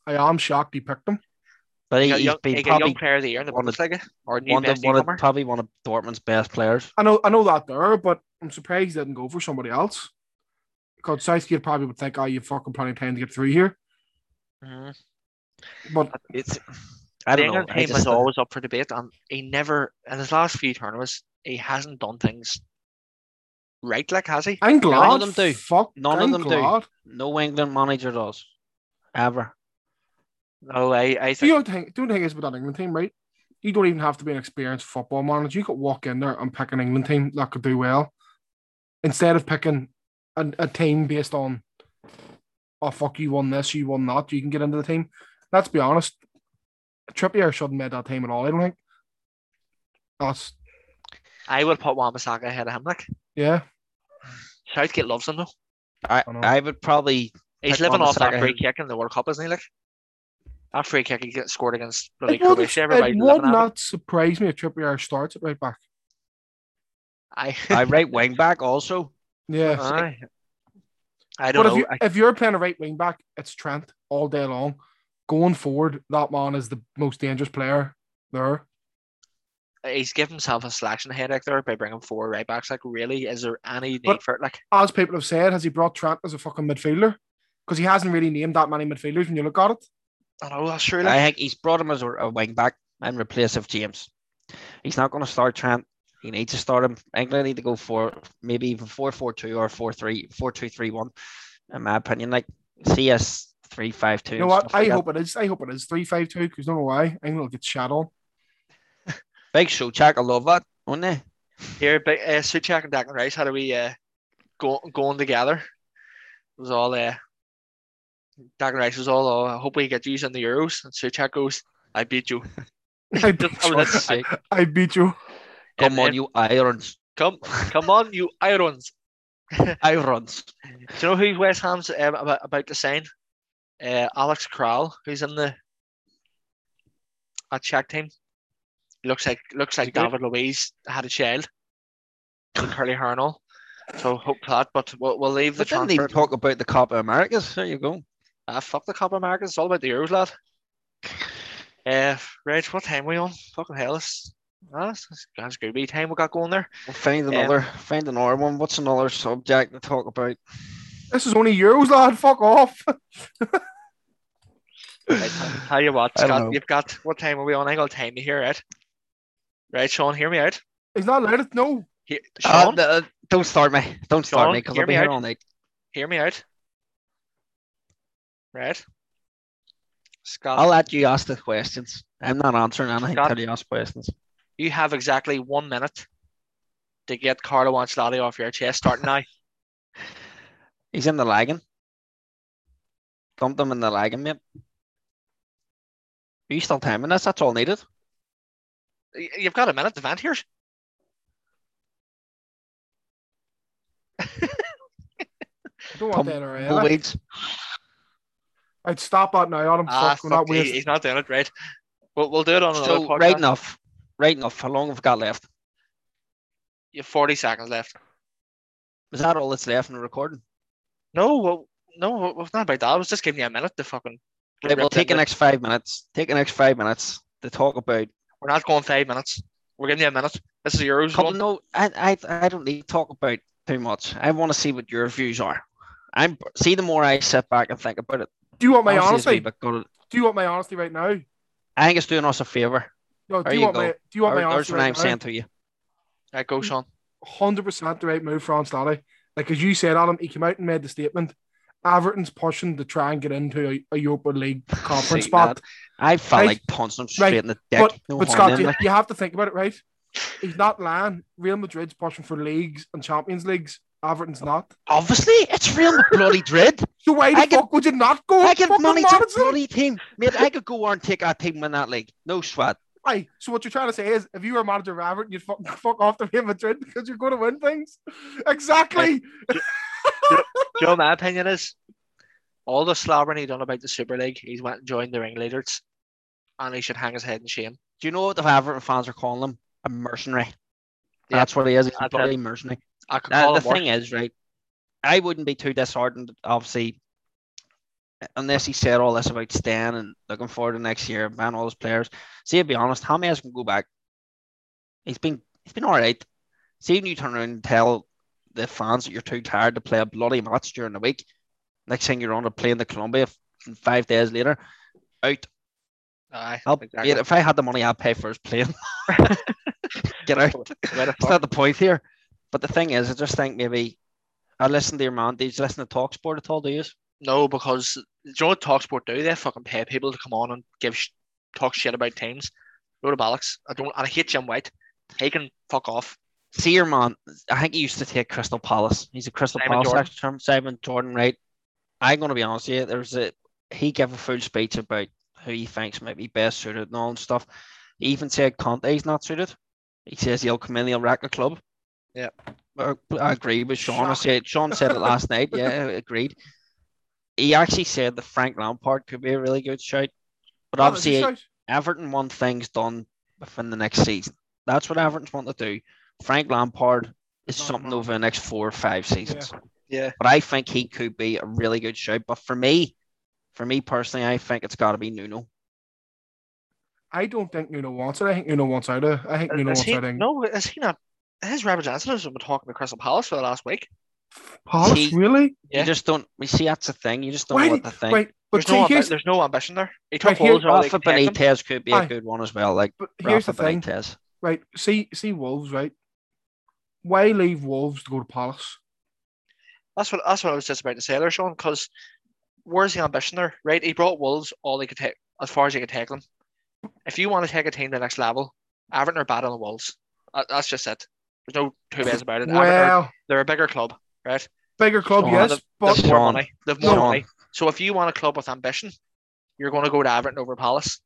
Speaker 1: I am shocked he picked him.
Speaker 3: But
Speaker 2: He
Speaker 3: he,
Speaker 2: got,
Speaker 3: he's
Speaker 2: young,
Speaker 3: been
Speaker 2: he got young
Speaker 3: probably
Speaker 2: player of the year in the
Speaker 3: one of-
Speaker 2: Bundesliga, or new
Speaker 3: one of,
Speaker 2: best
Speaker 3: one
Speaker 2: newcomer.
Speaker 3: of probably one of Dortmund's best players.
Speaker 1: I know I know that there, but I'm surprised he didn't go for somebody else. Because Southgate probably would think, oh, you fucking plenty of time to get through here.
Speaker 2: Mhm.
Speaker 1: But
Speaker 3: It's I
Speaker 2: The
Speaker 3: don't know.
Speaker 2: England
Speaker 3: I
Speaker 2: team
Speaker 3: just
Speaker 2: was
Speaker 3: don't-
Speaker 2: always up for debate, and he never in his last few tournaments he hasn't done things right. Like has he?
Speaker 1: I'm glad.
Speaker 3: of them do.
Speaker 1: Fuck,
Speaker 3: None of
Speaker 1: I'm
Speaker 3: them do.
Speaker 1: glad.
Speaker 3: no England manager does ever.
Speaker 2: No, I I
Speaker 1: The
Speaker 2: think
Speaker 1: only thing, the only thing is with that England team, right? You don't even have to be an experienced football manager. You could walk in there and pick an England team that could do well, instead of picking a, a team based on, oh fuck, you won this, you won that, you can get into the team. Let's be honest, Trippier shouldn't made that team at all. I don't think. That's
Speaker 2: I would put Wan-Bissaka ahead of him. Like
Speaker 1: yeah.
Speaker 2: Southgate loves him though.
Speaker 3: I,
Speaker 1: I know.
Speaker 3: I would probably
Speaker 2: He's
Speaker 3: Pick
Speaker 2: living off that
Speaker 3: Wan-Bissaka.
Speaker 2: free kick in the World Cup, isn't he? Like that free kick he get scored against bloody
Speaker 1: It would,
Speaker 2: Croatia. Everybody
Speaker 1: it would
Speaker 2: living at it.
Speaker 1: not surprise me if Trippier starts at right back.
Speaker 2: I
Speaker 3: I right wing back also.
Speaker 1: Yeah.
Speaker 2: Aye. I don't
Speaker 1: But if,
Speaker 2: know.
Speaker 1: you,
Speaker 2: I-
Speaker 1: if you're playing a right wing back, it's Trent all day long. Going forward, that man is the most dangerous player there.
Speaker 2: he's given himself a selection headache there by bringing four right backs. Like, really, is there any need
Speaker 1: But-
Speaker 2: for it? Like,
Speaker 1: As people have said, has he brought Trent as a fucking midfielder? Because he hasn't really named that many midfielders when you look at it.
Speaker 2: I don't know. That's true. Like,
Speaker 3: I think he's brought him as a, a wing back and replace of James. He's not going to start Trent. He needs to start him. England need to go for maybe even four four two or four three four two three one. In my opinion, like CS three five two.
Speaker 1: You know what? I hope it is. I hope it is three five two. Because no know why England will get shat on.
Speaker 3: Big show check. I love that. Wouldn't they?
Speaker 2: here, but uh, Suchak and Declan Rice, how do we uh, go going together? It was all uh, Declan Rice was all, oh, I hope we get used in the Euros. And Suchak goes, I beat you.
Speaker 1: I
Speaker 2: Just-
Speaker 1: beat
Speaker 2: I
Speaker 1: you.
Speaker 2: was like,
Speaker 3: Sick.
Speaker 1: I beat you.
Speaker 3: Come
Speaker 2: and-
Speaker 3: on,
Speaker 2: and-
Speaker 3: you irons,
Speaker 2: Um, Come, come on, you irons.
Speaker 3: irons.
Speaker 2: Do you know who West Ham's um, about, about to sign? Uh, Alex Kral, who's in the a Czech team. Looks like looks like
Speaker 3: good?
Speaker 2: David Luiz had a child. with Curly Harnell. So hope that, but we'll, we'll leave the
Speaker 3: But didn't even
Speaker 2: transfer.
Speaker 3: talk about the Copa Americas. There you go.
Speaker 2: Ah, fuck the Copa America. It's all about the Euros, lad. Uh, Reg, what time we on? Fucking hell, it's, ah, it's, it's Gans Gooby time we got going there.
Speaker 3: We'll find
Speaker 2: Um,
Speaker 3: another. find another one. What's another subject to talk about?
Speaker 1: This is only Euros, lad. Fuck off.
Speaker 2: Right,
Speaker 3: Uh,
Speaker 2: I'll tell you what,
Speaker 3: I don't
Speaker 2: Scott,
Speaker 3: know.
Speaker 2: you've got what time are we on? I got time to hear it. Right, Sean, hear me out.
Speaker 1: He's not let it know.
Speaker 2: He,
Speaker 3: Uh,
Speaker 2: Sean,
Speaker 3: th- uh, don't start me. Don't start
Speaker 2: Sean,
Speaker 3: me because
Speaker 2: hear
Speaker 3: I'll be
Speaker 2: me
Speaker 3: here
Speaker 2: out.
Speaker 3: all night.
Speaker 2: hear me out. Right. Scott,
Speaker 3: I'll let you ask the questions. I'm not answering anything
Speaker 2: Uh, Scott.
Speaker 3: till you ask questions.
Speaker 2: you have exactly one minute to get Carlo Ancelotti off your chest starting now.
Speaker 3: He's in the lagging. Dump them in the lagging, mate. Are you still timing this? That's all needed.
Speaker 2: Y- You've got a minute to vent here.
Speaker 1: I don't want
Speaker 3: Come
Speaker 1: that already.
Speaker 3: No weeds.
Speaker 1: I'd stop that now, Adam.
Speaker 2: Ah,
Speaker 1: fuck, we're not
Speaker 2: fuck, he-
Speaker 1: wasting-
Speaker 2: he's not doing it, right? We'll, we'll do it on another
Speaker 3: So
Speaker 2: podcast.
Speaker 3: right enough. Right enough. How long have we got left?
Speaker 2: You have 40 seconds left.
Speaker 3: Is that all that's left in the recording?
Speaker 2: No, well, no, well, it's not about that. I was just giving you a minute to fucking.
Speaker 3: Right, we'll
Speaker 2: rip
Speaker 3: take the
Speaker 2: into-
Speaker 3: next five minutes. Take the next five minutes to talk about.
Speaker 2: We're not going five minutes. We're giving you a minute. This is Euros
Speaker 3: Come,
Speaker 2: one.
Speaker 3: no, I, I, I don't need to talk about too much. I want to see what your views are. I'm see the more I sit back and think about it.
Speaker 1: Do you want my
Speaker 3: honestly,
Speaker 1: honesty?
Speaker 3: it's a wee bit gutted.
Speaker 1: Do you want my honesty right now?
Speaker 3: I think it's doing us a favor.
Speaker 1: No, do
Speaker 3: There
Speaker 1: you,
Speaker 3: you
Speaker 1: want
Speaker 3: go.
Speaker 1: my do you want my
Speaker 3: There- There's
Speaker 1: honesty
Speaker 3: what I'm
Speaker 1: right now?
Speaker 3: saying to you.
Speaker 2: Right, go, Sean.
Speaker 1: hundred percent the right move for Ancelotti. Like as you said, Adam, he came out and made the statement. Everton's pushing to try and get into a, a Europa League conference
Speaker 3: See
Speaker 1: spot.
Speaker 3: I felt
Speaker 1: Right.
Speaker 3: like punching him straight
Speaker 1: Right.
Speaker 3: in the dick.
Speaker 1: But
Speaker 3: no
Speaker 1: but
Speaker 3: harm
Speaker 1: Scott,
Speaker 3: in
Speaker 1: you,
Speaker 3: it.
Speaker 1: you have to think about it, right? He's not lying. Real Madrid's pushing for leagues and Champions Leagues. Everton's not.
Speaker 3: obviously it's Real bloody dread.
Speaker 1: So why the
Speaker 3: I give-
Speaker 1: fuck would you not go?
Speaker 3: I give
Speaker 1: fucking
Speaker 3: money to the
Speaker 1: Madison?
Speaker 3: bloody team, mate. I could go on and take our team in that league. No sweat.
Speaker 1: Aye, So what you're trying to say is, if you were a manager of Everton, you'd fucking fuck off to Real Madrid because you're going to win things. Exactly.
Speaker 2: Do you know what my opinion is? All the slobbering he done about the Super League, he's went and joined the ringleaders, and he should hang his head in shame.
Speaker 3: Do you know what the Everton fans are calling him? A mercenary. That's what he is. He's a
Speaker 2: that's it.
Speaker 3: bloody mercenary.
Speaker 2: I could
Speaker 3: Now,
Speaker 2: call
Speaker 3: the
Speaker 2: him worse.
Speaker 3: thing is, right? I wouldn't be too disheartened, obviously, unless he said all this about staying and looking forward to next year, man, all those players. See, to be honest, James can go back. He's been he's been all right. See, when you turn around and tell the fans that you're too tired to play a bloody match during the week, next thing you're on to playing the Columbia f- five days later, out.
Speaker 2: Aye,
Speaker 3: I'll,
Speaker 2: exactly.
Speaker 3: If I had the money, I'd pay for his plane. Get out.
Speaker 2: Way to
Speaker 3: It's
Speaker 2: fuck.
Speaker 3: not the point here. But the thing is, I just think maybe I listen to your man. Do you listen to Talk Sport at all? Do you?
Speaker 2: No, because do you know what Talksport do? They fucking pay people to come on and give sh- talk shit about teams. Go to bollocks. I don't. And I hate Jim White. He can fuck off.
Speaker 3: See your man. I think he used to take Crystal Palace. He's a Crystal
Speaker 2: Simon
Speaker 3: Palace
Speaker 2: Jordan.
Speaker 3: actually term. Simon Jordan, right? I'm gonna be honest with you. There's a he gave a full speech about who he thinks might be best suited and all and stuff. He even said Conte's not suited. He says he'll come in, he'll rack a club.
Speaker 2: Yep.
Speaker 3: I, I agree with Sean. I
Speaker 1: Shocking.
Speaker 3: said Sean said it last night. Yeah, I agreed. He actually said that Frank Lampard could be a really good shout, but
Speaker 1: Oh,
Speaker 3: obviously
Speaker 1: that's right.
Speaker 3: Everton want things done within the next season. That's what Everton's want to do. Frank Lampard is
Speaker 1: Not
Speaker 3: something
Speaker 1: wrong.
Speaker 3: over the next four or five seasons.
Speaker 2: Yeah.
Speaker 3: But I think he could be a really good shout. But for me, for me personally, I think it's got to be Nuno.
Speaker 1: I don't think Nuno wants it. I think Nuno wants out of. I think Nuno
Speaker 2: Is
Speaker 1: wants
Speaker 2: he,
Speaker 1: out of. England.
Speaker 2: no, is he not? His representative has been talking to Crystal Palace for the last week.
Speaker 1: Palace,
Speaker 3: See-
Speaker 1: really?
Speaker 2: Yeah.
Speaker 3: You just don't. We see that's the thing. You just don't
Speaker 1: Why
Speaker 3: know what
Speaker 1: did-
Speaker 3: to think.
Speaker 1: Right, but
Speaker 2: There's no,
Speaker 1: see,
Speaker 2: ambi-
Speaker 1: here's,
Speaker 2: there's no ambition there. He
Speaker 1: Right
Speaker 2: took
Speaker 1: here-
Speaker 2: goals out
Speaker 3: Rafa
Speaker 2: of the league.
Speaker 3: Benitez could be
Speaker 1: Aye.
Speaker 3: a good one as well. Like
Speaker 1: but here's
Speaker 3: Rafa
Speaker 1: the thing.
Speaker 3: Benitez.
Speaker 1: Right, see, see Wolves. Right, why leave Wolves to go to Palace?
Speaker 2: That's what that's what I was just about to say there, Sean. Because where's the ambition there, right? He brought Wolves all they could take, as far as he could take them. If you want to take a team to the next level, Everton are bad on the Wolves. That- That's just it. There's no two ways about it. Everton, are-
Speaker 1: Well,
Speaker 2: they're a bigger club, right?
Speaker 1: bigger club,
Speaker 3: Sean,
Speaker 1: yes,
Speaker 2: they've-
Speaker 1: but
Speaker 2: They've more
Speaker 3: Sean,
Speaker 2: money. They've more
Speaker 3: Sean.
Speaker 2: money. So if you want a club with ambition, you're going to go to Everton over Palace.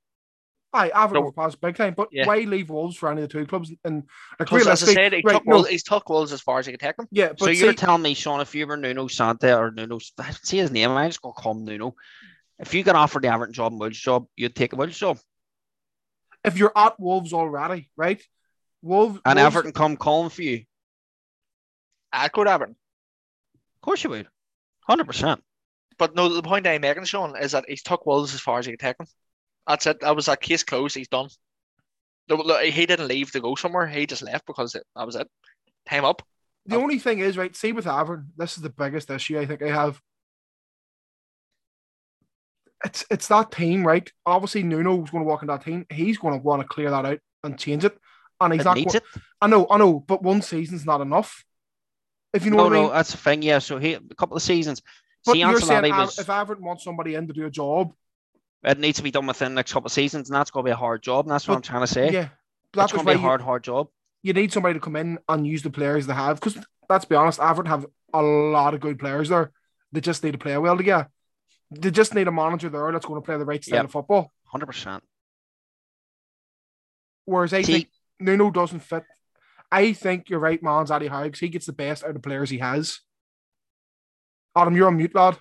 Speaker 1: I Everton
Speaker 2: No.
Speaker 1: were past big time. But
Speaker 2: Yeah.
Speaker 1: why leave Wolves for any of the two clubs? And like,
Speaker 2: Because as I
Speaker 1: realistically,
Speaker 2: said, he
Speaker 1: right,
Speaker 2: took
Speaker 1: no,
Speaker 2: Wolves, he's took Wolves as far as he could take them.
Speaker 1: yeah, but
Speaker 3: So
Speaker 1: see,
Speaker 3: you're telling me, Sean, if you were Nuno Santa or Nuno, I see his name. I'm just gonna call him Nuno. If you got offered the Everton job, and Wolves job, you'd take a Wolves job.
Speaker 1: if you're at Wolves already, right? Wolves
Speaker 3: And
Speaker 1: Wolves,
Speaker 3: Everton come calling for you.
Speaker 2: I'd go to Everton.
Speaker 3: Of course you would. Hundred percent.
Speaker 2: But no, the point I'm making, Sean, is that he's took Wolves as far as he could take them. That's it. That was that case closed. He's done. No, look, he didn't leave to go somewhere. He just left because it, that was it. Time up.
Speaker 1: The only thing is, right, see with Avern, this is the biggest issue I think I have. It's it's that team, right? Obviously, Nuno's going to walk in that team. He's going to want to clear that out and change it. And he's
Speaker 3: It
Speaker 1: not.
Speaker 3: needs
Speaker 1: go-
Speaker 3: it.
Speaker 1: I know, I know, but one season's not enough. If you know
Speaker 3: no,
Speaker 1: what I mean.
Speaker 3: no, uh, that's the thing. Yeah. So he a couple of seasons.
Speaker 1: but
Speaker 3: See,
Speaker 1: you're saying uh,
Speaker 3: Ancelotti
Speaker 1: Av-
Speaker 3: was.
Speaker 1: if Avern wants somebody in to do a job,
Speaker 3: It needs to be done within the next couple of seasons, and that's gonna be a hard job. And that's what
Speaker 1: But-
Speaker 3: I'm trying to say.
Speaker 1: yeah,
Speaker 3: that's
Speaker 1: that's
Speaker 3: gonna
Speaker 1: why
Speaker 3: be a
Speaker 1: you,
Speaker 3: hard, hard job.
Speaker 1: you need somebody to come in and use the players they have. Because let's be honest, Avern have a lot of good players there. They just need to play well together. They just need a manager there that's going to play the right style
Speaker 3: Yep.
Speaker 1: of football.
Speaker 3: Hundred percent.
Speaker 1: Whereas I
Speaker 3: See-
Speaker 1: think Nuno doesn't fit. I think you're right, man's Addy Higgs. He gets the best out of players he has. Adam, you're on mute, lad.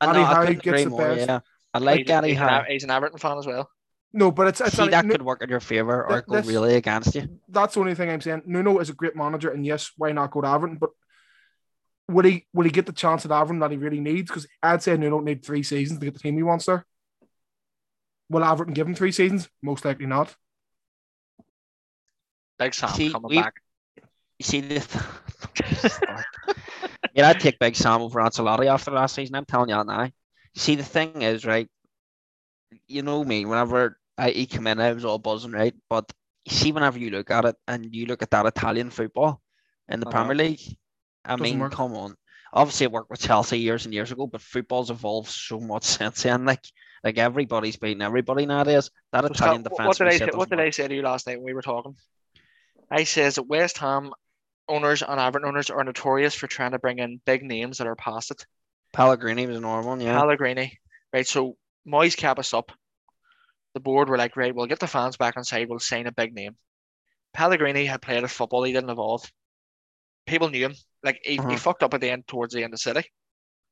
Speaker 3: And
Speaker 1: Gary
Speaker 3: no, I
Speaker 1: Howe
Speaker 3: couldn't
Speaker 1: gets
Speaker 3: agree
Speaker 1: the
Speaker 3: more.
Speaker 1: best.
Speaker 3: Yeah. I like
Speaker 2: he's,
Speaker 3: Gary
Speaker 2: he's, an,
Speaker 3: Howe.
Speaker 2: Ever- he's an Everton fan as well.
Speaker 1: No, but it's, it's
Speaker 3: See,
Speaker 1: only-
Speaker 3: that
Speaker 1: Nu-
Speaker 3: could work in your favour or
Speaker 1: Th-
Speaker 3: it could
Speaker 1: this-
Speaker 3: really against you.
Speaker 1: that's the only thing I'm saying. Nuno is a great manager, and yes, why not go to Avon? But will he will he get the chance at Avon that he really needs? Because I'd say Nuno need three seasons to get the team he wants there. Will Everton give him three seasons? Most likely not.
Speaker 2: Big Sam
Speaker 3: See,
Speaker 2: coming
Speaker 3: we-
Speaker 2: back.
Speaker 3: You see this? yeah, I'd take Big Sam over Ancelotti after last season. I'm telling you that now. You see, the thing is, right? You know me. Whenever I he came in, I was all buzzing, right? But you see, whenever you look at it and you look at that Italian football in the
Speaker 2: Uh-huh.
Speaker 3: Premier League, I
Speaker 1: Doesn't
Speaker 3: mean,
Speaker 1: work.
Speaker 3: come on. Obviously, it worked with Chelsea years and years ago, but football's evolved so much since then. Like, like everybody's beating everybody nowadays. That
Speaker 2: So,
Speaker 3: Italian
Speaker 2: what-
Speaker 3: defense.
Speaker 2: what did,
Speaker 3: we
Speaker 2: I,
Speaker 3: said
Speaker 2: say- what
Speaker 3: doesn't
Speaker 2: did
Speaker 3: work.
Speaker 2: I say to you last night when we were talking? I says that West Ham owners and Everton owners are notorious for trying to bring in big names that are past it.
Speaker 3: Pellegrini was another one, yeah.
Speaker 2: Pellegrini, right? So Moyes cap us up. The board were like, right, we'll get the fans back on side. We'll sign a big name. Pellegrini had played at football. He didn't evolve. People knew him. Like he, he
Speaker 3: Mhm.
Speaker 2: fucked up at the end, towards the end of City.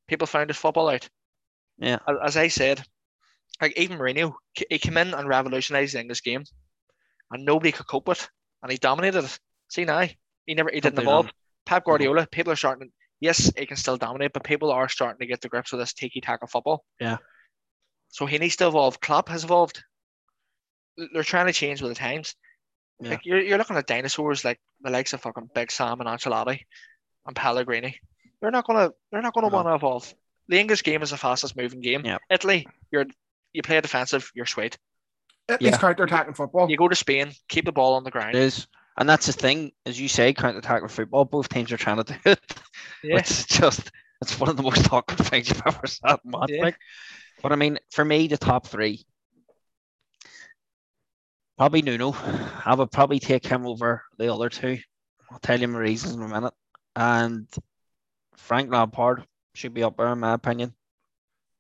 Speaker 2: People found his football out.
Speaker 3: Yeah.
Speaker 2: As, as I said, like even Mourinho, c- he came in and revolutionised the English game, and nobody could cope with, and he dominated it. See now, he never he didn't
Speaker 3: Something
Speaker 2: evolve. Pep Guardiola, people are starting. yes, he can still dominate, but people are starting to get to grips with this tiki taka football.
Speaker 3: Yeah.
Speaker 2: So he needs to evolve. Klopp has evolved. They're trying to change with the times.
Speaker 3: Yeah.
Speaker 2: Like you're, you're looking at dinosaurs like the likes of fucking Big Sam and Ancelotti and Pellegrini. They're not gonna they're not gonna
Speaker 3: No.
Speaker 2: want to evolve. The English game is the fastest moving game.
Speaker 3: Yeah.
Speaker 2: Italy, you're you play defensive, you're sweet.
Speaker 1: It's
Speaker 3: Yeah.
Speaker 1: counter attacking football.
Speaker 2: You go to Spain, keep the ball on the
Speaker 3: It
Speaker 2: ground.
Speaker 3: is. And that's the thing, as you say, counter attack with football, both teams are trying to do it.
Speaker 2: Yeah.
Speaker 3: It's just it's one of the most awkward things you've ever sat in match,
Speaker 2: Yeah.
Speaker 3: like. But I mean, for me, the top three. Probably Nuno. I would probably take him over the other two. I'll tell you my reasons in a minute. And Frank Lampard should be up there in my opinion.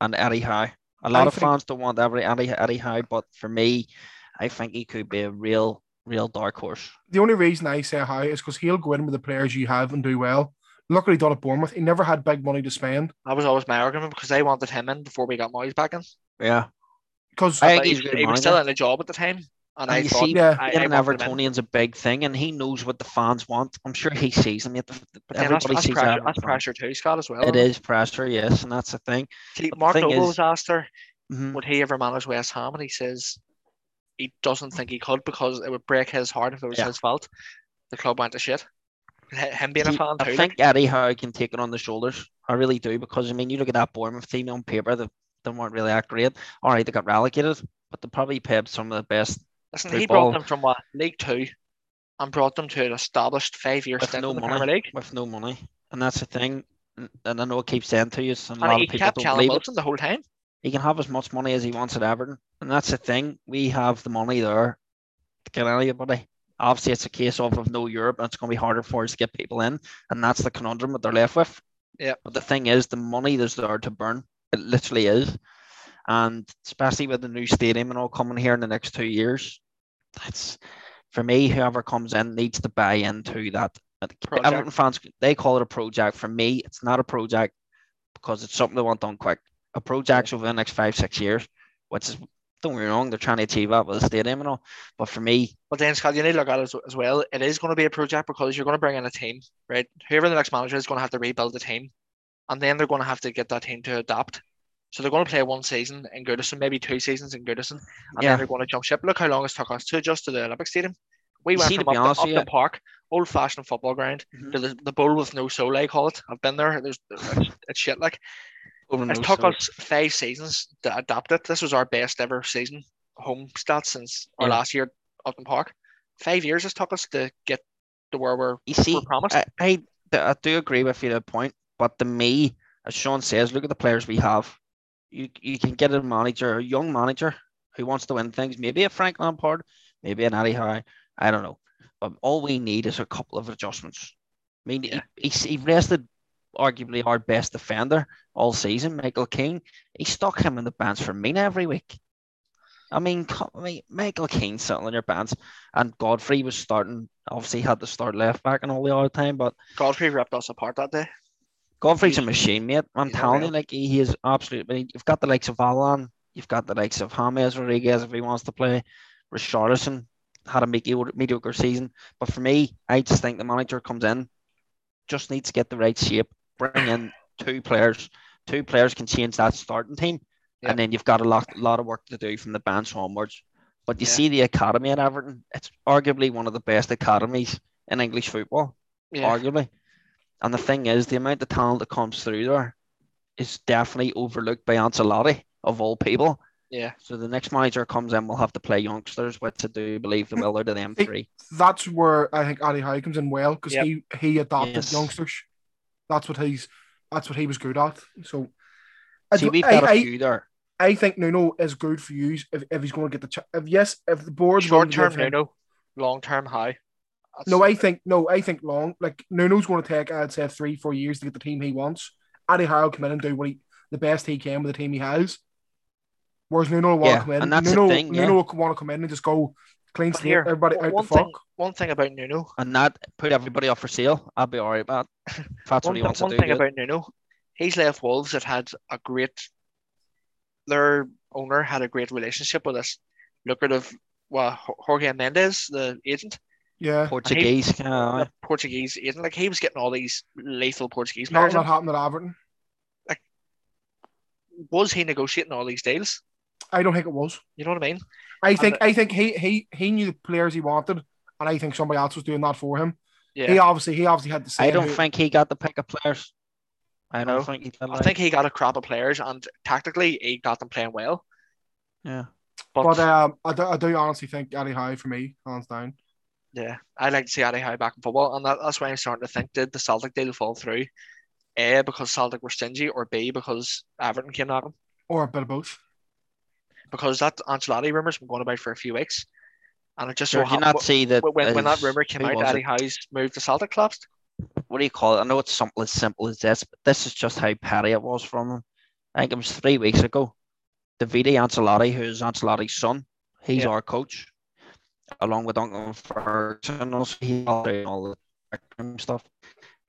Speaker 3: And Eddie Howe. A lot
Speaker 1: I
Speaker 3: of
Speaker 1: think-
Speaker 3: fans don't want every Eddie, Eddie Howe, but for me, I think he could be a real, real dark horse.
Speaker 1: the only reason I say hi is because he'll go in with the players you have and do well. Look what he done at Bournemouth. He never had big money to spend
Speaker 2: That was always my argument because they wanted him in before we got Moyes back in.
Speaker 3: Yeah.
Speaker 1: because
Speaker 3: I
Speaker 2: But
Speaker 3: think
Speaker 2: he,
Speaker 3: he's a good
Speaker 2: he was
Speaker 3: manager.
Speaker 2: still in a job at the time, and
Speaker 3: And
Speaker 2: I
Speaker 3: you
Speaker 2: thought
Speaker 3: see,
Speaker 1: yeah,
Speaker 2: I, I
Speaker 3: Getting
Speaker 2: wanted him in.
Speaker 3: Evertonians a big thing, and he knows what the fans want. I'm sure he sees them. Yet the,
Speaker 2: But then that's,
Speaker 3: everybody
Speaker 2: that's
Speaker 3: sees
Speaker 2: pressure,
Speaker 3: Everton.
Speaker 2: that's pressure too, Scott, as well.
Speaker 3: It is pressure, yes, and that's the thing.
Speaker 2: See,
Speaker 3: But the
Speaker 2: Mark
Speaker 3: thing
Speaker 2: Noble
Speaker 3: is-
Speaker 2: was asked her,
Speaker 3: Mhm.
Speaker 2: would he ever manage West Ham? And he says he doesn't think he could because it would break his heart if it was
Speaker 3: Yeah.
Speaker 2: his fault. The club went to shit. H- Him being a
Speaker 3: He-
Speaker 2: fan
Speaker 3: I
Speaker 2: too.
Speaker 3: think Eddie Howe can take it on the shoulders. I really do because I mean, you look at that Bournemouth team on paper; they, they weren't really that great. All right, they got relegated, but they probably paid some of the best
Speaker 2: Listen, he brought
Speaker 3: football-
Speaker 2: them from what League Two and brought them to an established five year
Speaker 3: with
Speaker 2: stint
Speaker 3: no
Speaker 2: in the
Speaker 3: money.
Speaker 2: Premier League.
Speaker 3: With no money, and that's the thing. And- And I know I keep saying to you, and a
Speaker 2: And
Speaker 3: lot
Speaker 2: he
Speaker 3: of people
Speaker 2: kept
Speaker 3: don't
Speaker 2: Callum
Speaker 3: believe it.
Speaker 2: Wilson the whole time.
Speaker 3: He can have as much money as he wants at Everton. And that's the thing. We have the money there to get anybody. Obviously, it's a case of, of no Europe, and it's going to be harder for us to get people in. And that's the conundrum that they're left with.
Speaker 2: Yep.
Speaker 3: But the thing is, the money is there to burn. It literally is. And especially with the new stadium and all coming here in the next two years, that's for me, whoever comes in needs to buy into that.
Speaker 2: Project.
Speaker 3: Everton fans, they call it a project. For me, it's not a project because it's something they want done quick a project over the next five, six years, which is don't get me wrong, they're trying to achieve that with the stadium and all. But for me,
Speaker 2: But then, Scott, you need to look at it as, as well. It is going to be a project because you're going to bring in a team, right? Whoever the next manager is going to have to rebuild the team, and then they're going to have to get that team to adapt. So they're going to play one season in Goodison, maybe two seasons in Goodison, and
Speaker 3: Yeah.
Speaker 2: then they're going to jump ship. Look how long it's took us to adjust to the Olympic Stadium. We
Speaker 3: You
Speaker 2: went
Speaker 3: see, to
Speaker 2: from
Speaker 3: be
Speaker 2: up
Speaker 3: honest
Speaker 2: the,
Speaker 3: with you-
Speaker 2: park, old fashioned football ground,
Speaker 3: Mm-hmm.
Speaker 2: to the, the bowl with no soul, I call it. I've been there. There's it's, it's shit like
Speaker 3: over
Speaker 2: it's
Speaker 3: no
Speaker 2: took
Speaker 3: soul.
Speaker 2: us five seasons to adapt it. This was our best ever season home stats since our
Speaker 3: Yeah.
Speaker 2: last year at Upton Park. Five years it's took us to get to where we're,
Speaker 3: you
Speaker 2: we're
Speaker 3: see,
Speaker 2: promised.
Speaker 3: I, I, I do agree with you to a point, but to me, as Sean says, look at the players we have. You you can get a manager, a young manager who wants to win things, maybe a Frank Lampard, maybe an Eddie Howe, I don't know. But all we need is a couple of adjustments. I mean,
Speaker 2: Yeah.
Speaker 3: he, he's, he rested arguably our best defender all season, Michael King. He stuck him in the bands for Mina every week. I mean, co- I mean, Michael Keane sitting in your bands, and Godfrey was starting. Obviously, had to start left back and all the other time, but
Speaker 2: Godfrey ripped us apart that day.
Speaker 3: Godfrey's a machine, mate. I'm
Speaker 2: he's
Speaker 3: telling you,
Speaker 2: unreal.
Speaker 3: like he, he is absolutely. You've got the likes of Alan, you've got the likes of James Rodriguez if he wants to play. Richarlison had a mediocre, mediocre season, but for me, I just think the manager comes in, just needs to get the right shape, bring in two players. Two players can change that starting team,
Speaker 2: Yeah.
Speaker 3: and then you've got a lot, lot of work to do from the bench onwards. But you
Speaker 2: Yeah.
Speaker 3: see the academy at Everton; it's arguably one of the best academies in English football
Speaker 2: Yeah.
Speaker 3: arguably. And the thing is, the amount of talent that comes through there is definitely overlooked by Ancelotti of all people.
Speaker 2: yeah.
Speaker 3: So the next manager comes in, will have to play youngsters, which I do believe they will out of them
Speaker 1: Hey,
Speaker 3: three.
Speaker 1: that's where I think Ali Howe comes in well because
Speaker 2: Yep.
Speaker 1: he he adopted
Speaker 3: Yes.
Speaker 1: youngsters. That's what he's that's what he was good at. So I,
Speaker 3: See,
Speaker 1: do-
Speaker 3: we've
Speaker 1: I,
Speaker 3: got a
Speaker 1: I,
Speaker 3: few there.
Speaker 1: I think Nuno is good for you if, if he's going to get the ch- if yes if the board's
Speaker 2: Short
Speaker 1: going to
Speaker 2: term
Speaker 1: give him-
Speaker 2: Nuno, long term high. That's-
Speaker 1: No, I think no, I think long. Like Nuno's going to take, I'd say, three, four years to get the team he wants. Eddie Howe will come in and do what he the best he can with the team he has. Whereas Nuno will want
Speaker 3: Yeah,
Speaker 1: to come in.
Speaker 3: and that's the
Speaker 1: Nuno,
Speaker 3: thing, yeah.
Speaker 1: Nuno will want to come in and just go clean
Speaker 2: But
Speaker 1: slate.
Speaker 2: here,
Speaker 1: Everybody
Speaker 2: one-
Speaker 1: out
Speaker 2: one
Speaker 1: the fuck.
Speaker 2: thing- One thing about Nuno,
Speaker 3: And that put everybody up for sale. I'll be all right about that. If that's
Speaker 2: one,
Speaker 3: what he
Speaker 2: thi-
Speaker 3: wants
Speaker 2: one
Speaker 3: to do.
Speaker 2: thing
Speaker 3: do it.
Speaker 2: about Nuno, he's left Wolves that had a great, their owner had a great relationship with this lucrative, well, Jorge Mendes, the agent.
Speaker 1: Yeah.
Speaker 3: Portuguese. uh,
Speaker 2: The Portuguese agent, like he was getting all these lethal Portuguese
Speaker 1: Not
Speaker 2: players.
Speaker 1: that
Speaker 2: in.
Speaker 1: happened at Everton.
Speaker 2: Was he negotiating all these deals?
Speaker 1: I don't think it was.
Speaker 2: You know what I mean?
Speaker 1: I think I think he he he knew the players he wanted, and I think somebody else was doing that for him.
Speaker 2: Yeah.
Speaker 1: He obviously he obviously had to say.
Speaker 3: I don't think he got the pick of players. I don't
Speaker 2: No.
Speaker 3: think he did.
Speaker 2: I
Speaker 3: like-
Speaker 2: think he got a crop of players, and tactically he got them playing well.
Speaker 3: Yeah.
Speaker 2: But,
Speaker 1: But um, I, do, I do honestly think Eddie Howe for me, hands down.
Speaker 2: yeah, I like to see Eddie Howe back in football, and that, that's why I'm starting to think did the Celtic deal fall through? A because Celtic were stingy, or B because Everton came at him.
Speaker 1: Or a bit of both.
Speaker 2: Because that Ancelotti rumor's been going about for a few weeks, and it just so
Speaker 3: Sure, did you
Speaker 2: happened
Speaker 3: not see that
Speaker 2: when, when, when that
Speaker 3: as-
Speaker 2: rumor came
Speaker 3: who
Speaker 2: out,
Speaker 3: was
Speaker 2: Eddie
Speaker 3: it?
Speaker 2: Howe's moved to Celtic collapsed.
Speaker 3: what do you call it? I know it's something as simple as this, but this is just how petty it was from him. I think it was three weeks ago. Davide Ancelotti, who's Ancelotti's son, he's
Speaker 2: Yeah.
Speaker 3: our coach, along with Uncle Ferguson. Also, he's all doing all the backroom stuff.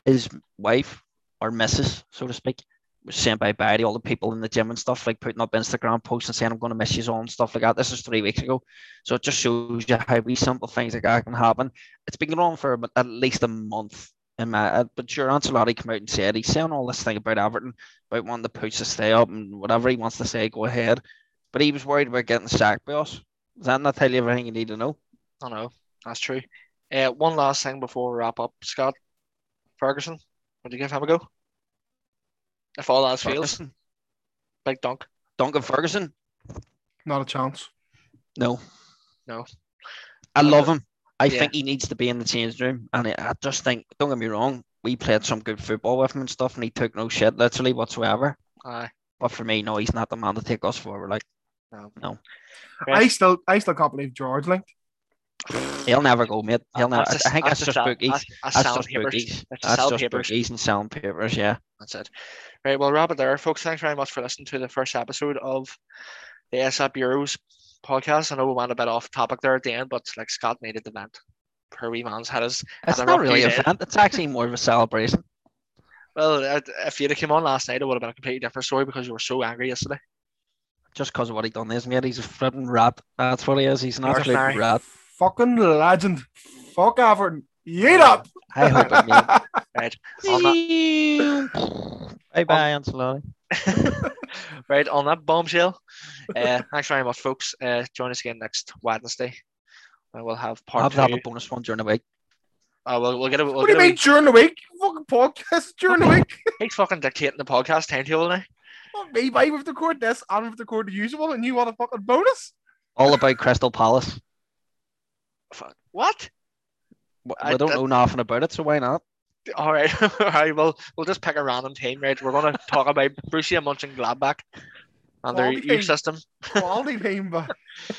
Speaker 3: His wife, or missus, so to speak, was saying bye bye to all the people in the gym and stuff, like putting up Instagram posts and saying, I'm going to miss you all and stuff like that. This is three weeks ago. So it just shows you how wee simple things like that can happen. It's been going on for about- at least a month. And my, uh, but sure, Ancelotti came out and said he's saying all this thing about Everton, about wanting the push to stay up and whatever he wants to say, go ahead. But he was worried about getting sacked by us. Does that not tell you everything you need to know?
Speaker 2: I know that's true. Uh, one last thing before we wrap up, Scott Ferguson. Would you give him a go? If all else fails,
Speaker 3: Ferguson?
Speaker 2: big dunk.
Speaker 3: Duncan Ferguson?
Speaker 1: Not a chance.
Speaker 3: No.
Speaker 2: No.
Speaker 3: I love him. I
Speaker 2: Yeah.
Speaker 3: think he needs to be in the change room. And I- I just think, don't get me wrong, we played some good football with him and stuff, and he took no shit literally whatsoever.
Speaker 2: Aye.
Speaker 3: But for me, no, he's not the man to take us forward. Like,
Speaker 2: Right.
Speaker 1: I still I still can't believe George linked.
Speaker 3: he'll never go, mate. He'll never. I
Speaker 2: That's
Speaker 3: I think that's just
Speaker 2: a-
Speaker 3: bookies.
Speaker 2: That's, that's
Speaker 3: That's
Speaker 2: sound
Speaker 3: just
Speaker 2: papers.
Speaker 3: bookies.
Speaker 2: That's
Speaker 3: That's
Speaker 2: sell
Speaker 3: just
Speaker 2: papers.
Speaker 3: bookies and selling papers. Yeah.
Speaker 2: That's it. Right, well, wrap it there, folks. Thanks very much for listening to the first episode of the ASAP Euros podcast. I know we went a bit off topic there at the end, but like Scott needed the vent. Per wee man's had his.
Speaker 3: It's
Speaker 2: a
Speaker 3: not
Speaker 2: rough
Speaker 3: really
Speaker 2: day
Speaker 3: a
Speaker 2: there.
Speaker 3: event. It's actually more of a celebration.
Speaker 2: Well, uh, if you'd have came on last night, it would have been a completely different story because you were so angry yesterday.
Speaker 3: Just because of what he done is, mate. He's a flipping rat. That's what he is. He's an
Speaker 2: You're
Speaker 3: absolute
Speaker 2: sorry.
Speaker 3: rat.
Speaker 1: Fucking legend. Fuck Everton. Eat up.
Speaker 3: I hope it,
Speaker 2: On that-
Speaker 3: mate. bye bye, Ancelotti.
Speaker 2: right on that bombshell. Uh, thanks very much, folks. Uh, join us again next Wednesday. Uh, We'll have
Speaker 3: I'll
Speaker 2: part
Speaker 3: have to have
Speaker 2: two.
Speaker 3: a bonus one during the week.
Speaker 2: Uh, we'll, we'll get a. We'll
Speaker 1: what do
Speaker 2: get
Speaker 1: you
Speaker 2: a
Speaker 1: mean during the week? Fucking podcast during the week.
Speaker 2: He's fucking dictating the podcast timetable now.
Speaker 1: Fuck me, mate. We've recorded this and we've recorded the usual, and you want a fucking bonus?
Speaker 3: All about Crystal Palace.
Speaker 2: Fuck. What?
Speaker 3: W-
Speaker 2: I-
Speaker 3: We don't
Speaker 2: that-
Speaker 3: know nothing about it, so why not?
Speaker 2: All right, all right. Well, we'll just pick a random team, right? We're gonna talk about Borussia Mönchengladbach and their
Speaker 1: Well,
Speaker 2: youth
Speaker 1: because-
Speaker 2: system.
Speaker 1: Quality name, but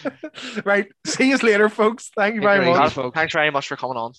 Speaker 1: right. See you later, folks. Thank you very
Speaker 3: Agreed.
Speaker 1: much.
Speaker 2: Guys,
Speaker 3: folks.
Speaker 2: Thanks very much for coming on.